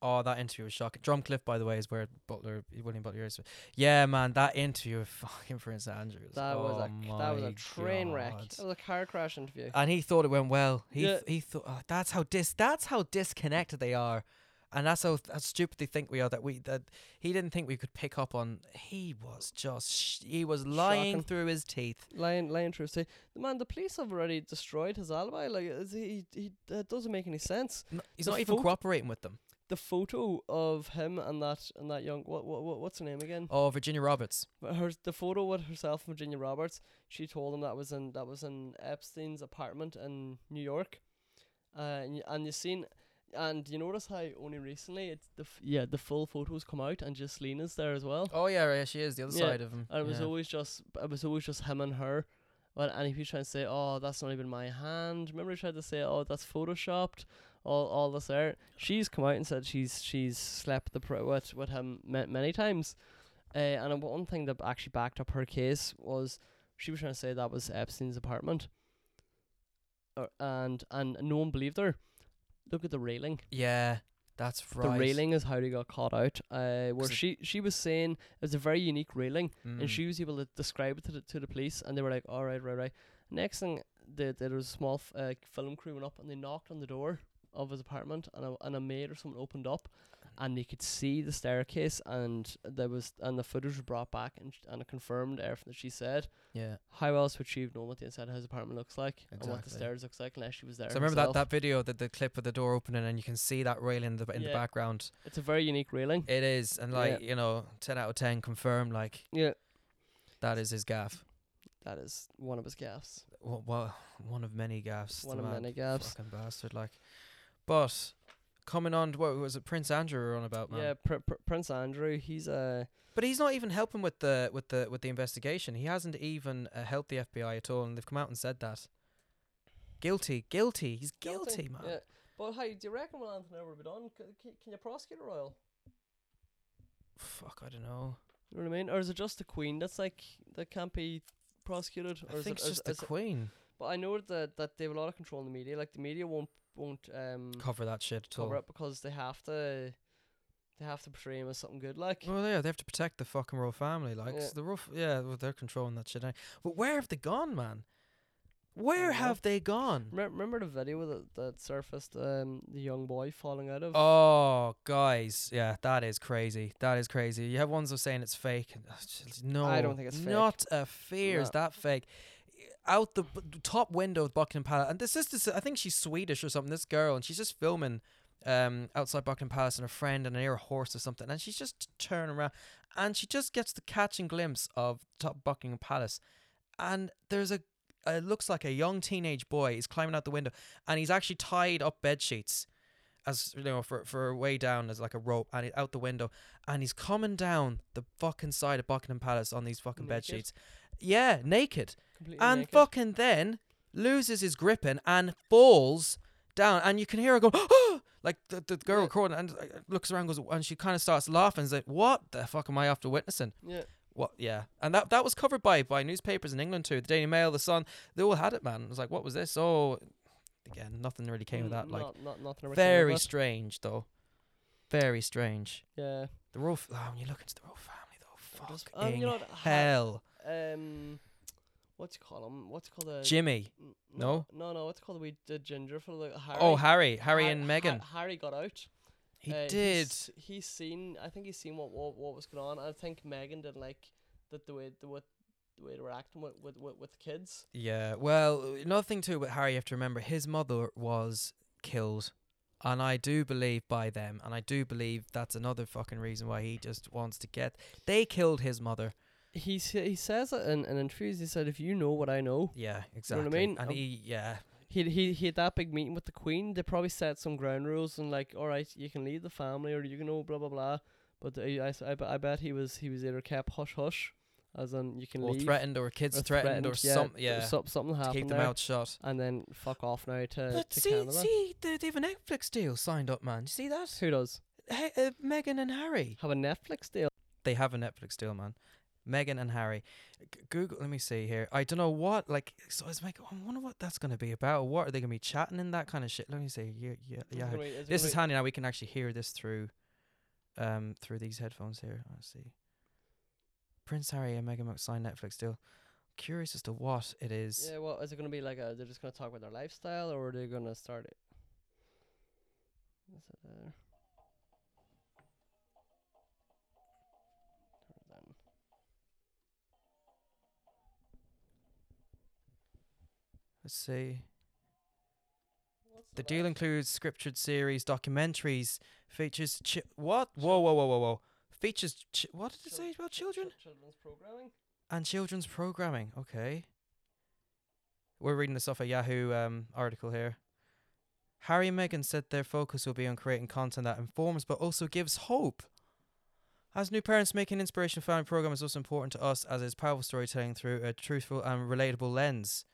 Speaker 1: Oh, that interview was shocking. Drumcliff, by the way, is where Butler, William Butler is. Yeah, man, that interview with fucking Prince Andrew.
Speaker 2: That was
Speaker 1: oh
Speaker 2: a that was a
Speaker 1: my
Speaker 2: train wreck.
Speaker 1: God.
Speaker 2: That was a car crash interview.
Speaker 1: and he thought it went well. He
Speaker 2: Yeah.
Speaker 1: th- he thought oh, that's how dis that's how disconnected they are, and that's how, how stupid they think we are. That we that he didn't think we could pick up on. He was just sh- he was lying
Speaker 2: Shocking.
Speaker 1: through his teeth.
Speaker 2: Lying, lying through his teeth. The man, the police have already destroyed his alibi. Like, is he, he, that doesn't make any sense.
Speaker 1: N- He's
Speaker 2: The
Speaker 1: not even
Speaker 2: photo-
Speaker 1: cooperating with them.
Speaker 2: The photo of him and that and that young, what, what, what what's her name again?
Speaker 1: Oh, Virginia Roberts.
Speaker 2: But Her, the photo with herself and Virginia Roberts. She told him that was in that was in Epstein's apartment in New York. Uh, and, you, and you seen, And you notice how only recently it's the f- yeah the full photos come out and just Lena's there as well.
Speaker 1: Oh yeah, yeah, she is the other
Speaker 2: Yeah,
Speaker 1: side of him.
Speaker 2: And it was
Speaker 1: yeah.
Speaker 2: always just it was always just him and her. Well, and if you try and say, "Oh, that's not even my hand," remember he tried to say, "Oh, that's photoshopped." All all this there. She's come out and said she's she's slept the pro with with him ma- many times. Uh, and one thing that actually backed up her case was she was trying to say that was Epstein's apartment. Or and and no one believed her. Look at the railing.
Speaker 1: yeah, that's right.
Speaker 2: The railing is how they got caught out. Uh, where
Speaker 1: 'Cause it-
Speaker 2: she she was saying it's a very unique railing
Speaker 1: Mm.
Speaker 2: and she was able to describe it to the, to the police, and they were like, "All right, right, right." Next thing, the, there was a small f- uh, film crew went up, and they knocked on the door of his apartment, and a, and a maid or someone opened up, and they could see the staircase, and there was and the footage was brought back, and sh- and it confirmed everything that she said.
Speaker 1: yeah.
Speaker 2: How else would she have known what the inside of his apartment looks like and what the
Speaker 1: Exactly.
Speaker 2: stairs looks like unless she was there?
Speaker 1: So I remember that,
Speaker 2: herself?
Speaker 1: that video that the clip of the door opening and you can see that railing in the in the
Speaker 2: Yeah.
Speaker 1: background.
Speaker 2: it's a very unique railing.
Speaker 1: It is, and
Speaker 2: Yeah.
Speaker 1: like you know, ten out of ten confirmed. Like
Speaker 2: Yeah,
Speaker 1: that is his gaff.
Speaker 2: that is one of his gaffes.
Speaker 1: Well, well one of many gaffs. the
Speaker 2: One of
Speaker 1: man.
Speaker 2: many gaffes.
Speaker 1: Fucking bastard. Like, but coming on, to what was it, Prince Andrew we were on about man?
Speaker 2: Yeah, pr- pr- Prince Andrew, he's a
Speaker 1: But he's not even helping with the with the with the investigation. He hasn't even uh, helped the FBI at all, and they've come out and said that. Guilty, guilty. He's guilty, man.
Speaker 2: Yeah. But how do you reckon will Anthony ever be done? Can, can you prosecute a royal?
Speaker 1: Fuck, I don't know.
Speaker 2: You know what I mean? Or is it just the Queen that's like that can't be prosecuted? Or
Speaker 1: I
Speaker 2: is
Speaker 1: think
Speaker 2: it,
Speaker 1: it's
Speaker 2: is-
Speaker 1: just the
Speaker 2: is it-
Speaker 1: Queen
Speaker 2: But I know that that they have a lot of control in the media. Like the media won't won't um
Speaker 1: cover that shit at all.
Speaker 2: cover it because they have to they have to portray him as something good. Like
Speaker 1: Well, yeah, they have to protect the fucking royal family. Like
Speaker 2: Yeah.
Speaker 1: so the royal, f- yeah, well, they're controlling that shit. now. But where have they gone, man? Where
Speaker 2: know.
Speaker 1: have they gone?
Speaker 2: Remem- remember the video that that surfaced um the young boy falling out of.
Speaker 1: Oh, guys, yeah, that is crazy. That is crazy. You have ones that are saying it's fake. and, uh, just- No,
Speaker 2: don't think it's fake.
Speaker 1: Not a fear is
Speaker 2: No.
Speaker 1: that fake. Out the b- top window of Buckingham Palace, and this is this. I think she's Swedish or something. This girl, and she's just filming um outside Buckingham Palace and her friend and her horse or something, and she's just turning around, and she just gets the catching glimpse of top Buckingham Palace, and there's a. It looks like a young teenage boy is climbing out the window, and he's actually tied up bed sheets as you know for for a way down as like a rope and it, out the window and he's coming down the fucking side of Buckingham Palace on these fucking bed
Speaker 2: Naked?
Speaker 1: sheets. Yeah, naked.
Speaker 2: completely
Speaker 1: And
Speaker 2: naked.
Speaker 1: fucking then loses his gripping and falls down and you can hear her go like the, the girl
Speaker 2: Yeah.
Speaker 1: recording and uh, looks around goes and she kind of starts laughing and is like what the fuck am I after witnessing?
Speaker 2: Yeah.
Speaker 1: What yeah. And that that was covered by by newspapers in England too. The Daily Mail, the Sun, they all had it man. It was like what was this? Oh again, nothing really came of
Speaker 2: Mm,
Speaker 1: that like
Speaker 2: not, not, nothing ever came of
Speaker 1: very
Speaker 2: it.
Speaker 1: strange, though. Very strange.
Speaker 2: Yeah.
Speaker 1: The royal. F- oh, when you look into the royal family, though,
Speaker 2: Just-
Speaker 1: fucking
Speaker 2: and um, you know what, ha-
Speaker 1: hell,
Speaker 2: um, what's it called him? What's it called the
Speaker 1: Jimmy.
Speaker 2: N-
Speaker 1: No?
Speaker 2: no, no. What's it called we did ginger for the Harry?
Speaker 1: Oh, Harry, Harry
Speaker 2: Har-
Speaker 1: and
Speaker 2: Har-
Speaker 1: Meghan.
Speaker 2: Harry got out.
Speaker 1: He
Speaker 2: Uh,
Speaker 1: did.
Speaker 2: He's, he's seen. I think he's seen what what, what was going on. I think Meghan didn't like that the way the what the way they were acting with with with, with the kids.
Speaker 1: Yeah. Well, another thing too with Harry, you have to remember his mother was killed, and I do believe by them, and I do believe that's another fucking reason why he just wants to get. They killed his mother.
Speaker 2: He sa- he says it in, in interviews. He said, "If you know what I know,"
Speaker 1: Yeah,
Speaker 2: know
Speaker 1: exactly.
Speaker 2: what I mean?
Speaker 1: And
Speaker 2: Um,
Speaker 1: he, yeah,
Speaker 2: he he he had that big meeting with the Queen. They probably set some ground rules and like, all right, you can leave the family or you can know blah blah blah. But I, I, s- I, be- I bet he was he was either kept hush hush, as in you can
Speaker 1: or
Speaker 2: leave.
Speaker 1: threatened, or kids
Speaker 2: or
Speaker 1: threatened, or
Speaker 2: yeah,
Speaker 1: something.
Speaker 2: th-
Speaker 1: Yeah,
Speaker 2: so- something
Speaker 1: to
Speaker 2: happened
Speaker 1: keep them
Speaker 2: there.
Speaker 1: out shut.
Speaker 2: and then fuck off now to,
Speaker 1: But
Speaker 2: to
Speaker 1: see,
Speaker 2: Canada.
Speaker 1: see, they, they have a Netflix deal signed up, man. You see that?
Speaker 2: Who does
Speaker 1: Hey, uh, Meghan and Harry.
Speaker 2: have a Netflix deal?
Speaker 1: They have a Netflix deal, man. Meghan and Harry. G- Google. Let me see here. I don't know what. Like, so it's like I wonder what that's gonna be about. What are they gonna be chatting in that kind of shit? Let me see. Yeah, yeah,
Speaker 2: Is it
Speaker 1: yeah.
Speaker 2: gonna be-
Speaker 1: This
Speaker 2: it gonna
Speaker 1: is
Speaker 2: be-
Speaker 1: handy now. We can actually hear this through, um, through these headphones here. I see. Prince Harry and Meghan Markle signed Netflix deal. Curious as to what it is.
Speaker 2: Yeah, well, is it gonna be like a? They're just gonna talk about their lifestyle, or are they gonna start it? Is it there? Turn it down.
Speaker 1: Let's see.
Speaker 2: What's
Speaker 1: The
Speaker 2: that?
Speaker 1: deal includes scripted series, documentaries, features. Chi- what? Whoa, whoa, whoa, whoa, whoa. Features. Chi- what did it
Speaker 2: Chil-
Speaker 1: say about
Speaker 2: Chil-
Speaker 1: children?
Speaker 2: children's programming.
Speaker 1: And children's programming. Okay. We're reading this off a Yahoo um, article here. Harry and Meghan said their focus will be on creating content that informs but also gives hope. As new parents, making inspiration found program is also important to us as it's powerful storytelling through a truthful and relatable lens.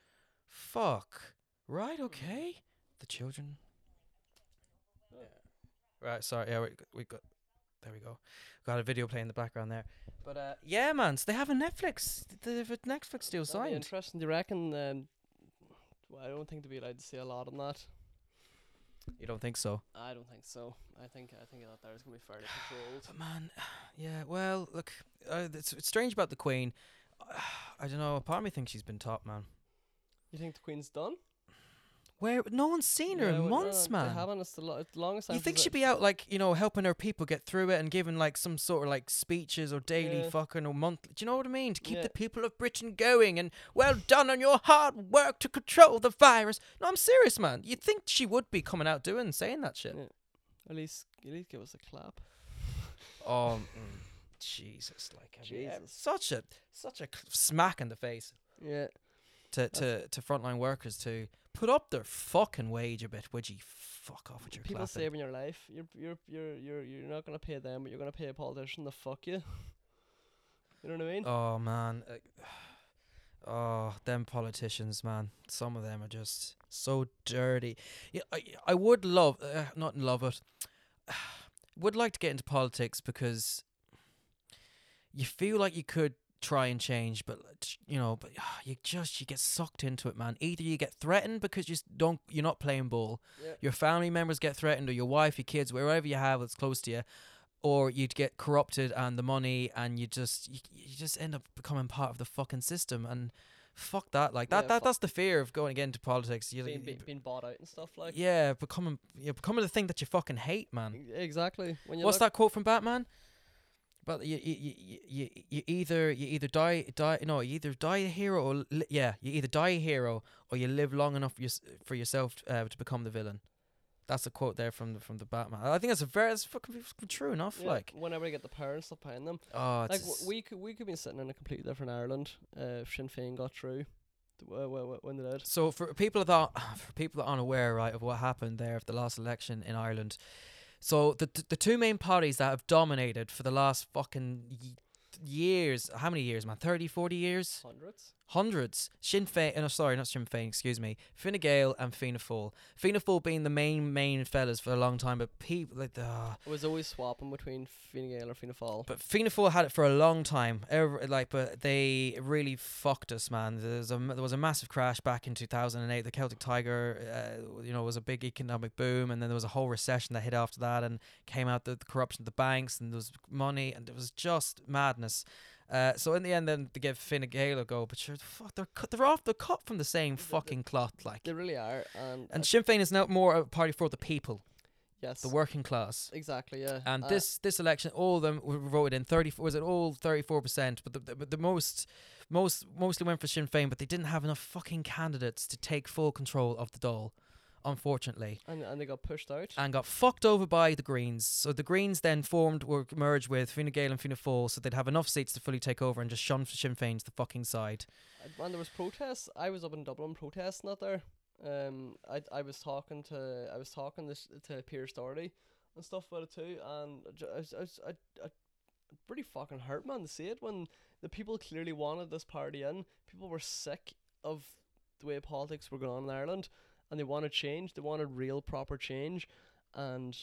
Speaker 1: Fuck. Right, okay. The children.
Speaker 2: Oh.
Speaker 1: Right, sorry. Yeah, we, we got. There we go. Got a video playing in the background there. But uh, yeah, man, so they have a Netflix. They have a Netflix deal
Speaker 2: That'd be
Speaker 1: signed.
Speaker 2: Interesting. Do you reckon? Um, well, I don't think they'd be allowed to say a lot on that.
Speaker 1: You don't think so?
Speaker 2: I don't think so. I think I think that there's gonna be fairly controlled.
Speaker 1: But man, yeah. Well, look, uh, it's, it's strange about the Queen. I don't know. Part of me thinks she's been top, man.
Speaker 2: You think the Queen's done?
Speaker 1: Where no one's seen her
Speaker 2: Yeah,
Speaker 1: in
Speaker 2: well, no,
Speaker 1: months,
Speaker 2: they
Speaker 1: man.
Speaker 2: haven't. It's the, lo- it's the longest time.
Speaker 1: You think
Speaker 2: since
Speaker 1: she'd be out like you know helping her people get through it and giving like some sort of like speeches or daily
Speaker 2: Yeah.
Speaker 1: fucking or monthly? Do you know what I mean? To keep
Speaker 2: Yeah.
Speaker 1: the people of Britain going and well done on your hard work to control the virus. No, I'm serious, man. You'd think she would be coming out doing saying that shit.
Speaker 2: Yeah. At least, at least give us a clap.
Speaker 1: Oh, mm, Jesus! Like I mean, yeah,
Speaker 2: Jesus.
Speaker 1: such a such a cl- smack in the face.
Speaker 2: Yeah.
Speaker 1: to, to, to frontline workers to put up their fucking wage a bit, would you? Fuck off with your
Speaker 2: People
Speaker 1: clapping.
Speaker 2: saving your life. You're you're you're you're you're not gonna pay them, but you're gonna pay a politician to fuck you. You know what I mean?
Speaker 1: oh man, Uh, oh them politicians, man. Some of them are just so dirty. Yeah, I, I would love uh, not love it. would like to get into politics because you feel like you could try and change but you know but you just you get sucked into it man either you get threatened because you s- don't you're not playing ball
Speaker 2: yeah.
Speaker 1: your family members get threatened or your wife your kids wherever you have that's close to you or you'd get corrupted and the money and you just you, you just end up becoming part of the fucking system and fuck that like that,
Speaker 2: Yeah,
Speaker 1: that
Speaker 2: fu-
Speaker 1: that's the fear of going again to politics you,
Speaker 2: Being,
Speaker 1: you-
Speaker 2: be- being bought out and stuff like.
Speaker 1: yeah becoming you're becoming the thing that you fucking hate man
Speaker 2: E- Exactly. When you
Speaker 1: what's
Speaker 2: look,
Speaker 1: that quote from batman but you you, you, you, you either you either die die no you either die a hero or li- yeah you either die a hero or you live long enough yours for yourself uh, to become the villain. That's a quote there from the, from the Batman. I think that's a very that's fucking fucking true enough.
Speaker 2: yeah,
Speaker 1: Like
Speaker 2: whenever you get the parents up behind them,
Speaker 1: oh, it's
Speaker 2: like
Speaker 1: just-
Speaker 2: w- we could we could be sitting in a completely different Ireland uh, if Sinn Féin got through. th- wh- wh- wh- When they did.
Speaker 1: So for people that for people that aren't aware, right, of what happened there of the last election in Ireland, so the the two main parties that have dominated for the last fucking y- years, how many years, man? 30, 40 years,
Speaker 2: Hundreds.
Speaker 1: hundreds. Sinn Féin, no, sorry, not Sinn Féin, excuse me. Fine Gael and Fianna Fáil. Fianna Fáil being the main main fellas for a long time, but people like ah. the.
Speaker 2: It was always swapping between Fine Gael or Fianna Fáil.
Speaker 1: But Fianna Fáil had it for a long time. Ever, like, but they really fucked us, man. There was a there was a massive crash back in 2008. The Celtic Tiger, uh, you know, was a big economic boom, and then there was a whole recession that hit after that, and came out the, the corruption of the banks, and there was money, and it was just madness. Uh, so in the end, then they gave Fine Gael a go, but sure, fuck, they're cut, they're off, they're cut from the same
Speaker 2: the-
Speaker 1: fucking cloth, like.
Speaker 2: They really are, and,
Speaker 1: And
Speaker 2: uh,
Speaker 1: Sinn Féin is now more a party for the people,
Speaker 2: yes,
Speaker 1: the working class.
Speaker 2: exactly, yeah.
Speaker 1: And
Speaker 2: Uh,
Speaker 1: this this election, all of them were voted in. Thirty was it all thirty four percent? But the, the but the most most mostly went for Sinn Féin, but they didn't have enough fucking candidates to take full control of the dole, unfortunately,
Speaker 2: and and they got pushed out.
Speaker 1: and got fucked over by the Greens. So the Greens then formed were merged with Fine Gael and Fianna Fáil, so they'd have enough seats to fully take over and just shun Sinn Féin to the fucking side.
Speaker 2: Uh, Man, there was protests. I was up in Dublin protesting out there. Um, I I was talking to I was talking to s- to Pierce Doherty and stuff about it too, and I ju- I was, I was, I, I it really fucking hurt, man, to see it when the people clearly wanted this party in. People were sick of the way politics were going on in Ireland, and they wanted change. They wanted real proper change, and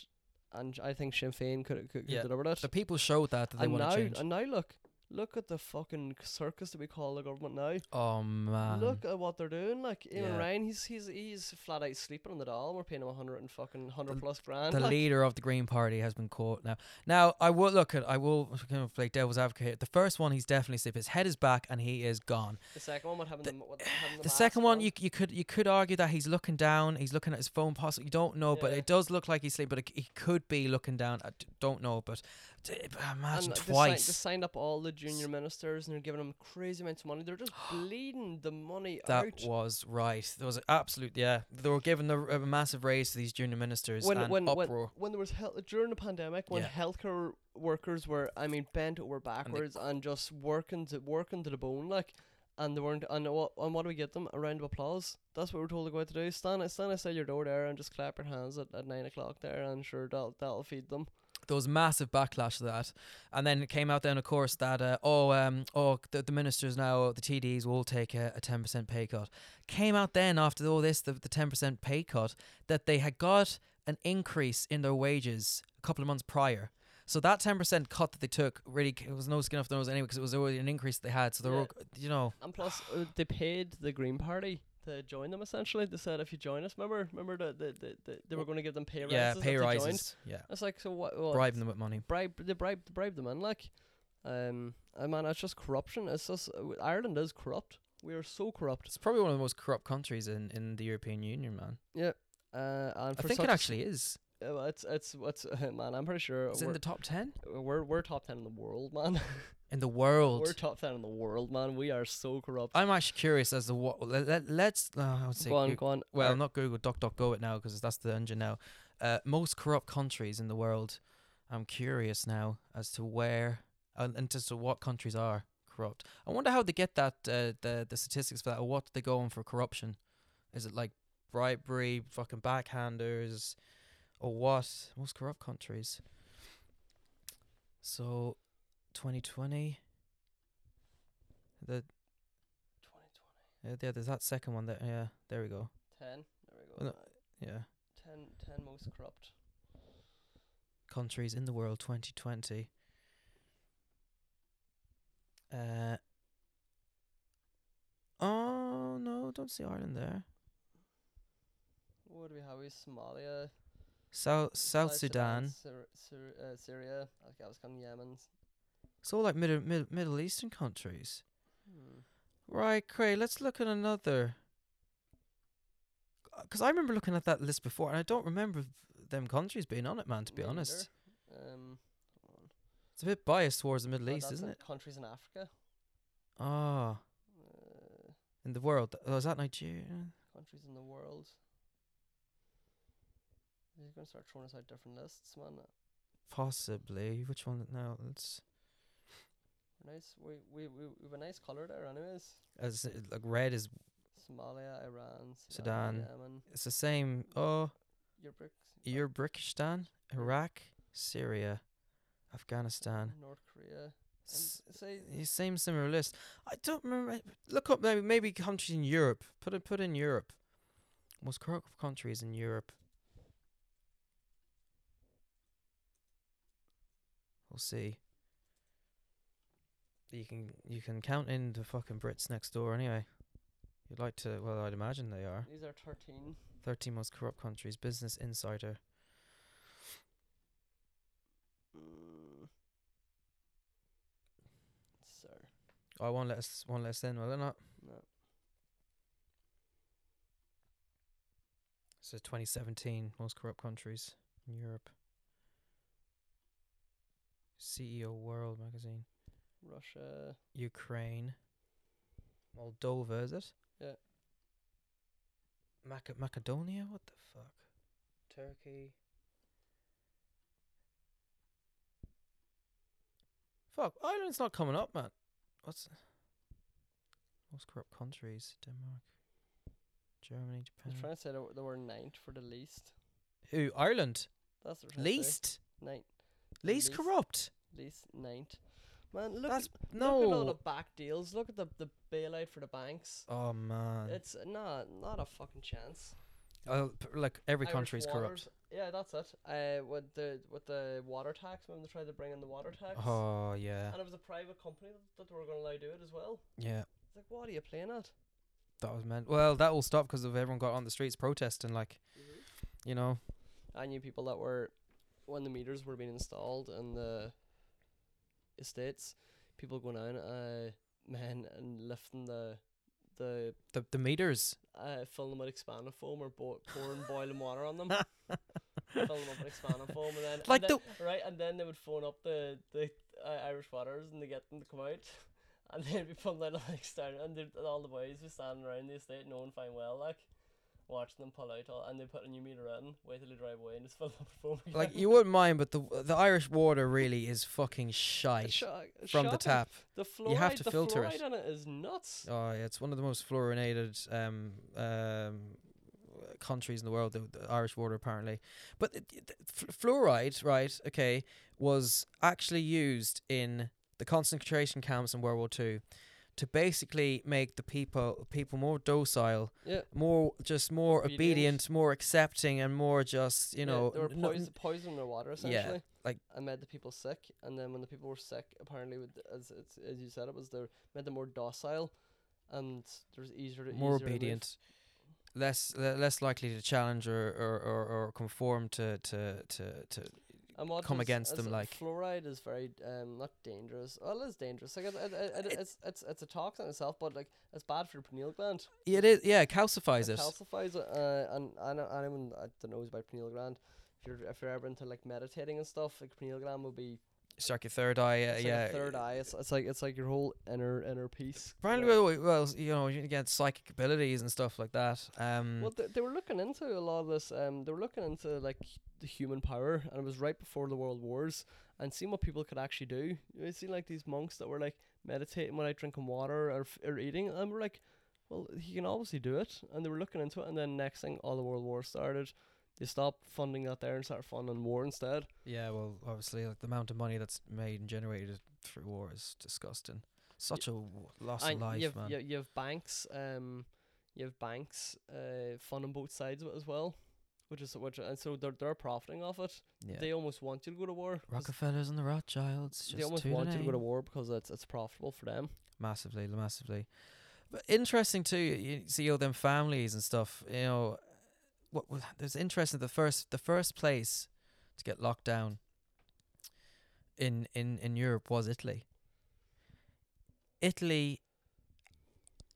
Speaker 2: and I think Sinn Féin could could, could
Speaker 1: Yeah.
Speaker 2: deliver that
Speaker 1: The people showed that that they
Speaker 2: and
Speaker 1: want
Speaker 2: now
Speaker 1: to change.
Speaker 2: and now look look at the fucking circus that we call the government now
Speaker 1: oh man,
Speaker 2: look at what they're doing like Eamon
Speaker 1: yeah.
Speaker 2: Ryan he's he's he's flat out sleeping on the doll we're paying him a hundred and fucking hundred
Speaker 1: The-
Speaker 2: plus grand
Speaker 1: the
Speaker 2: like,
Speaker 1: leader of the Green Party has been caught now. Now I will look at I will kind of play devil's advocate. here. The first one, he's definitely asleep. His head is back and he is gone.
Speaker 2: the second one would have the, the, what, having
Speaker 1: The
Speaker 2: mask
Speaker 1: second one,
Speaker 2: on.
Speaker 1: you you could you could argue that he's looking down. He's looking at his phone. Possibly you don't know, but
Speaker 2: Yeah.
Speaker 1: it does look like he's asleep. But it, he could be looking down. I d- don't know, but d- but imagine
Speaker 2: and they,
Speaker 1: twice.
Speaker 2: signed, they signed up all the junior ministers and they're giving them crazy amounts of money they're just bleeding the money
Speaker 1: that
Speaker 2: out
Speaker 1: was right. There was an absolute yeah. They were giving a, a massive raise to these junior ministers
Speaker 2: when
Speaker 1: and
Speaker 2: when, when
Speaker 1: uproar.
Speaker 2: when there was hel- during the pandemic when
Speaker 1: Yeah.
Speaker 2: healthcare workers were I mean bent over backwards and, just working to working to the bone like and they weren't. And what? And what do we get them? A round of applause. That's what we're told to go out to do. Stand, stand outside your door there, and just clap your hands at, at nine o'clock there, and sure that'll that'll feed them.
Speaker 1: There was massive backlash to that, and then it came out then, of course, that uh, oh, um, oh, the, the ministers now, the TDs will take a a ten percent pay cut. Came out then after all this, the the ten percent pay cut that they had got an increase in their wages a couple of months prior. So that ten percent cut that they took really c- it was no skin off the nose anyway because it was already an increase they had. So they were,
Speaker 2: Yeah.
Speaker 1: all, you know,
Speaker 2: And plus, uh, they paid the Green Party to join them. Essentially, they said if you join us, remember, remember that the, the, the, they were going to give them pay rises.
Speaker 1: yeah,
Speaker 2: if
Speaker 1: pay
Speaker 2: they joined.
Speaker 1: rises, yeah,
Speaker 2: It's like so what? what
Speaker 1: bribing them with money.
Speaker 2: bribe they bribe they bribe the man like um I man it's just corruption it's just uh, w- Ireland is corrupt we are so corrupt
Speaker 1: It's probably one of the most corrupt countries in, in the European Union, man.
Speaker 2: uh and
Speaker 1: I
Speaker 2: for
Speaker 1: think
Speaker 2: such
Speaker 1: it actually is.
Speaker 2: uh, it's it's what's uh, man I'm pretty sure
Speaker 1: It's in
Speaker 2: we're,
Speaker 1: the top ten
Speaker 2: uh, we're we're top 10 in the world man
Speaker 1: in the
Speaker 2: we're
Speaker 1: world.
Speaker 2: top 10 in the world man we are so corrupt
Speaker 1: I'm actually curious as to what. Let, let, let's. Uh, I would say
Speaker 2: go on
Speaker 1: Goog-
Speaker 2: go on
Speaker 1: well,
Speaker 2: Ar-
Speaker 1: not Google, DuckDuckGo it now because that's the engine now. Uh, most corrupt countries in the world. I'm curious now as to where and, and as to what countries are corrupt. I wonder how they get that uh, the the statistics for that. Or what do they go on for corruption? Is it like bribery, fucking backhanders, or what? Most corrupt countries. So, 2020. The uh, yeah, there's that second one there. Yeah, there we go.
Speaker 2: 10 there we
Speaker 1: Well,
Speaker 2: go
Speaker 1: Yeah.
Speaker 2: 10 10 most corrupt
Speaker 1: countries in the world 2020. Uh, oh, no, don't see Ireland there.
Speaker 2: what do we have we Somalia
Speaker 1: South, South Sudan.
Speaker 2: Syr- Syr- uh, Syria okay, I was coming Yemen
Speaker 1: It's all like Middle, Middle, Middle Eastern countries.
Speaker 2: hmm.
Speaker 1: Right, Cray, let's look at another. Because I remember looking at that list before, and I don't remember th- them countries being on it, man, to be
Speaker 2: Me neither.
Speaker 1: honest.
Speaker 2: Um, hold on.
Speaker 1: It's a bit biased towards the Middle
Speaker 2: Oh,
Speaker 1: East,
Speaker 2: that's
Speaker 1: isn't
Speaker 2: in
Speaker 1: it?
Speaker 2: Countries in Africa.
Speaker 1: Ah,
Speaker 2: Uh,
Speaker 1: in the world. Oh, is that Nigeria?
Speaker 2: countries in the world. You're gonna start throwing us out different lists, man.
Speaker 1: Possibly. Which one? No, let's.
Speaker 2: We're nice. We we we we've a nice color there, anyways.
Speaker 1: as it- like red is
Speaker 2: Somalia, Iran,
Speaker 1: Sudan.
Speaker 2: Sudan, Yemen,
Speaker 1: it's the same oh
Speaker 2: Europe,
Speaker 1: Urbrikistan, Iraq, Syria, Afghanistan.
Speaker 2: North Korea. And
Speaker 1: S-
Speaker 2: say
Speaker 1: yeah, same similar list. I don't remember look up maybe maybe countries in Europe. Put it put in Europe. Most corrupt countries in Europe. We'll see. You can you can count in the fucking Brits next door anyway. You'd like to well I'd imagine they are.
Speaker 2: these are thirteen.
Speaker 1: 13 most corrupt countries, Business Insider.
Speaker 2: Mm. Sir,
Speaker 1: Oh, one less, one less in, will it not?
Speaker 2: no.
Speaker 1: So 2017, most corrupt countries in Europe. CEO E World magazine.
Speaker 2: Russia.
Speaker 1: Ukraine. Moldova, is it?
Speaker 2: Yeah.
Speaker 1: Mac- Macedonia? What the fuck? Turkey. Fuck, Ireland's not coming up, man. What's. Most corrupt countries? Denmark. Germany,
Speaker 2: I was
Speaker 1: Japan.
Speaker 2: trying to say there were, there were ninth for the least.
Speaker 1: Who? Ireland?
Speaker 2: That's what I was trying to say.
Speaker 1: Least?
Speaker 2: Ninth.
Speaker 1: Least
Speaker 2: Least.
Speaker 1: corrupt?
Speaker 2: least ninth. Man, look,
Speaker 1: That's.
Speaker 2: at, look at all the
Speaker 1: No!
Speaker 2: back deals. Look at the, the bailout for the banks.
Speaker 1: Oh, man.
Speaker 2: It's not not a fucking chance.
Speaker 1: Uh, p- look, every
Speaker 2: Irish
Speaker 1: country is corrupt.
Speaker 2: waters- Yeah, that's it. Uh, with the with the water tax, when they tried to bring in the water tax,
Speaker 1: Oh, yeah.
Speaker 2: and it was a private company that they were going to allow to do it as well.
Speaker 1: Yeah.
Speaker 2: It's like, what are you playing at?
Speaker 1: That was meant. Well, that will stop 'cause of everyone got on the streets protesting. Like,
Speaker 2: Mm-hmm.
Speaker 1: you know,
Speaker 2: I knew people that were when the meters were being installed in the estates, people going down, uh, men and lifting the the
Speaker 1: the the meters.
Speaker 2: uh, fill them with expanded foam or bo- pouring boiling water on them. fill them up with expanded foam and then
Speaker 1: Like
Speaker 2: and then, right, and then they would phone up the the uh, Irish waters and they get them to come out, and they'd be pulling out like standing and, they'd- and all the boys were standing around the estate knowing fine well like, watching them pull out all, and they put a new meter in, wait till they drive away, and just fill it up with foam again.
Speaker 1: Like you wouldn't mind, but the the Irish water really is fucking shite
Speaker 2: Shock-
Speaker 1: from the
Speaker 2: shocking.
Speaker 1: tap.
Speaker 2: The fluoride,
Speaker 1: have to
Speaker 2: the
Speaker 1: filter
Speaker 2: fluoride
Speaker 1: it.
Speaker 2: in it is nuts.
Speaker 1: Oh, yeah, it's one of the most fluorinated um, um, countries in the world, the, the Irish water, apparently. But it, it- f- fluoride, right, okay, was actually used in the concentration camps in World War Two to basically make the people people more docile,
Speaker 2: Yeah,
Speaker 1: more just more
Speaker 2: Obedient.
Speaker 1: obedient, more accepting, and more just you know
Speaker 2: yeah, they were
Speaker 1: n- no-
Speaker 2: poison, poisoning their water essentially.
Speaker 1: like-
Speaker 2: and made the people sick. And then when the people were sick, apparently, with as it's, as you said, it was they made them more docile, and there's easier to
Speaker 1: more
Speaker 2: easier to move.
Speaker 1: obedient, less le- less likely to challenge or or, or, or conform to to to, to
Speaker 2: And what
Speaker 1: come
Speaker 2: is-
Speaker 1: against
Speaker 2: is
Speaker 1: them,
Speaker 2: it-
Speaker 1: like-
Speaker 2: fluoride is very um not dangerous. Well, it's dangerous. Like it, it, it, it,
Speaker 1: It-
Speaker 2: it's it's it's a toxin itself, but like it's bad for your pineal gland.
Speaker 1: Yeah, it is. Yeah, it calcifies
Speaker 2: it
Speaker 1: it.
Speaker 2: calcifies it. Uh, and I know anyone that knows about pineal gland. If you're if you're ever into like meditating and stuff, like pineal gland will be
Speaker 1: Circuit third eye. Uh,
Speaker 2: it's
Speaker 1: yeah.
Speaker 2: like a third eye. It's, it's like it's like your whole inner inner peace. you
Speaker 1: Apparently,
Speaker 2: know.
Speaker 1: well, well, you know, you get psychic abilities and stuff like that. Um,
Speaker 2: Well, they, they were looking into a lot of this. Um, they were looking into like the human power, and it was right before the world wars, and seeing what people could actually do. You know, seen like these monks that were like meditating without drinking water or, f- or eating, and we're like, well, he can obviously do it. And they were looking into it, and then next thing, all the world wars started. They stopped funding that there and started funding war instead.
Speaker 1: yeah, well, obviously, like the amount of money that's made and generated through war is disgusting. Such a w- loss of
Speaker 2: And
Speaker 1: life,
Speaker 2: you have,
Speaker 1: man.
Speaker 2: You, you have banks, um, you have banks, uh, funding both sides of it as well, which is which, and so they're they're profiting off it.
Speaker 1: yeah.
Speaker 2: They almost want you to go to war. 'cause
Speaker 1: Rockefellers and the Rothschilds
Speaker 2: they
Speaker 1: just
Speaker 2: almost
Speaker 1: to
Speaker 2: want
Speaker 1: the
Speaker 2: you to go to
Speaker 1: name.
Speaker 2: war because it's it's profitable for them.
Speaker 1: massively, massively. But interesting too. You see all them families and stuff. You know, what was there's interesting. The first, the first place to get locked down in in in Europe was Italy. Italy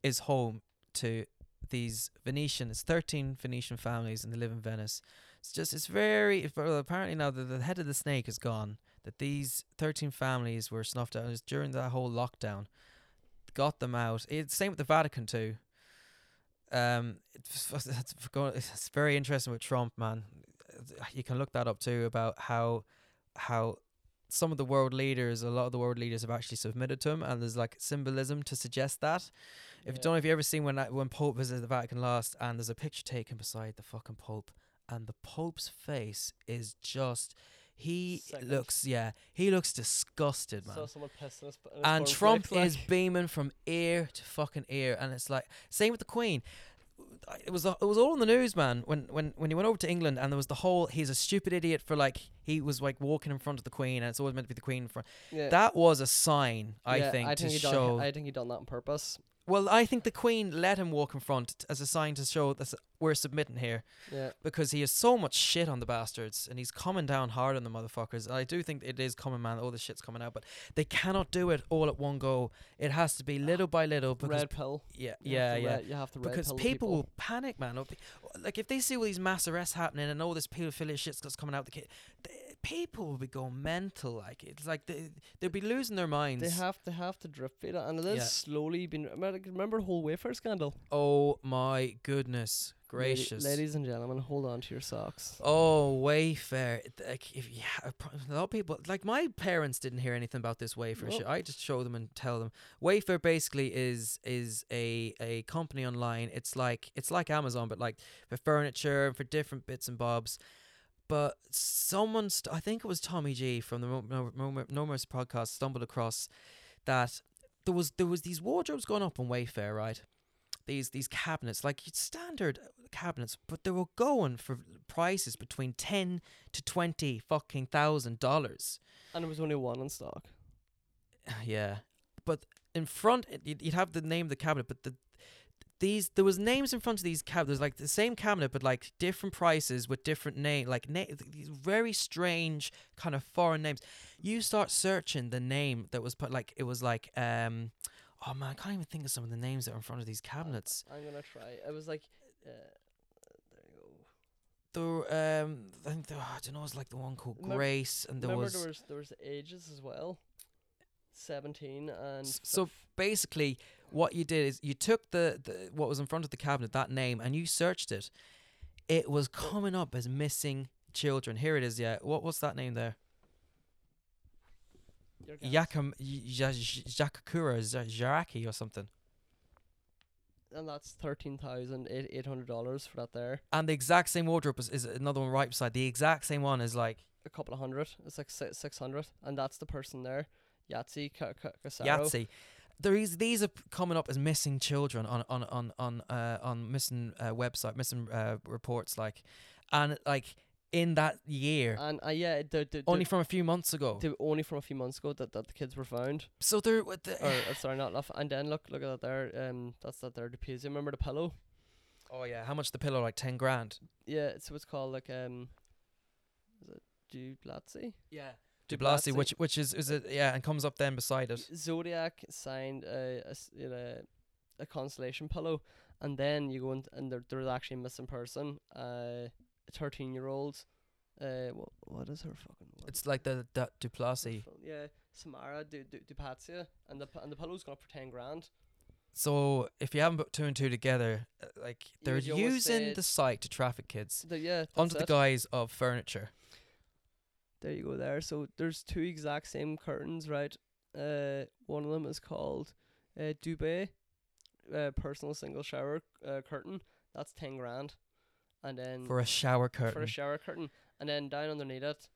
Speaker 1: is home to these Venetian. It's thirteen Venetian families, and they live in Venice. It's just it's very. if- Well, apparently now the, the head of the snake is gone. That these thirteen families were snuffed out. It was during that whole lockdown got them out. It's same with the Vatican too. Um, it's, that's f- go- it's very interesting with Trump, man. You can look that up too about how how some of the world leaders, a lot of the world leaders have actually submitted to him, and there's like symbolism to suggest that. If you don't know if you ever seen when I- when Pope visited the Vatican last, and there's a picture taken beside the fucking Pope, and the Pope's face is just. He
Speaker 2: Sickened.
Speaker 1: looks, yeah, he looks disgusted, man
Speaker 2: So someone pissed in his, in his
Speaker 1: and Trump
Speaker 2: cornflakes, like.
Speaker 1: is beaming from ear to fucking ear, and it's like same with the Queen. I- It was it was all in the news, man. When when when he went over to England, and there was the whole he's a stupid idiot for like he was like walking in front of the Queen, and it's always meant to be the Queen in front.
Speaker 2: Yeah.
Speaker 1: That was a sign, I
Speaker 2: Yeah,
Speaker 1: think, to
Speaker 2: he
Speaker 1: show.
Speaker 2: Done, I think he done that on purpose.
Speaker 1: well, I think the Queen let him walk in front t- as a sign to show that we're submitting here
Speaker 2: Yeah.
Speaker 1: because he has so much shit on the bastards and he's coming down hard on the motherfuckers. And I do think it is coming, man. All the shit's coming out, but they cannot do it all at one go. It has to be little by little because
Speaker 2: Ah, red pill.
Speaker 1: yeah,
Speaker 2: You
Speaker 1: yeah,
Speaker 2: have to
Speaker 1: yeah.
Speaker 2: Red, you have to red
Speaker 1: Because
Speaker 2: pill the
Speaker 1: people, will panic, man. Or pe- Like if they see all these mass arrests happening and all this pedophilia shit's that's coming out the kid, the- people will be going mental. Like it's like they they'll be losing their minds.
Speaker 2: They have to have to drip feed it, and it is
Speaker 1: Yeah.
Speaker 2: slowly been. remember- Remember the whole wafer scandal.
Speaker 1: oh my goodness
Speaker 2: Lady-
Speaker 1: gracious!
Speaker 2: ladies and gentlemen, hold on to your socks.
Speaker 1: Oh, Wayfair. It- Like, if you ha- pro- a lot of people, like my parents didn't hear anything about this Wayfair
Speaker 2: Nope.
Speaker 1: shit. I just show them and tell them. Wayfair basically is is a a company online. It's like it's like Amazon, but like for furniture and for different bits and bobs. But someone, st- I think it was Tommy G from the Mo- Mo- Mo- No Mercy podcast, stumbled across that there was there was these wardrobes going up on Wayfair, right? These these cabinets, like standard cabinets, but they were going for prices between ten to twenty fucking thousand dollars.
Speaker 2: And it was only one in stock.
Speaker 1: Yeah, but in front you'd you'd have the name of the cabinet, but the these there was names in front of these cabinets, like the same cabinet, but like different prices with different name, like na- these very strange kind of foreign names. You start searching the name that was put, like it was like um. Oh man, I can't even think of some of the names that are in front of these cabinets.
Speaker 2: I'm gonna try. It was like, uh, there you go.
Speaker 1: There, um, I think there, I don't know. It's like the one called
Speaker 2: Remember-
Speaker 1: Grace, and there
Speaker 2: Remember
Speaker 1: was
Speaker 2: there was there was ages as well. seventeen and
Speaker 1: S- so basically what you did is you took the, the what was in front of the cabinet that name and you searched it it was coming up as missing children here it is yeah what what's that name there
Speaker 2: your guess.
Speaker 1: Yakam Yakakura Jaraki or something
Speaker 2: and that's thirteen thousand eight eight hundred dollars for that there.
Speaker 1: and the exact same wardrobe is, is another one right beside the exact same one is like
Speaker 2: A couple of hundred. It's like si- six hundred, and that's the person there, Yahtzee Ka- Ka- Casaro.
Speaker 1: Yahtzee. There is these are p- coming up as missing children on on on on uh, on missing uh, website missing uh, reports like, and like in that year
Speaker 2: And uh, yeah, the, the,
Speaker 1: only from a few months ago.
Speaker 2: the, only from a few months ago that, that the kids were found.
Speaker 1: So there, with the,
Speaker 2: or uh, sorry, not enough. And then look, look at that there. Um, that's that there. The pizza. Remember the pillow?
Speaker 1: oh yeah, how much the pillow? Like ten grand.
Speaker 2: Yeah, it's what's called like um, is it Dublatzi?
Speaker 1: Yeah. Dublasi, which which is is it? Yeah, and comes up then beside it.
Speaker 2: Zodiac signed a a, s- you know, a constellation pillow, and then you go in and there, there's actually a missing person, uh, a thirteen year old. Uh, what what is her fucking? what
Speaker 1: It's like the that Duplasi.
Speaker 2: full- Yeah, Samara Du Du Dupatia, and the p- and the pillow's gone up for ten grand.
Speaker 1: So if you haven't put two and two together, uh, like they're
Speaker 2: would almost
Speaker 1: using
Speaker 2: say-
Speaker 1: the site to traffic kids
Speaker 2: The, yeah, that's
Speaker 1: under the
Speaker 2: it.
Speaker 1: guise of furniture.
Speaker 2: There you go there. So there's two exact same curtains, right? Uh, one of them is called uh, Dubé, uh, personal single shower uh, curtain. That's ten grand, and then
Speaker 1: For a shower curtain.
Speaker 2: for a shower curtain, and then down underneath it,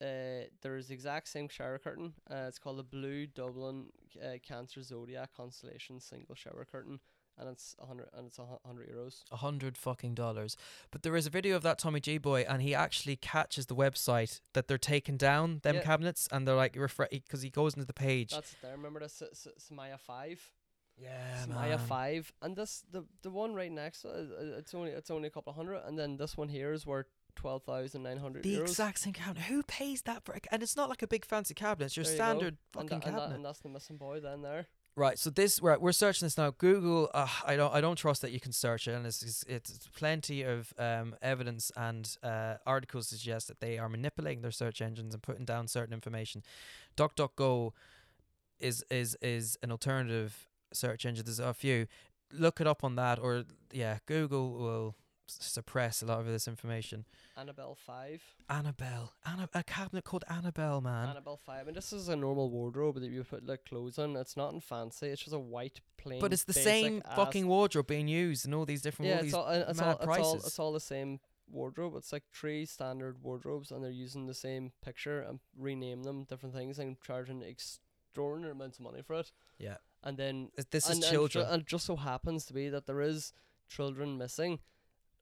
Speaker 2: uh, there is the exact same shower curtain. Uh, it's called the Blue Dublin uh, Cancer Zodiac Constellation Single Shower Curtain, and it's a hundred and it's a hu- hundred euros.
Speaker 1: a hundred fucking dollars. But there is a video of that Tommy G boy, and he actually catches the website that they're taking down them
Speaker 2: Yeah.
Speaker 1: cabinets, and they're like refresh because he goes into the page.
Speaker 2: That's it there. Remember the S- S- Samaya Five.
Speaker 1: yeah,
Speaker 2: Samaya
Speaker 1: man.
Speaker 2: five, and this the the one right next to it, uh, it's only it's only a couple of hundred, and then this one here is worth twelve thousand nine hundred
Speaker 1: The
Speaker 2: euros.
Speaker 1: exact same cabinet. Who pays that for? A, and it's not like a big fancy cabinet. It's your
Speaker 2: There you go.
Speaker 1: standard
Speaker 2: and,
Speaker 1: fucking
Speaker 2: tha- and,
Speaker 1: cabinet.
Speaker 2: that- and that's the missing boy then there.
Speaker 1: Right. So this we're we're searching this now. Google. Uh, I don't I don't trust that you can search it, and it's it's, it's plenty of um, evidence and uh, articles to suggest that they are manipulating their search engines and putting down certain information. DuckDuckGo is is is an alternative search engine. There's a few. Look it up on that, or yeah, Google will s- suppress a lot of this information.
Speaker 2: Annabelle five,
Speaker 1: Annabelle, Anna, a cabinet called Annabelle, man.
Speaker 2: Annabelle five, and this is a normal wardrobe that you put like clothes on. It's nothing fancy. It's just a white plain.
Speaker 1: but it's the
Speaker 2: basic
Speaker 1: same
Speaker 2: ass-
Speaker 1: fucking wardrobe being used in all these different
Speaker 2: Yeah,
Speaker 1: all
Speaker 2: it's
Speaker 1: these
Speaker 2: all uh, it's
Speaker 1: mad
Speaker 2: all, it's all
Speaker 1: prices.
Speaker 2: it's all the same wardrobe. It's like three standard wardrobes, and they're using the same picture and rename them different things and charging extraordinary amounts of money for it.
Speaker 1: Yeah.
Speaker 2: and then
Speaker 1: Is- This
Speaker 2: and,
Speaker 1: is
Speaker 2: and ju-
Speaker 1: children.
Speaker 2: And, it just so happens to be that there is children missing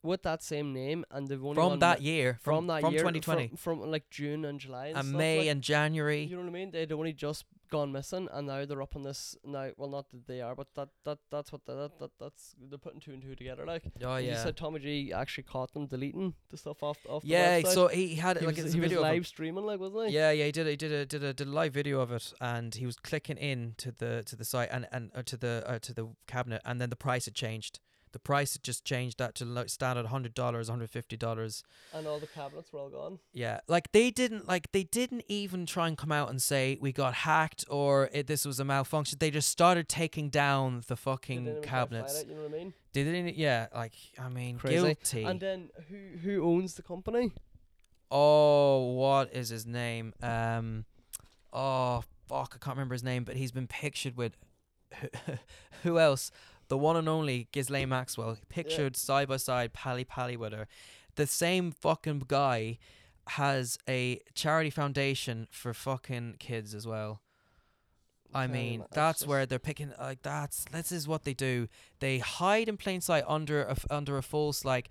Speaker 2: with that same name, and they've only
Speaker 1: from
Speaker 2: gone
Speaker 1: that
Speaker 2: mi-
Speaker 1: year,
Speaker 2: from that year,
Speaker 1: 2020,
Speaker 2: from, from like June and July, and,
Speaker 1: and
Speaker 2: stuff,
Speaker 1: May
Speaker 2: like,
Speaker 1: and January.
Speaker 2: you know what I mean? They'd only just gone missing, and now they're up on this. Now, well, not that they are, but that that that's what the, that that that's they're putting two and two together. Like
Speaker 1: Oh
Speaker 2: you
Speaker 1: yeah,
Speaker 2: said, Tommy G actually caught them deleting the stuff off off.
Speaker 1: yeah.
Speaker 2: the website.
Speaker 1: So he had
Speaker 2: he
Speaker 1: like
Speaker 2: was,
Speaker 1: it's
Speaker 2: he
Speaker 1: a
Speaker 2: was
Speaker 1: video of
Speaker 2: live
Speaker 1: him.
Speaker 2: streaming, like wasn't he?
Speaker 1: Yeah, yeah. He did. A, he did a did a did a live video of it, and he was clicking in to the to the site and and uh, to the uh, to the cabinet, and then the price had changed. The price had just changed that to like standard hundred dollars, hundred fifty dollars.
Speaker 2: and all the cabinets were all gone.
Speaker 1: Yeah, like they didn't like they didn't even try and come out and say we got hacked or it, this was a malfunction. They just started taking down the
Speaker 2: They didn't
Speaker 1: fucking
Speaker 2: even try to find
Speaker 1: cabinets.
Speaker 2: it, you know what I mean?
Speaker 1: They didn't. e, Yeah, like I mean,
Speaker 2: Crazy.
Speaker 1: guilty.
Speaker 2: And then who who owns the company?
Speaker 1: Oh, what is his name? Um, oh fuck, I can't remember his name, but he's been pictured with who else? The one and only Ghislaine Maxwell, pictured side by side, pally pally with her. The same fucking guy has a charity foundation for fucking kids as well. I
Speaker 2: Can't
Speaker 1: mean,
Speaker 2: even-
Speaker 1: that's
Speaker 2: just-
Speaker 1: where they're picking. Like that's this is what they do. They hide in plain sight under a f- under a false like,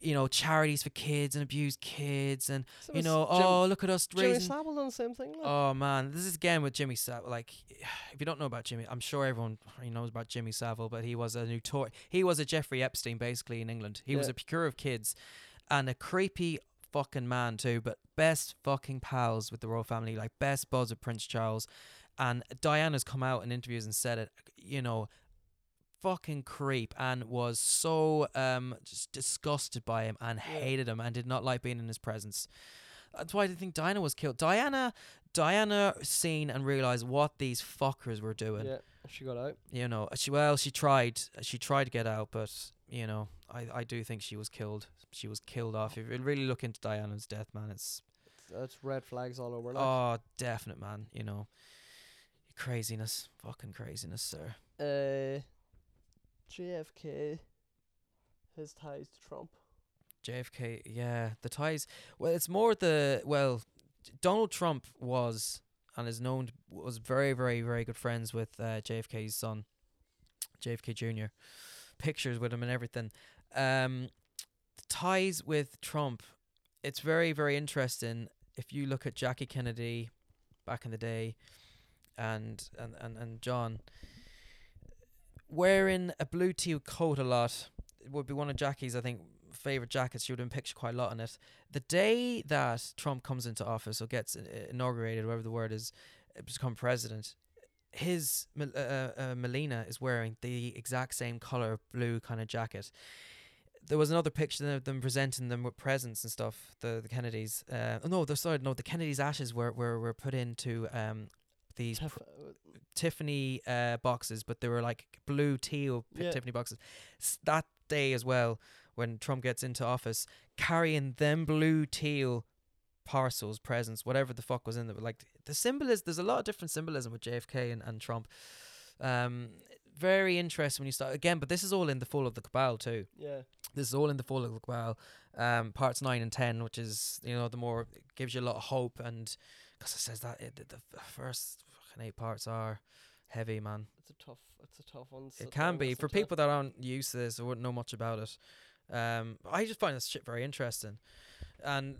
Speaker 1: you know, charities for kids and abused kids, and
Speaker 2: So
Speaker 1: you
Speaker 2: it's
Speaker 1: know,
Speaker 2: Jim-
Speaker 1: oh look at us
Speaker 2: Jimmy
Speaker 1: raising.
Speaker 2: Savile done the same thing. Like.
Speaker 1: Oh man, this is again with Jimmy Savile. Like, if you don't know about Jimmy, I'm sure everyone already knows about Jimmy Savile, but he was a new toy. He was a Jeffrey Epstein basically in England. He was
Speaker 2: Yeah.
Speaker 1: a procurer of kids, and a creepy fucking man too. But best fucking pals with the royal family, like best buds with Prince Charles, and Diana's come out in interviews and said it. You know. Fucking creep and was so um just disgusted by him and
Speaker 2: Yeah.
Speaker 1: hated him and did not like being in his presence. That's why I didn't think Diana was killed. Diana, Diana seen and realized what these fuckers were doing.
Speaker 2: Yeah, she got out.
Speaker 1: You know, she well, she tried, she tried to get out, but you know, I, I do think she was killed. She was killed off. If you really look into Diana's death, man, it's
Speaker 2: That's red flags all over. Like.
Speaker 1: oh definite, man. You know, craziness, fucking craziness, sir.
Speaker 2: Uh, JFK, his ties to Trump.
Speaker 1: JFK, yeah, the ties. Well, it's more the well, Donald Trump was and is known to, was very, very, very good friends with uh, JFK's son, JFK Jr. Pictures with him and everything. Um, the ties with Trump, it's very, very interesting. If you look at Jackie Kennedy, back in the day, and and and, and John wearing a blue teal coat a lot it would be one of Jackie's, I think, favorite jackets. She would have been pictured quite a lot in it. The day that Trump comes into office or gets i- i- inaugurated, whatever the word is, uh, become president, his Mel- uh, uh, Melina is wearing the exact same color blue kind of jacket. There was another picture of them presenting them with presents and stuff. The the Kennedys. Uh, oh no, the sorry, no, the Kennedys' ashes were were, were put into um these
Speaker 2: Tef-
Speaker 1: Tiffany uh, boxes, but they were like blue teal p-
Speaker 2: Yeah.
Speaker 1: Tiffany boxes. S- that day as well, when Trump gets into office, carrying them blue teal parcels, presents, whatever the fuck was in them. Like the symbol is there's a lot of different symbolism with JFK and, and Trump. Um, very interesting when you start again, but this is all in the fall of the cabal too
Speaker 2: yeah.
Speaker 1: this is all in the fall of the well um parts 9 and 10 which is you know the more gives you a lot of hope and because it says that it, the, the f- first fucking eight parts are heavy man
Speaker 2: It's a tough. It's a tough one.
Speaker 1: it can be for people that aren't used to this or wouldn't know much about it um i just find this shit very interesting and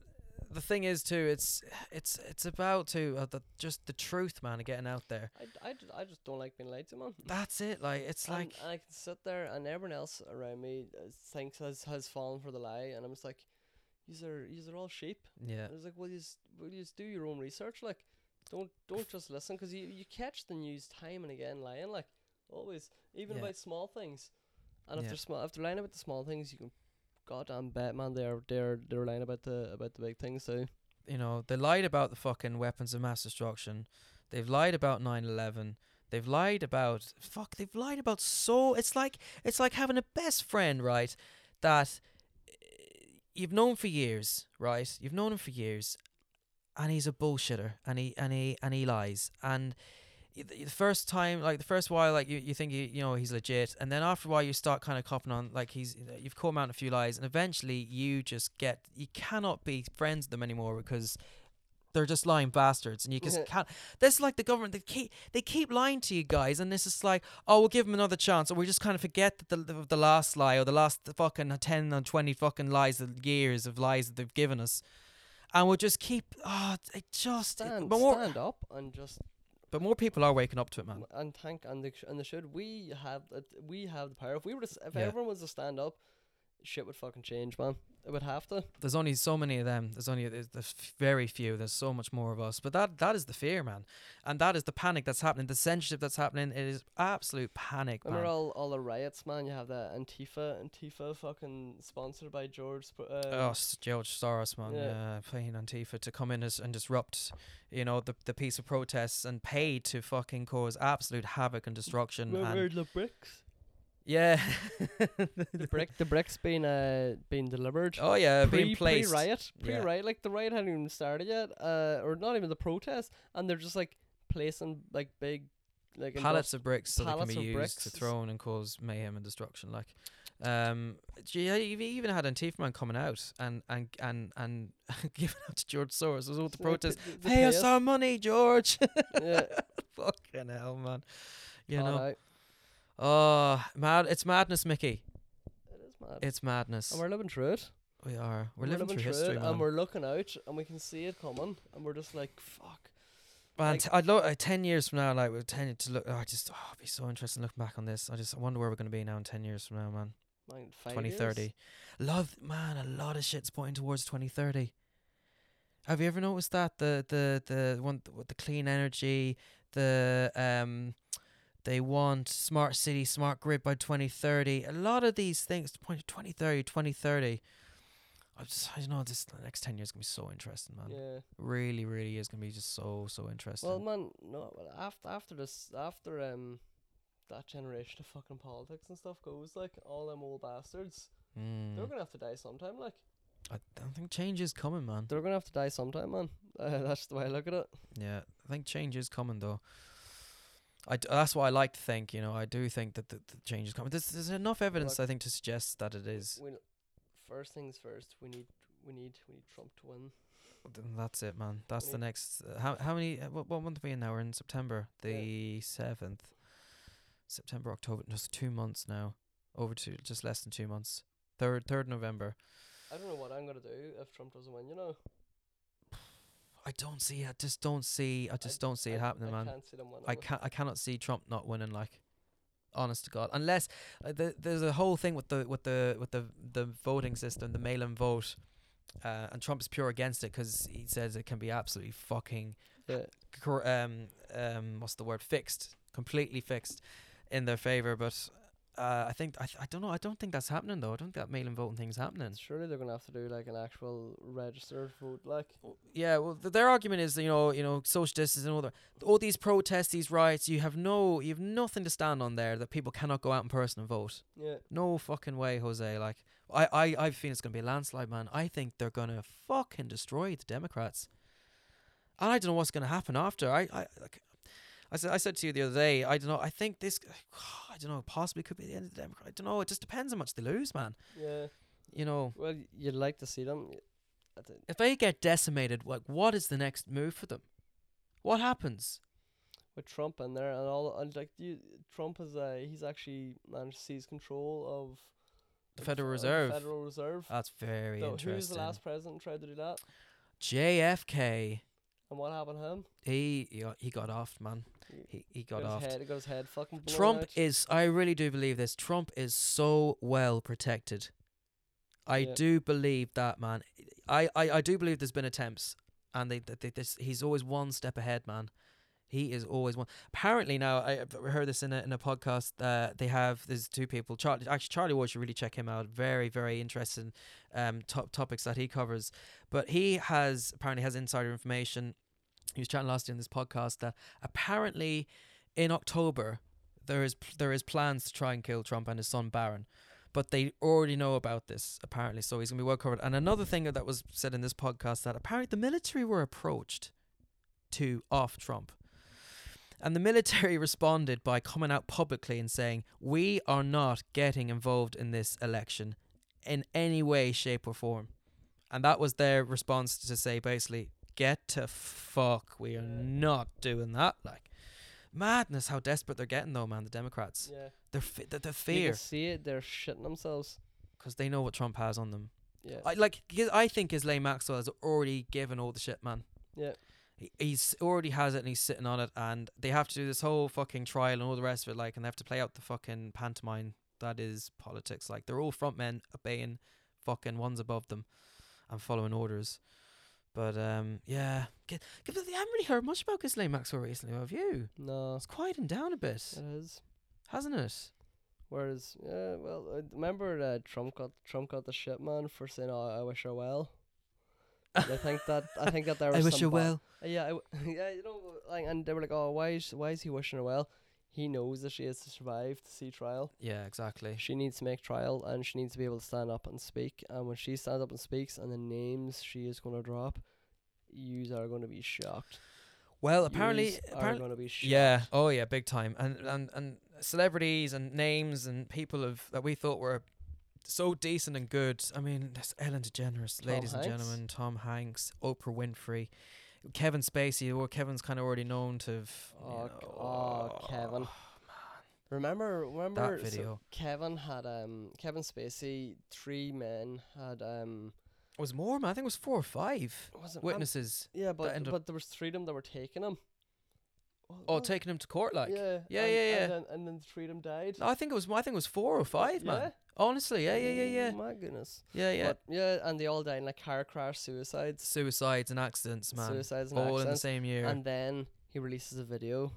Speaker 1: the thing is too it's it's it's about to uh, the, just the truth man and getting out there
Speaker 2: I, d- I, d- I just don't like being lied to, man.
Speaker 1: that's it like it's
Speaker 2: And-
Speaker 1: like
Speaker 2: and I can sit there, and everyone else around me uh, thinks has has fallen for the lie, and I'm just like, these are these are all sheep.
Speaker 1: yeah
Speaker 2: And it's like, well, you s- well, you s- do your own research, like, don't don't just listen 'cause you you catch the news time and again lying, like, always, even
Speaker 1: Yeah.
Speaker 2: about small things. And if
Speaker 1: Yeah.
Speaker 2: they're small, if they're lying about the small things, you can, goddamn bet, man, they're they're they're lying about the about the big things too.
Speaker 1: you know, they lied about the fucking weapons of mass destruction. They've lied about 9/11. They've lied about fuck. They've lied about so. It's like it's like having a best friend, right? That eh, you've known for years, right? You've known him for years, and he's a bullshitter, and he and he and he lies, and y- the the first time like the first while like you, you think you, you know he's legit and then after a while you start kind of copping on like he's you've caught him out in a few lies and eventually you just get you cannot be friends with them anymore because they're just lying bastards and you just can't that's like the government they keep they keep lying to you guys and this is like oh we'll give them another chance or we just kind of forget that the, the, the last lie or the last fucking 10 or 20 fucking lies of years of lies that they've given us and we'll just keep oh it just it-
Speaker 2: Stand
Speaker 1: but, more,
Speaker 2: stand up and just
Speaker 1: but more people are waking up to it man
Speaker 2: and tank and they sh- and they should. We have the we have the power. If we were to, s- if
Speaker 1: Yeah.
Speaker 2: everyone was to stand up, shit would fucking change, man. It would have to.
Speaker 1: there's only so many of them. There's only there's, there's f- very few. There's so much more of us. But that that is the fear, man, and that is the panic that's happening. The censorship that's happening. It is absolute panic,
Speaker 2: Remember
Speaker 1: man.
Speaker 2: all, all the riots, man? You have that Antifa, Antifa fucking sponsored by George. Sp- Uh,
Speaker 1: Oh, s- George Soros, man,
Speaker 2: Yeah.
Speaker 1: uh, paying Antifa to come in as, and disrupt, you know, the the peaceful protests and pay to fucking cause absolute havoc and destruction.
Speaker 2: where,
Speaker 1: and
Speaker 2: where the bricks?
Speaker 1: yeah,
Speaker 2: The brick, the bricks being uh being delivered.
Speaker 1: Oh yeah, being placed.
Speaker 2: pre-riot,
Speaker 1: Yeah.
Speaker 2: pre-riot. Like the riot hadn't even started yet, uh, or not even the protest, and they're just like placing like big, like
Speaker 1: pallets of bricks so they can
Speaker 2: pallets
Speaker 1: be
Speaker 2: of
Speaker 1: used
Speaker 2: bricks
Speaker 1: to
Speaker 2: is-
Speaker 1: throw in and cause mayhem and destruction. Like, um, gee, yeah, you've even had Antifa man coming out and and and and giving out to George Soros as all the
Speaker 2: industrial-
Speaker 1: protests.
Speaker 2: the- the
Speaker 1: Pay us
Speaker 2: chaos.
Speaker 1: our money, George.
Speaker 2: yeah,
Speaker 1: Fucking hell, man. You
Speaker 2: all
Speaker 1: know,
Speaker 2: out.
Speaker 1: oh, mad. It's madness, Mickey.
Speaker 2: it is mad.
Speaker 1: It's madness.
Speaker 2: and we're living through it.
Speaker 1: we are. We're, living, through history,
Speaker 2: it,
Speaker 1: man.
Speaker 2: and we're looking out, and we can see it coming, and we're just like, fuck.
Speaker 1: Man,
Speaker 2: Like-
Speaker 1: t- I'd love uh, ten years from now. Like, with ten to look. Oh, I just, oh, it'd be so interesting looking back on this. I just, I wonder where we're gonna be now in ten years from now, man.
Speaker 2: Like, five years?
Speaker 1: 2030. Love, man, a lot of shit's pointing towards 2030. Have you ever noticed that the the the one with the clean energy, the um, they want smart city, smart grid by 2030. A lot of these things point to 2030, 2030. I just, I don't know. This the next ten years gonna be so interesting, man.
Speaker 2: Yeah.
Speaker 1: Really, really is gonna be just so so interesting.
Speaker 2: Well, man, no. Well, after after this, after um, that generation of fucking politics and stuff goes, like all them old bastards,
Speaker 1: Mm.
Speaker 2: they're gonna have to die sometime. Like
Speaker 1: I don't think change is coming, man.
Speaker 2: they're gonna have to die sometime, man. Uh, that's the way I look at it.
Speaker 1: Yeah, I think change is coming though. I d- that's what I like to think. You know, I do think that the, the change is coming. There's, there's enough evidence,
Speaker 2: Look.
Speaker 1: I think, to suggest that it is.
Speaker 2: We, first things first. We need we need we need Trump to win.
Speaker 1: Th- That's it, man. That's the
Speaker 2: Yeah.
Speaker 1: next. Uh, how how many? uh, What, what month are we in now? We're in September, the seventh. September, October. Just two months now. Over two, just less than two months. Third, third November.
Speaker 2: I don't know what I'm gonna do if Trump doesn't win. You know,
Speaker 1: I don't see. I just don't see. I just don't see
Speaker 2: I-
Speaker 1: it happening,
Speaker 2: I
Speaker 1: man.
Speaker 2: can't see them winning.
Speaker 1: I
Speaker 2: it.
Speaker 1: can I cannot see Trump not winning. Like, honest to God, unless uh, the, there's a whole thing with the with the with the the voting system, the mail-in vote, uh, and Trump is pure against it because he says it can be absolutely fucking
Speaker 2: Yeah.
Speaker 1: cor- um um what's the word fixed, completely fixed in their favor. But uh, I think I th- I don't know. I don't think that's happening though. I don't think that mail-in voting thing's happening.
Speaker 2: Surely they're gonna have to do like an actual registered vote. Like
Speaker 1: Well, Yeah, well, th- their argument is, you know, you know, social distancing and all that. All these protests, these riots, you have no, you have nothing to stand on there. That people cannot go out in person and vote.
Speaker 2: yeah,
Speaker 1: No fucking way, Jose. Like, I, I, I feel it's gonna be a landslide, man. I think they're gonna fucking destroy the Democrats. And I don't know what's gonna happen after. I, I, like, I said, I said to you the other day. I don't know. I think this, I don't know. Possibly could be the end of the Democrat. I don't know. It just depends how much they lose, man.
Speaker 2: yeah.
Speaker 1: You know,
Speaker 2: Well, y- you'd like to see them. y- I thi-
Speaker 1: if they get decimated, like, what is the next move for them? What happens?
Speaker 2: With Trump in there and all, and like you, Trump is uh, he's actually managed to seize control of
Speaker 1: The
Speaker 2: of
Speaker 1: Federal
Speaker 2: the
Speaker 1: Reserve.
Speaker 2: Federal Reserve. Ah,
Speaker 1: That's very
Speaker 2: Though,
Speaker 1: interesting.
Speaker 2: who's the last president tried to do that,
Speaker 1: JFK.
Speaker 2: and what happened to him?
Speaker 1: He he got- he got off, man.
Speaker 2: He
Speaker 1: He he got
Speaker 2: his
Speaker 1: off.
Speaker 2: head, got his head fucking blown
Speaker 1: Trump
Speaker 2: out.
Speaker 1: is. I really do believe this. Trump is so well protected. I
Speaker 2: Yeah.
Speaker 1: do believe that, man. I, I, I do believe there's been attempts, and they, they, they this, he's always one step ahead, man. He is always one. Apparently now, I I've heard this in a in a podcast. Uh, they have there's two people. Charlie actually Charlie Ward should really check him out. Very very interesting, um top topics that he covers. But he has apparently has insider information. He was chatting last year in this podcast that apparently in October there is there is plans to try and kill Trump and his son Barron, but they already know about this apparently, so he's gonna be well covered. And another thing that was said in this podcast that apparently the military were approached to off Trump, and the military responded by coming out publicly and saying we are not getting involved in this election in any way, shape, or form, and that was their response to say basically get to fuck, we are
Speaker 2: Yeah.
Speaker 1: not doing that like. Madness! How desperate they're getting, though, man. The Democrats
Speaker 2: yeah.
Speaker 1: their fe- the, the
Speaker 2: You
Speaker 1: fear
Speaker 2: can see it. They're shitting themselves.
Speaker 1: because they know what Trump has on them.
Speaker 2: Yeah.
Speaker 1: I like 'cause I think Ghislaine Maxwell has already given all the shit, man.
Speaker 2: Yeah.
Speaker 1: He, he's already has it and he's sitting on it, and they have to do this whole fucking trial and all the rest of it, like, and they have to play out the fucking pantomime that is politics. Like they're all front men obeying fucking ones above them and following orders. But um, yeah, G- g- I haven't really heard much about Ghislaine Maxwell recently. Have you?
Speaker 2: no,
Speaker 1: It's quieting down a bit,
Speaker 2: it is.
Speaker 1: hasn't it?
Speaker 2: Whereas, yeah, well, uh, remember uh, Trump got Trump got the shit man for saying, "Oh, I wish I well." I think that I think that there
Speaker 1: I
Speaker 2: was
Speaker 1: wish
Speaker 2: some
Speaker 1: you
Speaker 2: ba-
Speaker 1: well.
Speaker 2: Uh, Yeah, I w- yeah, you know, like, and they were like, "Oh, why is why is he wishing her well?" He knows that she has to survive to see trial.
Speaker 1: Yeah, exactly.
Speaker 2: She needs to make trial, and she needs to be able to stand up and speak. And when she stands up and speaks, and the names she is going to drop, yous are going to be shocked.
Speaker 1: Well, apparently,
Speaker 2: Yous are
Speaker 1: apparently
Speaker 2: going to be shocked.
Speaker 1: yeah. Oh, yeah, big time. And and and celebrities and names and people of that we thought were so decent and good. I mean, that's Ellen DeGeneres,
Speaker 2: Tom
Speaker 1: ladies and
Speaker 2: Hanks.
Speaker 1: gentlemen, Tom Hanks, Oprah Winfrey, Kevin Spacey. Or Kevin's kind of already known to. Have, you
Speaker 2: Oh,
Speaker 1: know,
Speaker 2: K- oh, Kevin. Remember, remember so
Speaker 1: video.
Speaker 2: Kevin had um Kevin Spacey. Three men had um
Speaker 1: It was more, man. I think it was four or five
Speaker 2: was it I'm-
Speaker 1: witnesses.
Speaker 2: Yeah, but
Speaker 1: ended up-
Speaker 2: but there was three of them that were taking him. What-
Speaker 1: Oh,
Speaker 2: what?
Speaker 1: taking him to court, like.
Speaker 2: yeah,
Speaker 1: yeah,
Speaker 2: and,
Speaker 1: yeah, yeah.
Speaker 2: And then, and then the three of them died.
Speaker 1: No, I think it was. I think it was four or five, man. Honestly, yeah, yeah, yeah, yeah,
Speaker 2: Oh my goodness.
Speaker 1: yeah, yeah.
Speaker 2: But, yeah, and they all died in like car crash, suicides,
Speaker 1: Suicides and accidents, man.
Speaker 2: suicides, and
Speaker 1: all in the
Speaker 2: accidents.
Speaker 1: same year.
Speaker 2: And then he releases a video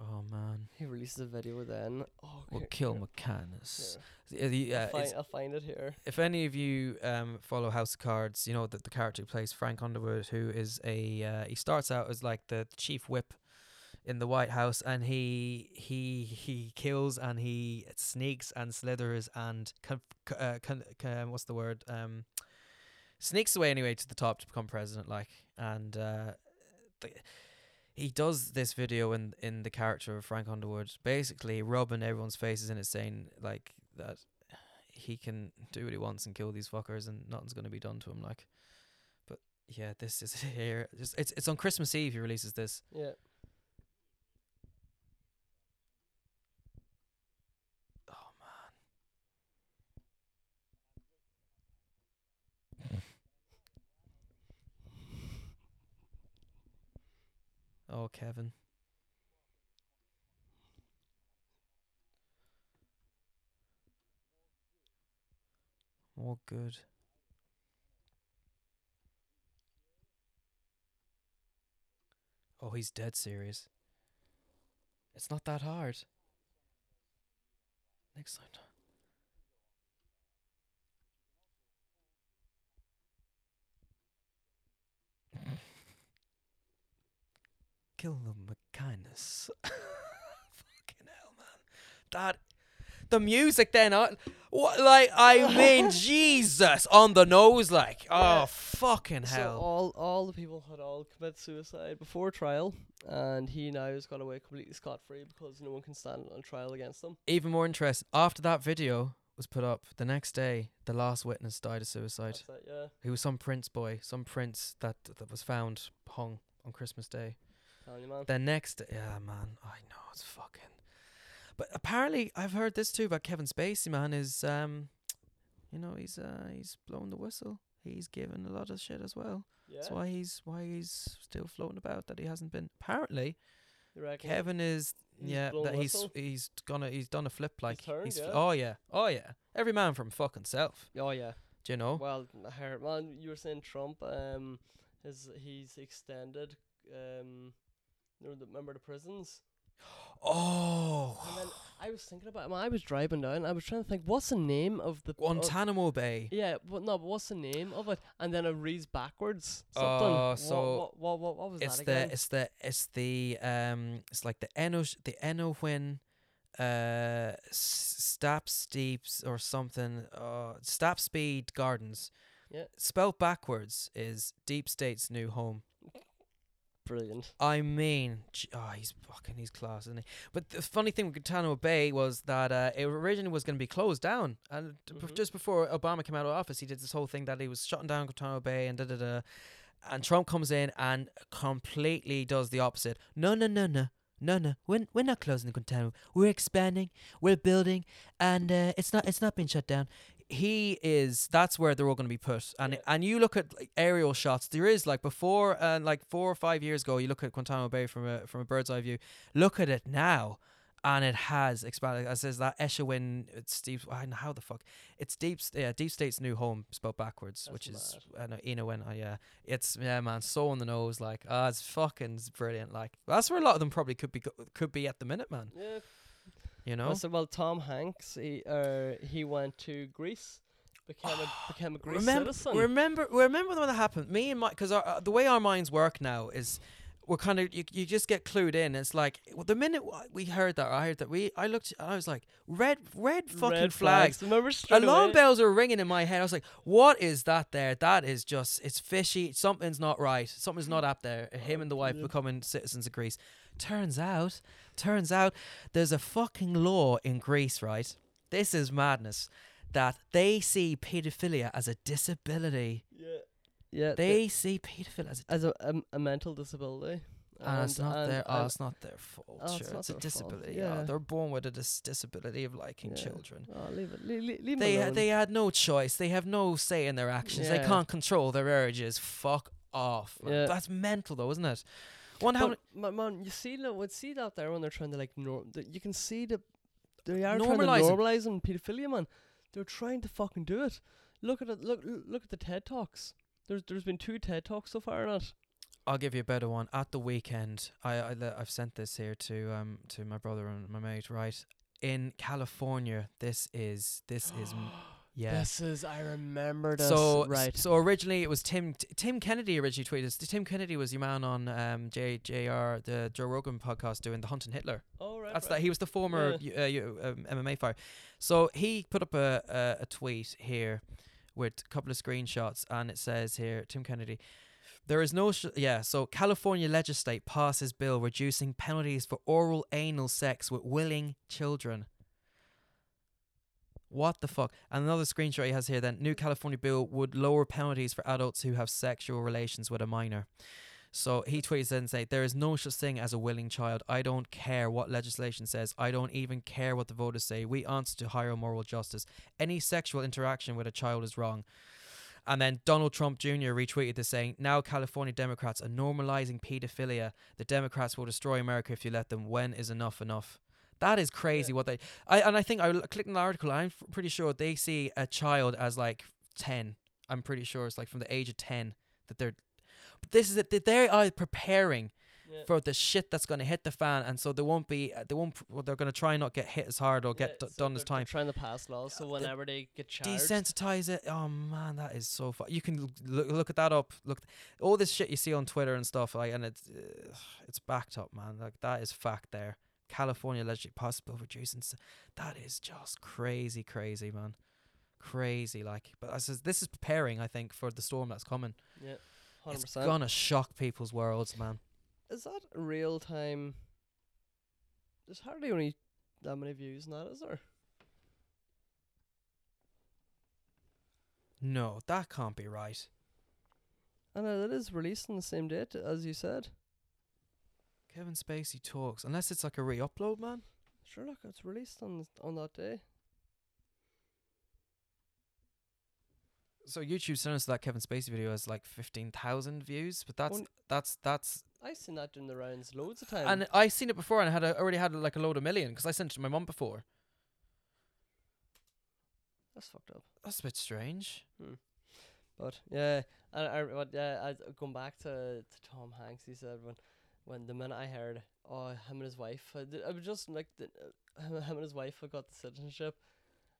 Speaker 1: Oh man,
Speaker 2: He releases a video then. Oh,
Speaker 1: we'll
Speaker 2: here-
Speaker 1: kill
Speaker 2: here-
Speaker 1: McCandless.
Speaker 2: here.
Speaker 1: Yeah, the, uh,
Speaker 2: I'll, find,
Speaker 1: it's-
Speaker 2: I'll find it here.
Speaker 1: if any of you um, follow House of Cards, you know that the character who plays Frank Underwood, who is a uh, he starts out as like the chief whip in the White House, and he he he kills and he sneaks and slithers and con- c- uh, con- c- um, what's the word um sneaks away anyway to the top to become president, like and. Uh, the, he does this video in in the character of Frank Underwood, basically rubbing everyone's faces in it, saying like that he can do what he wants and kill these fuckers and nothing's gonna be done to him like but yeah this is here it's it's, it's on christmas eve he releases this
Speaker 2: Yeah.
Speaker 1: oh man oh kevin more good oh he's dead serious it's not that hard next time Kill them with kindness. Fucking hell, man. That the music then I what like I mean Jesus on the nose like
Speaker 2: Yeah.
Speaker 1: oh fucking
Speaker 2: So
Speaker 1: hell.
Speaker 2: all all the people had all committed suicide before trial, and he now has got away completely scot free because no one can stand on trial against him.
Speaker 1: Even more interesting. After that video was put up, the next day the last witness died of suicide.
Speaker 2: That's it, yeah.
Speaker 1: He was some prince boy, some prince that that was found hung on Christmas Day.
Speaker 2: Telling you, man.
Speaker 1: The next, yeah, man, I know it's fucking. But apparently, I've heard this too about Kevin Spacey. Man is, um, you know, he's uh, he's blown the whistle. He's given a lot of shit as well.
Speaker 2: yeah.
Speaker 1: That's why he's why he's still floating about that he hasn't been. Apparently,
Speaker 2: you reckon?
Speaker 1: Kevin is
Speaker 2: he's
Speaker 1: yeah
Speaker 2: blown
Speaker 1: that
Speaker 2: the
Speaker 1: he's
Speaker 2: whistle?
Speaker 1: he's gonna he's done a flip like
Speaker 2: turned,
Speaker 1: he's fl-
Speaker 2: yeah.
Speaker 1: oh yeah oh yeah every man from fucking self.
Speaker 2: Oh yeah.
Speaker 1: Do you know?
Speaker 2: Well, I heard, man, you were saying Trump. Um, his he's extended. Um, you know, the- remember the prisons? And
Speaker 1: Oh,
Speaker 2: then I was thinking about. I was driving down. I was trying to think. What's the name of the? of-
Speaker 1: Guantanamo Bay.
Speaker 2: Yeah, but no, but what's the name of it? And then it reads backwards. Something.
Speaker 1: Oh,
Speaker 2: What-
Speaker 1: so
Speaker 2: what, what, what, what was
Speaker 1: it's
Speaker 2: that
Speaker 1: the
Speaker 2: again?
Speaker 1: it's the it's the um it's like the eno the enowin uh S- stap steeps or something uh stap speed gardens
Speaker 2: Yeah.
Speaker 1: spelled backwards is deep state's new home
Speaker 2: Brilliant.
Speaker 1: i mean j- oh he's fucking he's class isn't he but the funny thing with guantanamo bay was that uh it originally was going to be closed down and d- bef-
Speaker 2: Mhm.
Speaker 1: just before obama came out of office he did this whole thing that he was shutting down guantanamo bay and da da da and Trump comes in and completely does the opposite. No, no, no, no, no, no. We're, we're not closing the Guantanamo. We're expanding. We're building, and uh, it's not it's not being shut down. He is. That's where they're all going to be put. And
Speaker 2: Yeah.
Speaker 1: and you look at like, aerial shots. There is like before, uh, like four or five years ago. You look at Guantanamo Bay from a from a bird's eye view. Look at it now. And it has expanded. As says that Eshawin, it's deep. I don't know how the fuck. It's deep. St- Yeah, deep state's new home, spelled backwards,
Speaker 2: That's
Speaker 1: which is I know Enowen. Oh yeah, it's yeah, man, so on the nose. Like, ah, it's fucking s- brilliant. Like, that's where a lot of them probably could be go- could be at the minute, man.
Speaker 2: Yeah.
Speaker 1: You
Speaker 2: No?
Speaker 1: know,
Speaker 2: So, well, Tom Hanks, he, uh, he went to Greece, became a, became a Greek
Speaker 1: remember,
Speaker 2: citizen.
Speaker 1: remember, remember when that happened. Me and my, because uh, the way our minds work now is. We're kind of you, you. just get clued in. It's like well, the minute w- we heard that, I heard that. We I looked. I was like, red, red fucking
Speaker 2: Red
Speaker 1: flags.
Speaker 2: Remember straight
Speaker 1: alarm
Speaker 2: away?
Speaker 1: bells are ringing in my head. I was like, "What is that there? That is just it's fishy. Something's not right. Something's not up there."
Speaker 2: Oh,
Speaker 1: Him and the wife becoming citizens of Greece. Turns out, turns out, there's a fucking law in Greece, right? This is madness. That they see paedophilia as a disability.
Speaker 2: Yeah. Yeah.
Speaker 1: They see paedophilia as a
Speaker 2: as a, um, a mental disability.
Speaker 1: and, it's not
Speaker 2: and-
Speaker 1: their oh,
Speaker 2: and-
Speaker 1: it's not their fault.
Speaker 2: Oh, it's
Speaker 1: sure, it's,
Speaker 2: not
Speaker 1: a
Speaker 2: their fault,
Speaker 1: disability.
Speaker 2: yeah.
Speaker 1: Oh, they're born with a dis- disability of liking
Speaker 2: Yeah.
Speaker 1: children.
Speaker 2: Oh, leave it. Leave, leave, leave
Speaker 1: They
Speaker 2: him
Speaker 1: ha-
Speaker 2: alone.
Speaker 1: they had no choice. They have no say in their actions. They
Speaker 2: Yeah.
Speaker 1: can't control their urges. Fuck off. man.
Speaker 2: Yeah.
Speaker 1: That's mental though, isn't it? One how
Speaker 2: But, ma- man, you see that would see that there when they're trying to like norm. The, you can see that they are trying
Speaker 1: Normalising.
Speaker 2: to normalizing pedophilia, man. They're trying to fucking do it. Look at it. Look look at the TED talks. There's there's been two TED talks so far on it.
Speaker 1: I'll give you a better one. At the weekend, I, I le- I've sent this here to um to my brother and my mate. Right in California, this is this is m- yeah.
Speaker 2: This is I remember this.
Speaker 1: So
Speaker 2: right.
Speaker 1: So originally it was Tim T- Tim Kennedy originally tweeted. this. Tim Kennedy was your man on um J J R the Joe Rogan podcast doing the Hunt and Hitler.
Speaker 2: oh right.
Speaker 1: That's
Speaker 2: right.
Speaker 1: that. He was the former uh, you- um, MMA fighter. So he put up a, a a tweet here with a couple of screenshots, and it says here Tim Kennedy. There is no sh- yeah. So California legislate passes bill reducing penalties for oral anal sex with willing children. What the fuck? And another screenshot he has here then new California bill would lower penalties for adults who have sexual relations with a minor. So he tweets in and say, "There is no such thing as a willing child. I don't care what legislation says. I don't even care what the voters say. We answer to higher moral justice. Any sexual interaction with a child is wrong." And then Donald Trump Jr. retweeted this saying, "Now California Democrats are normalizing pedophilia. The Democrats will destroy America if you let them. When is enough enough?" That is crazy. What they I and I think I l- clicked on the article. And I'm f- pretty sure they see a child as like ten. I'm pretty sure it's like from the age of ten that they're but this is it. that They are preparing
Speaker 2: Yeah.
Speaker 1: for the shit that's going to hit the fan, and so they won't be. uh, They won't. Well, they're going to try and not get hit as hard or get
Speaker 2: Yeah,
Speaker 1: d-
Speaker 2: so
Speaker 1: done as
Speaker 2: they're- they're
Speaker 1: time.
Speaker 2: Trying to pass laws, so
Speaker 1: Uh, the
Speaker 2: whenever they get charged,
Speaker 1: Desensitize it. Oh man, that is so fun. You can look, look at that up. Look, all this shit you see on Twitter and stuff like, and it's uh, it's backed up, man. Like that is fact there. California legislation possible reducing. s- That is just crazy, crazy, man. Crazy, like. But I says this is preparing, I think, for the storm that's coming.
Speaker 2: yeah,
Speaker 1: It's
Speaker 2: hundred percent.
Speaker 1: gonna shock people's worlds, man.
Speaker 2: Is that real time? There's hardly only that many views on that, is there?
Speaker 1: No, that can't be right.
Speaker 2: And it is released on the same date as you said.
Speaker 1: Kevin Spacey talks, unless it's like a re-upload, man.
Speaker 2: Sure, look, it's released on th- on that day.
Speaker 1: So YouTube sent us that Kevin Spacey video has like fifteen thousand views, but that's
Speaker 2: On-
Speaker 1: that's that's.
Speaker 2: I seen that doing the rounds loads of times.
Speaker 1: And I seen it before, and I had a, already had like a load of million because I sent it to my mum before.
Speaker 2: That's fucked up.
Speaker 1: That's a bit strange.
Speaker 2: But yeah, and I, but yeah, I going back to, to Tom Hanks. He said when, when the minute I heard, oh, him and his wife, I, did, I was just like, the, uh, him, him and his wife have got the citizenship,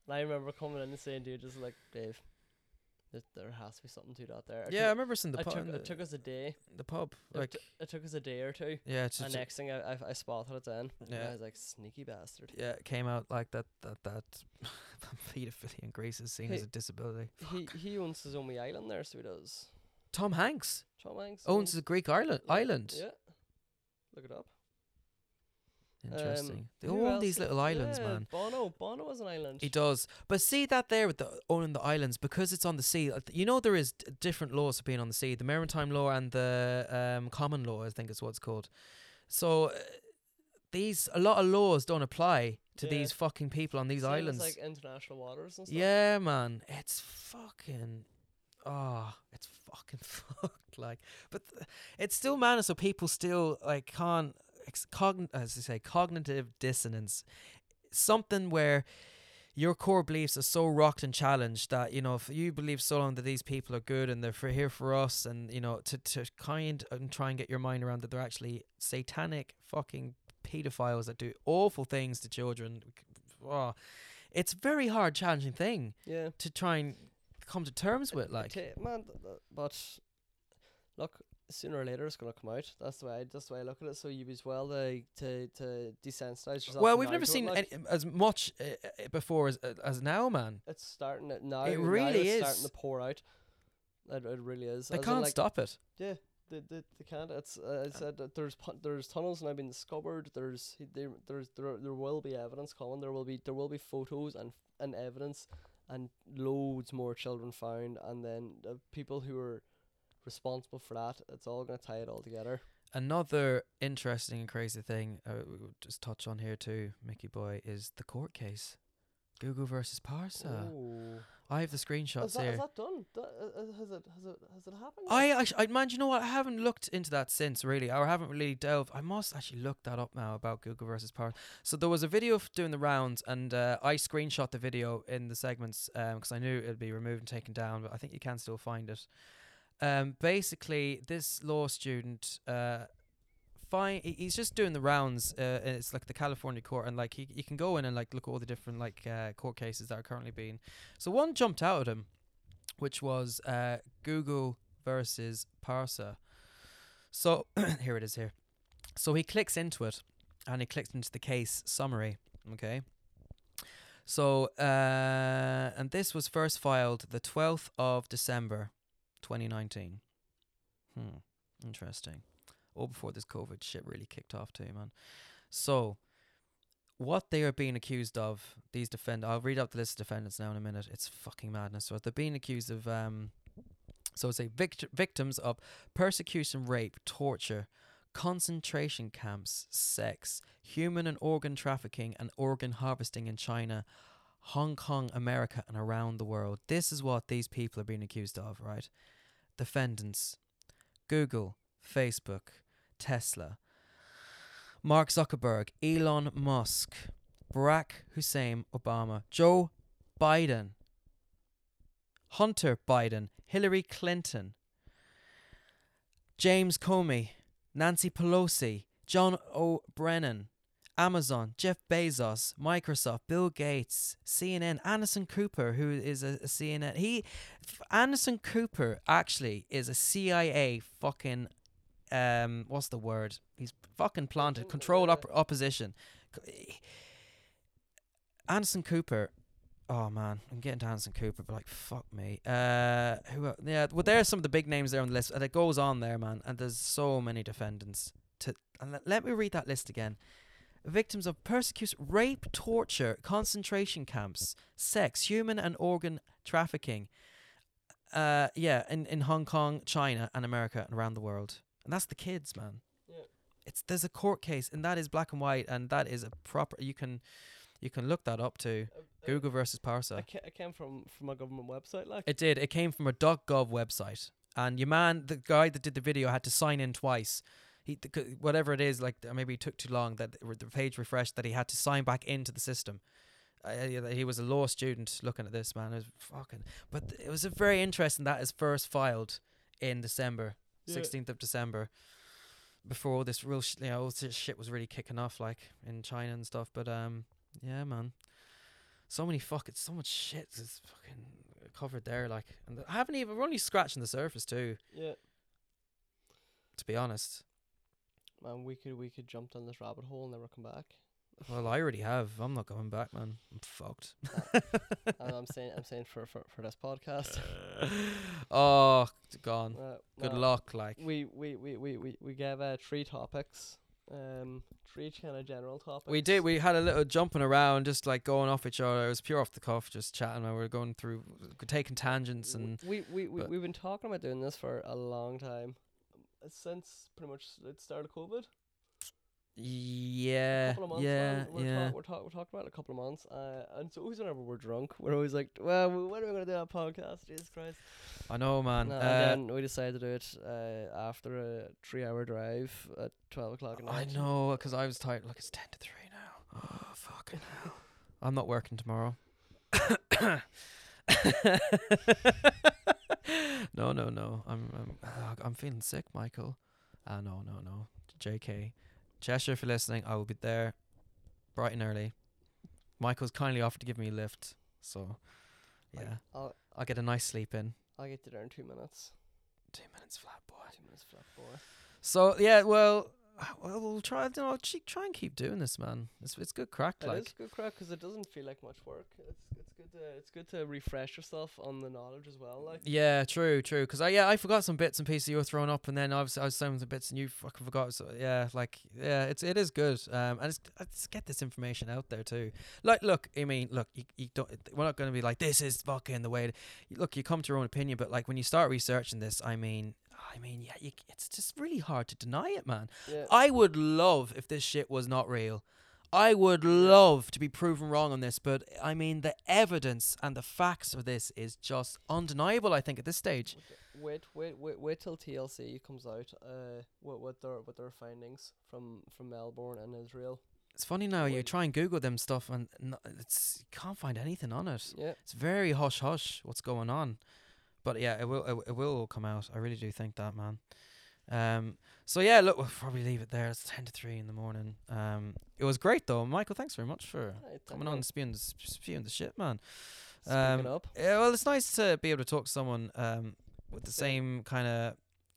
Speaker 2: and I remember coming in and saying, dude, just like Dave, there, there has to be something to that there. It
Speaker 1: yeah, I
Speaker 2: took-
Speaker 1: remember seeing the
Speaker 2: it
Speaker 1: pub.
Speaker 2: took,
Speaker 1: the,
Speaker 2: it took us a day.
Speaker 1: the pub,
Speaker 2: It,
Speaker 1: like
Speaker 2: t- it took us a day or two.
Speaker 1: yeah, it's
Speaker 2: And
Speaker 1: just,
Speaker 2: next thing I, I, I spotted it then. And
Speaker 1: Yeah.
Speaker 2: I was like, sneaky bastard.
Speaker 1: yeah, it came out like that that that pedophilia in Greece is seen
Speaker 2: Hey.
Speaker 1: as a disability.
Speaker 2: He he owns his own wee island there, so he does.
Speaker 1: Tom Hanks
Speaker 2: Tom Hanks
Speaker 1: owns the Greek island.
Speaker 2: yeah,
Speaker 1: Island.
Speaker 2: Yeah. Look it up.
Speaker 1: Interesting. they
Speaker 2: Um, Who
Speaker 1: all own
Speaker 2: else
Speaker 1: these
Speaker 2: i-
Speaker 1: little islands,
Speaker 2: yeah,
Speaker 1: man.
Speaker 2: Bono, Bono is an island.
Speaker 1: He does, but see that there with the owning the islands because it's on the sea. uh, You know there is d- different laws for being on the sea: the maritime law and the um, common law, I think is what it's called. So uh, these a lot of laws don't apply to
Speaker 2: Yeah.
Speaker 1: these fucking people on these
Speaker 2: Same as,
Speaker 1: islands.
Speaker 2: like international waters and stuff.
Speaker 1: yeah, man, it's fucking ah, it's fucking fucked. Like, but th- it's still managed so people still like can't ex- cogn- as they say cognitive dissonance, something where your core beliefs are so rocked and challenged that you know if you believe so long that these people are good and they're for here for us and you know to to kind and try and get your mind around that they're actually satanic fucking pedophiles that do awful things to children. Oh, it's a very hard, challenging thing
Speaker 2: Yeah.
Speaker 1: to try and come to terms with. Like,
Speaker 2: Okay, man, th- th- but look, sooner or later it's gonna come out. That's the way. I, that's the way I look at it. So you as well to to, to desensitize yourself.
Speaker 1: well,
Speaker 2: and
Speaker 1: we've
Speaker 2: now
Speaker 1: never
Speaker 2: to it,
Speaker 1: seen
Speaker 2: like,
Speaker 1: any, as much uh, uh, before as as now, man.
Speaker 2: It's starting it now.
Speaker 1: It
Speaker 2: now
Speaker 1: really
Speaker 2: it's
Speaker 1: is.
Speaker 2: starting to pour out. It, it really is.
Speaker 1: They
Speaker 2: As in,
Speaker 1: can't
Speaker 2: like,
Speaker 1: stop it.
Speaker 2: They, they, they can't. It's uh, I said that there's pu- there's tunnels now being discovered. There's he- there there's there, there will be evidence coming. There will be there will be photos and and evidence and loads more children found. And then the people who are responsible for that, it's all gonna tie it all together.
Speaker 1: Another interesting and crazy thing uh, we will just touch on here too, Mickey Boy, is the court case, Google versus Parsa.
Speaker 2: Oh,
Speaker 1: I have the
Speaker 2: is
Speaker 1: screenshots
Speaker 2: that,
Speaker 1: here.
Speaker 2: is that done? Tha- uh, uh, has it has it has it happened? yet?
Speaker 1: I actually, I man, do you know what? I haven't looked into that since really. I haven't really delved. I must actually look that up now about Google versus Power. So there was a video f- doing the rounds, and uh, I screenshot um, the video in the segments because I knew it'd be removed and taken down. But I think you can still find it. Um, basically, this law student, uh, fine, he's just doing the rounds. Uh, and it's like the California court, and like he, he can go in and like look at all the different like uh, court cases that are currently being. So one jumped out at him, which was uh, Google versus Parser. So here it is here. So he clicks into it, and he clicks into the case summary. Okay. So, uh, and this was first filed the 12th of December 2019. Hmm. Interesting. All before this COVID shit really kicked off, too, man. So, what they are being accused of, these defend I'll read out the list of defendants now in a minute. It's fucking madness. So, they're being accused of, um, so say vict- victims of persecution, rape, torture, concentration camps, sex, human and organ trafficking, and organ harvesting in China, Hong Kong, America, and around the world. This is what these people are being accused of, right? Defendants Google, Facebook, Tesla, Mark Zuckerberg, Elon Musk, Barack Hussein Obama, Joe Biden, Hunter Biden, Hillary Clinton, James Comey, Nancy Pelosi, John O'Brien, Amazon, Jeff Bezos, Microsoft, Bill Gates, CNN, Anderson Cooper, who is a, a CNN. He, f- Anderson Cooper actually is a CIA fucking, um, what's the word? He's fucking planted, controlled op- opposition. C- Anderson Cooper. Oh man, I'm getting to Anderson Cooper, but like fuck me. Uh, who? el- Yeah, well, there are some of the big names there on the list, and it goes on there, man. And there's so many defendants. To and let, let me read that list again victims of persecution, rape, torture, concentration camps, sex, human and organ trafficking. Uh, yeah, in, in Hong Kong, China, and America, and around the world. And that's the kids, man.
Speaker 2: Yeah.
Speaker 1: It's there's a court case, and that is black and white, and that is a proper. You can, you can look that up too. Google versus Parsa.
Speaker 2: I, ca- I came from from a government website, like
Speaker 1: It did. It came from a .gov website, and your man, the guy that did the video, had to sign in twice. He, the, c- whatever it is, like uh, maybe it took too long that the the page refreshed that he had to sign back into the system. Uh, yeah, that he was a law student looking at this man. It was fucking, but th- it was a very interesting that is first filed in December,
Speaker 2: Yeah.
Speaker 1: sixteenth of December, before all this real, sh- you know, all this shit was really kicking off, like in China and stuff. But um, yeah, man, so many fucking, so much shit is fucking covered there. Like, and th- I haven't even we're only scratching the surface too.
Speaker 2: yeah.
Speaker 1: To be honest,
Speaker 2: Man, we could we could jump down this rabbit hole and never come back.
Speaker 1: well, I already have. I'm not going back, man. I'm fucked.
Speaker 2: and I'm saying I'm saying for for, for this podcast.
Speaker 1: oh, gone.
Speaker 2: Uh,
Speaker 1: Good
Speaker 2: no,
Speaker 1: luck, like.
Speaker 2: We we we we we we gave uh, three topics, um, three kind of general topics.
Speaker 1: We did. We had a little jumping around, just like going off each other. It was pure off the cuff, just chatting. And we were going through, taking tangents,
Speaker 2: W-
Speaker 1: and
Speaker 2: we we, we
Speaker 1: but-
Speaker 2: we've been talking about doing this for a long time, Uh, since pretty much it started COVID.
Speaker 1: yeah,
Speaker 2: couple of months.
Speaker 1: yeah,
Speaker 2: man. We're,
Speaker 1: yeah.
Speaker 2: Talk, we're, talk, we're talking about it a couple of months, uh, and so always whenever we're drunk, we're always like, "Well, w- when are we gonna do that podcast?" Jesus Christ!
Speaker 1: I know, man.
Speaker 2: No,
Speaker 1: uh,
Speaker 2: and then we decided to do it uh, after a three-hour drive at twelve o'clock at
Speaker 1: I
Speaker 2: night.
Speaker 1: know, 'cause I was tired. Look, it's ten to three now. Oh fucking hell! I'm not working tomorrow. no, no, no. I'm, I'm, ah, I'm feeling sick, Michael. Ah, no, no, no. J.K. Cheshire, if you're listening, I will be there, bright and early. Michael's kindly offered to give me a lift, so
Speaker 2: Like,
Speaker 1: yeah,
Speaker 2: I'll
Speaker 1: I'll get a nice sleep in.
Speaker 2: I'll get you there in two minutes.
Speaker 1: Two minutes flat, boy.
Speaker 2: Two minutes flat, boy.
Speaker 1: So yeah, well, well, we'll try. You know, ch- try and keep doing this, man. It's it's good crack,
Speaker 2: That is
Speaker 1: like.
Speaker 2: good crack 'cause it doesn't feel like much work. It's it's good to it's good to refresh yourself on the knowledge as well. Like
Speaker 1: Yeah, true, true. 'Cause I yeah, I forgot some bits and pieces you were throwing up, and then I was I was throwing some bits and you fucking forgot. So yeah, like yeah, it's it is good. Um, and it's, it's get this information out there too. Like, look, I mean, look, you, you don't. We're not going to be like this is fucking the way. to-" Look, you come to your own opinion, but like when you start researching this, I mean, I mean, yeah, you, it's just really hard to deny it, man.
Speaker 2: yeah,
Speaker 1: I would love if this shit was not real. I would love to be proven wrong on this, but I mean, the evidence and the facts of this is just undeniable, I think, at this stage.
Speaker 2: wait wait wait wait till TLC comes out. Uh, what what their what their findings from from Melbourne and Israel.
Speaker 1: It's funny now, you
Speaker 2: Well-
Speaker 1: try and Google them stuff and n- it's, you can't find anything on it.
Speaker 2: Yeah.
Speaker 1: It's very hush hush what's going on. But yeah, it will it, it will all come out. I really do think that, man. Um. So yeah, look, we'll probably leave it there. It's ten to three in the morning. Um. It was great though, Michael. Thanks very much for
Speaker 2: Right,
Speaker 1: coming
Speaker 2: Daniel,
Speaker 1: on and spewing the, sp- spewing the shit, man.
Speaker 2: speak
Speaker 1: um,
Speaker 2: it up.
Speaker 1: Yeah, well, it's nice to be able to talk to someone um with the
Speaker 2: Yeah.
Speaker 1: same kind of,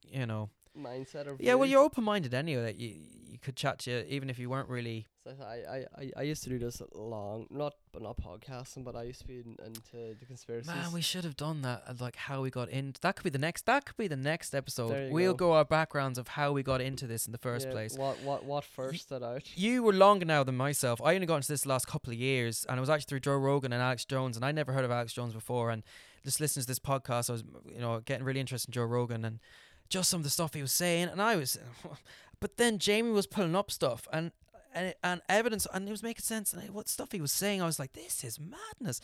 Speaker 1: you know.
Speaker 2: Mindset or
Speaker 1: Yeah, well,
Speaker 2: view.
Speaker 1: you're open minded anyway. That you you could chat to you even if you weren't really.
Speaker 2: So I, I, I, I used to do this long, not but not podcasting, but I used to be in, into the conspiracies.
Speaker 1: Man, we should have done that. uh, Like how we got in. That could be the next. That could be the next
Speaker 2: There
Speaker 1: episode.
Speaker 2: you
Speaker 1: We'll
Speaker 2: go.
Speaker 1: go our backgrounds of how we got into this in the first
Speaker 2: Yeah,
Speaker 1: place.
Speaker 2: What what what first stood out?
Speaker 1: You were longer now than myself. I only got into this the last couple of years, and it was actually through Joe Rogan and Alex Jones, and I never heard of Alex Jones before. And just listening to this podcast, I was, you know, getting really interested in Joe Rogan and just some of the stuff he was saying, and I was, but then Jamie was pulling up stuff and and and evidence, and it was making sense, and what stuff he was saying, I was like, this is madness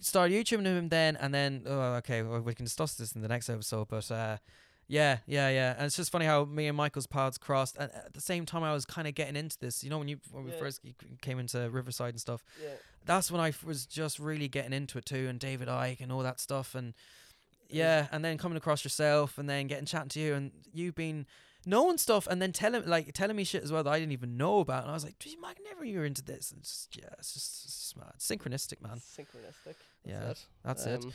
Speaker 1: started YouTubing him then, and then oh, okay, well, we can discuss this in the next episode. But uh, yeah, yeah, yeah, and it's just funny how me and Michael's paths crossed, and at the same time I was kind of getting into this. You know, when you when we
Speaker 2: Yeah.
Speaker 1: first c- came into Riverside and stuff,
Speaker 2: Yeah,
Speaker 1: that's when I f- was just really getting into it too, and David Icke and all that stuff, and
Speaker 2: Yeah.
Speaker 1: yeah, and then coming across yourself, and then getting chatting to you, and you being knowing stuff, and then telling like telling me shit as well that I didn't even know about, and I was like, "Geez, Mike, never you were into this." And just, yeah, it's just, it's just mad, synchronistic, man.
Speaker 2: synchronistic.
Speaker 1: Yeah,
Speaker 2: That's
Speaker 1: That's
Speaker 2: it. Um,
Speaker 1: it.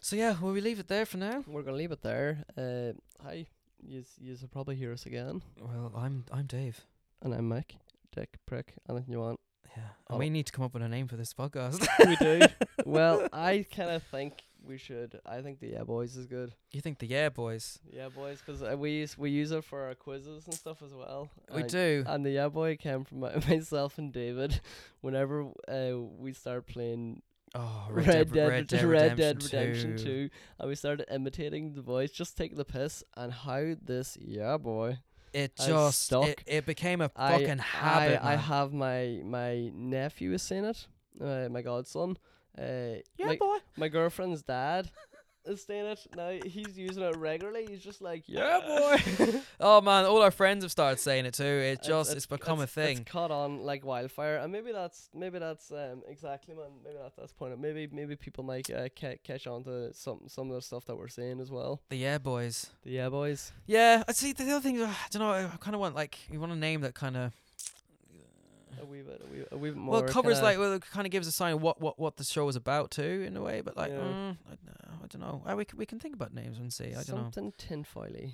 Speaker 1: So yeah, will we leave it there for now?
Speaker 2: We're gonna leave it there. Uh, hi, you you'll probably hear us again,
Speaker 1: Well, I'm I'm Dave.
Speaker 2: and I'm Mike, Dick, prick, anything you want.
Speaker 1: Yeah,
Speaker 2: Oh.
Speaker 1: and we need to come up with a name for this podcast.
Speaker 2: we do. Well, I kind of think we should. I think the yeah boys is good.
Speaker 1: you think the Yeah Boys?
Speaker 2: Yeah boys, 'cause uh, we use we use it for our quizzes and stuff as well.
Speaker 1: we
Speaker 2: Uh,
Speaker 1: do.
Speaker 2: And the yeah boy came from my, myself and David. Whenever uh, we start playing
Speaker 1: oh,
Speaker 2: Red, Dead, Red Dead, Redemption 2. and we started imitating the voice, just taking the piss, and how this yeah boy.
Speaker 1: It
Speaker 2: Has
Speaker 1: just
Speaker 2: stuck.
Speaker 1: it, it became a
Speaker 2: I-
Speaker 1: fucking habit.
Speaker 2: I, I
Speaker 1: man.
Speaker 2: have my my nephew has seen it, uh, my godson. Uh, my,
Speaker 1: boy.
Speaker 2: my girlfriend's dad is seeing it now. He's using it regularly. He's just like yeah boy.
Speaker 1: Oh man, all our friends have started saying it too. It
Speaker 2: It's-
Speaker 1: just it's, become
Speaker 2: it's-
Speaker 1: a thing.
Speaker 2: It's caught on like wildfire, and maybe that's maybe that's um exactly man. Maybe that's that's point. Maybe maybe people might uh, ca- catch on to some some of the stuff that we're saying as well.
Speaker 1: the Yeah Boys.
Speaker 2: The yeah boys.
Speaker 1: Yeah, I see. The other thing, uh, I don't know. I kind of want like you want a name that kind of
Speaker 2: A wee bit, a wee, a wee bit more.
Speaker 1: well covers
Speaker 2: kinda-
Speaker 1: like well it kind of gives a sign of what what what the show is about too in a way. But like
Speaker 2: Yeah.
Speaker 1: mm, I don't know. I don't know. Uh, we c- we can think about names and see. I don't know.
Speaker 2: something tinfoily.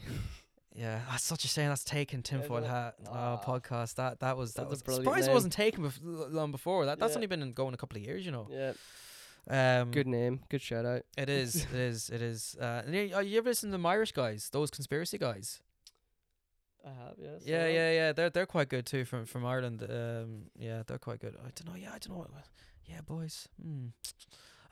Speaker 1: Yeah, that's such a shame. That's taken tinfoil
Speaker 2: Isn't it?
Speaker 1: hat
Speaker 2: Ah.
Speaker 1: oh, podcast. That that was that
Speaker 2: That's a
Speaker 1: was
Speaker 2: brilliant
Speaker 1: surprised it
Speaker 2: name.
Speaker 1: wasn't taken bef- l- long before that. That's
Speaker 2: Yeah.
Speaker 1: only been in- going a couple of years, you know.
Speaker 2: yeah,
Speaker 1: Um,
Speaker 2: good name, good shout out.
Speaker 1: It is. It is. It is. Uh, and you, uh, you ever listen to the Irish guys? Those conspiracy guys.
Speaker 2: I have yes. I
Speaker 1: Yeah,
Speaker 2: have.
Speaker 1: yeah, yeah. They're they're quite good too from from Ireland. Um, yeah, they're quite good. I don't know. Yeah, I don't know. What, what- yeah, boys. Hmm.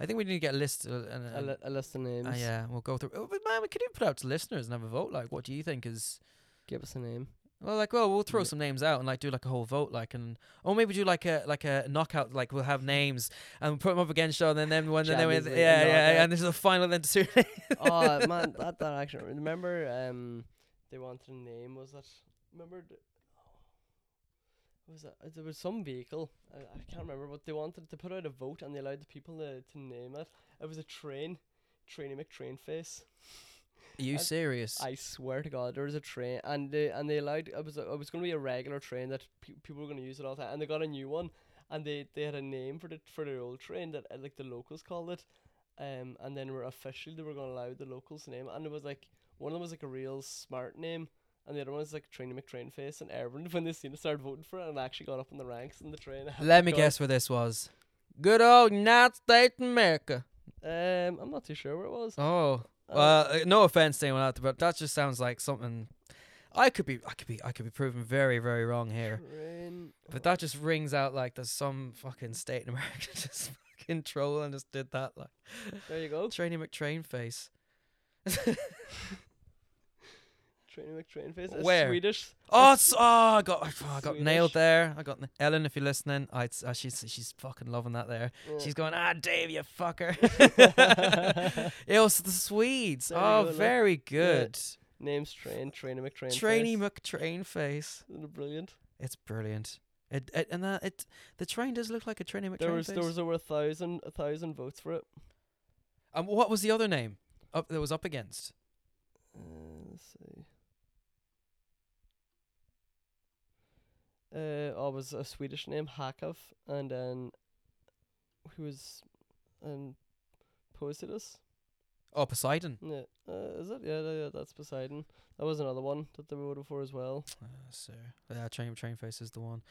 Speaker 1: I think we need to get a list. Uh, and,
Speaker 2: A,
Speaker 1: and-
Speaker 2: li- a list of names.
Speaker 1: uh, yeah, we'll go through. Oh, but man, we could even put out to listeners and have a vote. Like, what do you think is
Speaker 2: Give us a name.
Speaker 1: Well, like, well, we'll throw
Speaker 2: Yeah.
Speaker 1: some names out and like do like a whole vote, like, and or maybe do like a like a knockout, like we'll have names and we'll put them up against each other, and then when then, then
Speaker 2: Champions
Speaker 1: yeah,
Speaker 2: League
Speaker 1: yeah,
Speaker 2: knockout.
Speaker 1: yeah, and there's a final then to
Speaker 2: oh man, that that actually remember um they wanted a name was that remember th- what was that Uh, there was some vehicle I, I can't remember but they wanted to put out a vote and they allowed the people to, to name it. It was a train, Trainy McTrainface.
Speaker 1: you
Speaker 2: I-
Speaker 1: serious?
Speaker 2: I swear to God, there was a train, and they and they allowed it was a, it was going to be a regular train that pe- people were going to use it all the time, and they got a new one, and they they had a name for the for their old train that uh, like the locals called it, um, and then were officially they were going to allow the locals name, and it was like one of them was like a real smart name. And the other one was like Trainy McTrainface, and everyone when they seen it started voting for it, and actually got up in the ranks in the train. had
Speaker 1: Let me
Speaker 2: gone.
Speaker 1: guess where this was. Good old United States of America.
Speaker 2: Um, I'm not too sure where it was.
Speaker 1: Oh,
Speaker 2: Uh,
Speaker 1: well, uh, no offense to anyone out there, but that just sounds like something. I could be, I could be, I could be proven very, very wrong here.
Speaker 2: Train. oh,
Speaker 1: But that just rings out like there's some fucking state in America just fucking troll and just did that like.
Speaker 2: there you go.
Speaker 1: Trainy McTrain face.
Speaker 2: Trainy McTrainface. It's
Speaker 1: Where?
Speaker 2: Swedish.
Speaker 1: Oh, it's, oh, I got, oh, I got
Speaker 2: Swedish.
Speaker 1: nailed there. I got na- Ellen. If you're listening, I, uh, she's she's fucking loving that there.
Speaker 2: Yeah.
Speaker 1: She's going, ah, Dave, you fucker. it was the Swedes.
Speaker 2: There you
Speaker 1: oh,
Speaker 2: go, look.
Speaker 1: very good.
Speaker 2: Name's Train, Train McTrain.
Speaker 1: Trainy
Speaker 2: face.
Speaker 1: McTrain face.
Speaker 2: Isn't it brilliant.
Speaker 1: It's brilliant. It, it and that it the train does look like a Trainy McTrain
Speaker 2: There was
Speaker 1: face.
Speaker 2: there was over a thousand a thousand votes for it.
Speaker 1: and what was the other name? up that was up against?
Speaker 2: Uh, let's see. Uh, oh, it was a Swedish name, Hakov, and then who was um, and Posidus?
Speaker 1: Oh, Poseidon.
Speaker 2: Yeah, uh, is it? Yeah, yeah, yeah, that's Poseidon. That was another one that they voted for as well.
Speaker 1: Uh, so yeah, train train face is the one.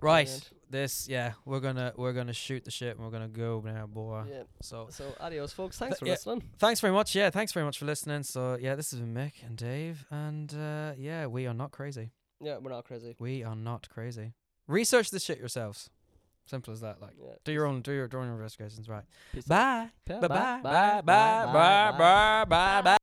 Speaker 1: Right.
Speaker 2: Brilliant.
Speaker 1: This yeah, we're gonna we're gonna shoot the shit and we're gonna go now, boy.
Speaker 2: Yeah.
Speaker 1: So
Speaker 2: So adios, folks.
Speaker 1: Ah.
Speaker 2: Thanks
Speaker 1: Th-
Speaker 2: for
Speaker 1: yeah.
Speaker 2: listening.
Speaker 1: thanks very much. Yeah, thanks very much for listening. So yeah, this has been Mick and Dave, and uh, yeah, we are not crazy.
Speaker 2: Yeah, we're not crazy.
Speaker 1: We are not crazy. Research this shit yourselves. Simple as that. Like,
Speaker 2: Yeah.
Speaker 1: do your own do your, do your own investigations. Right.
Speaker 2: Peace out.
Speaker 1: Bye.
Speaker 2: Yeah,
Speaker 1: Bye. Bye. Bye. Bye. Bye. Bye. Bye.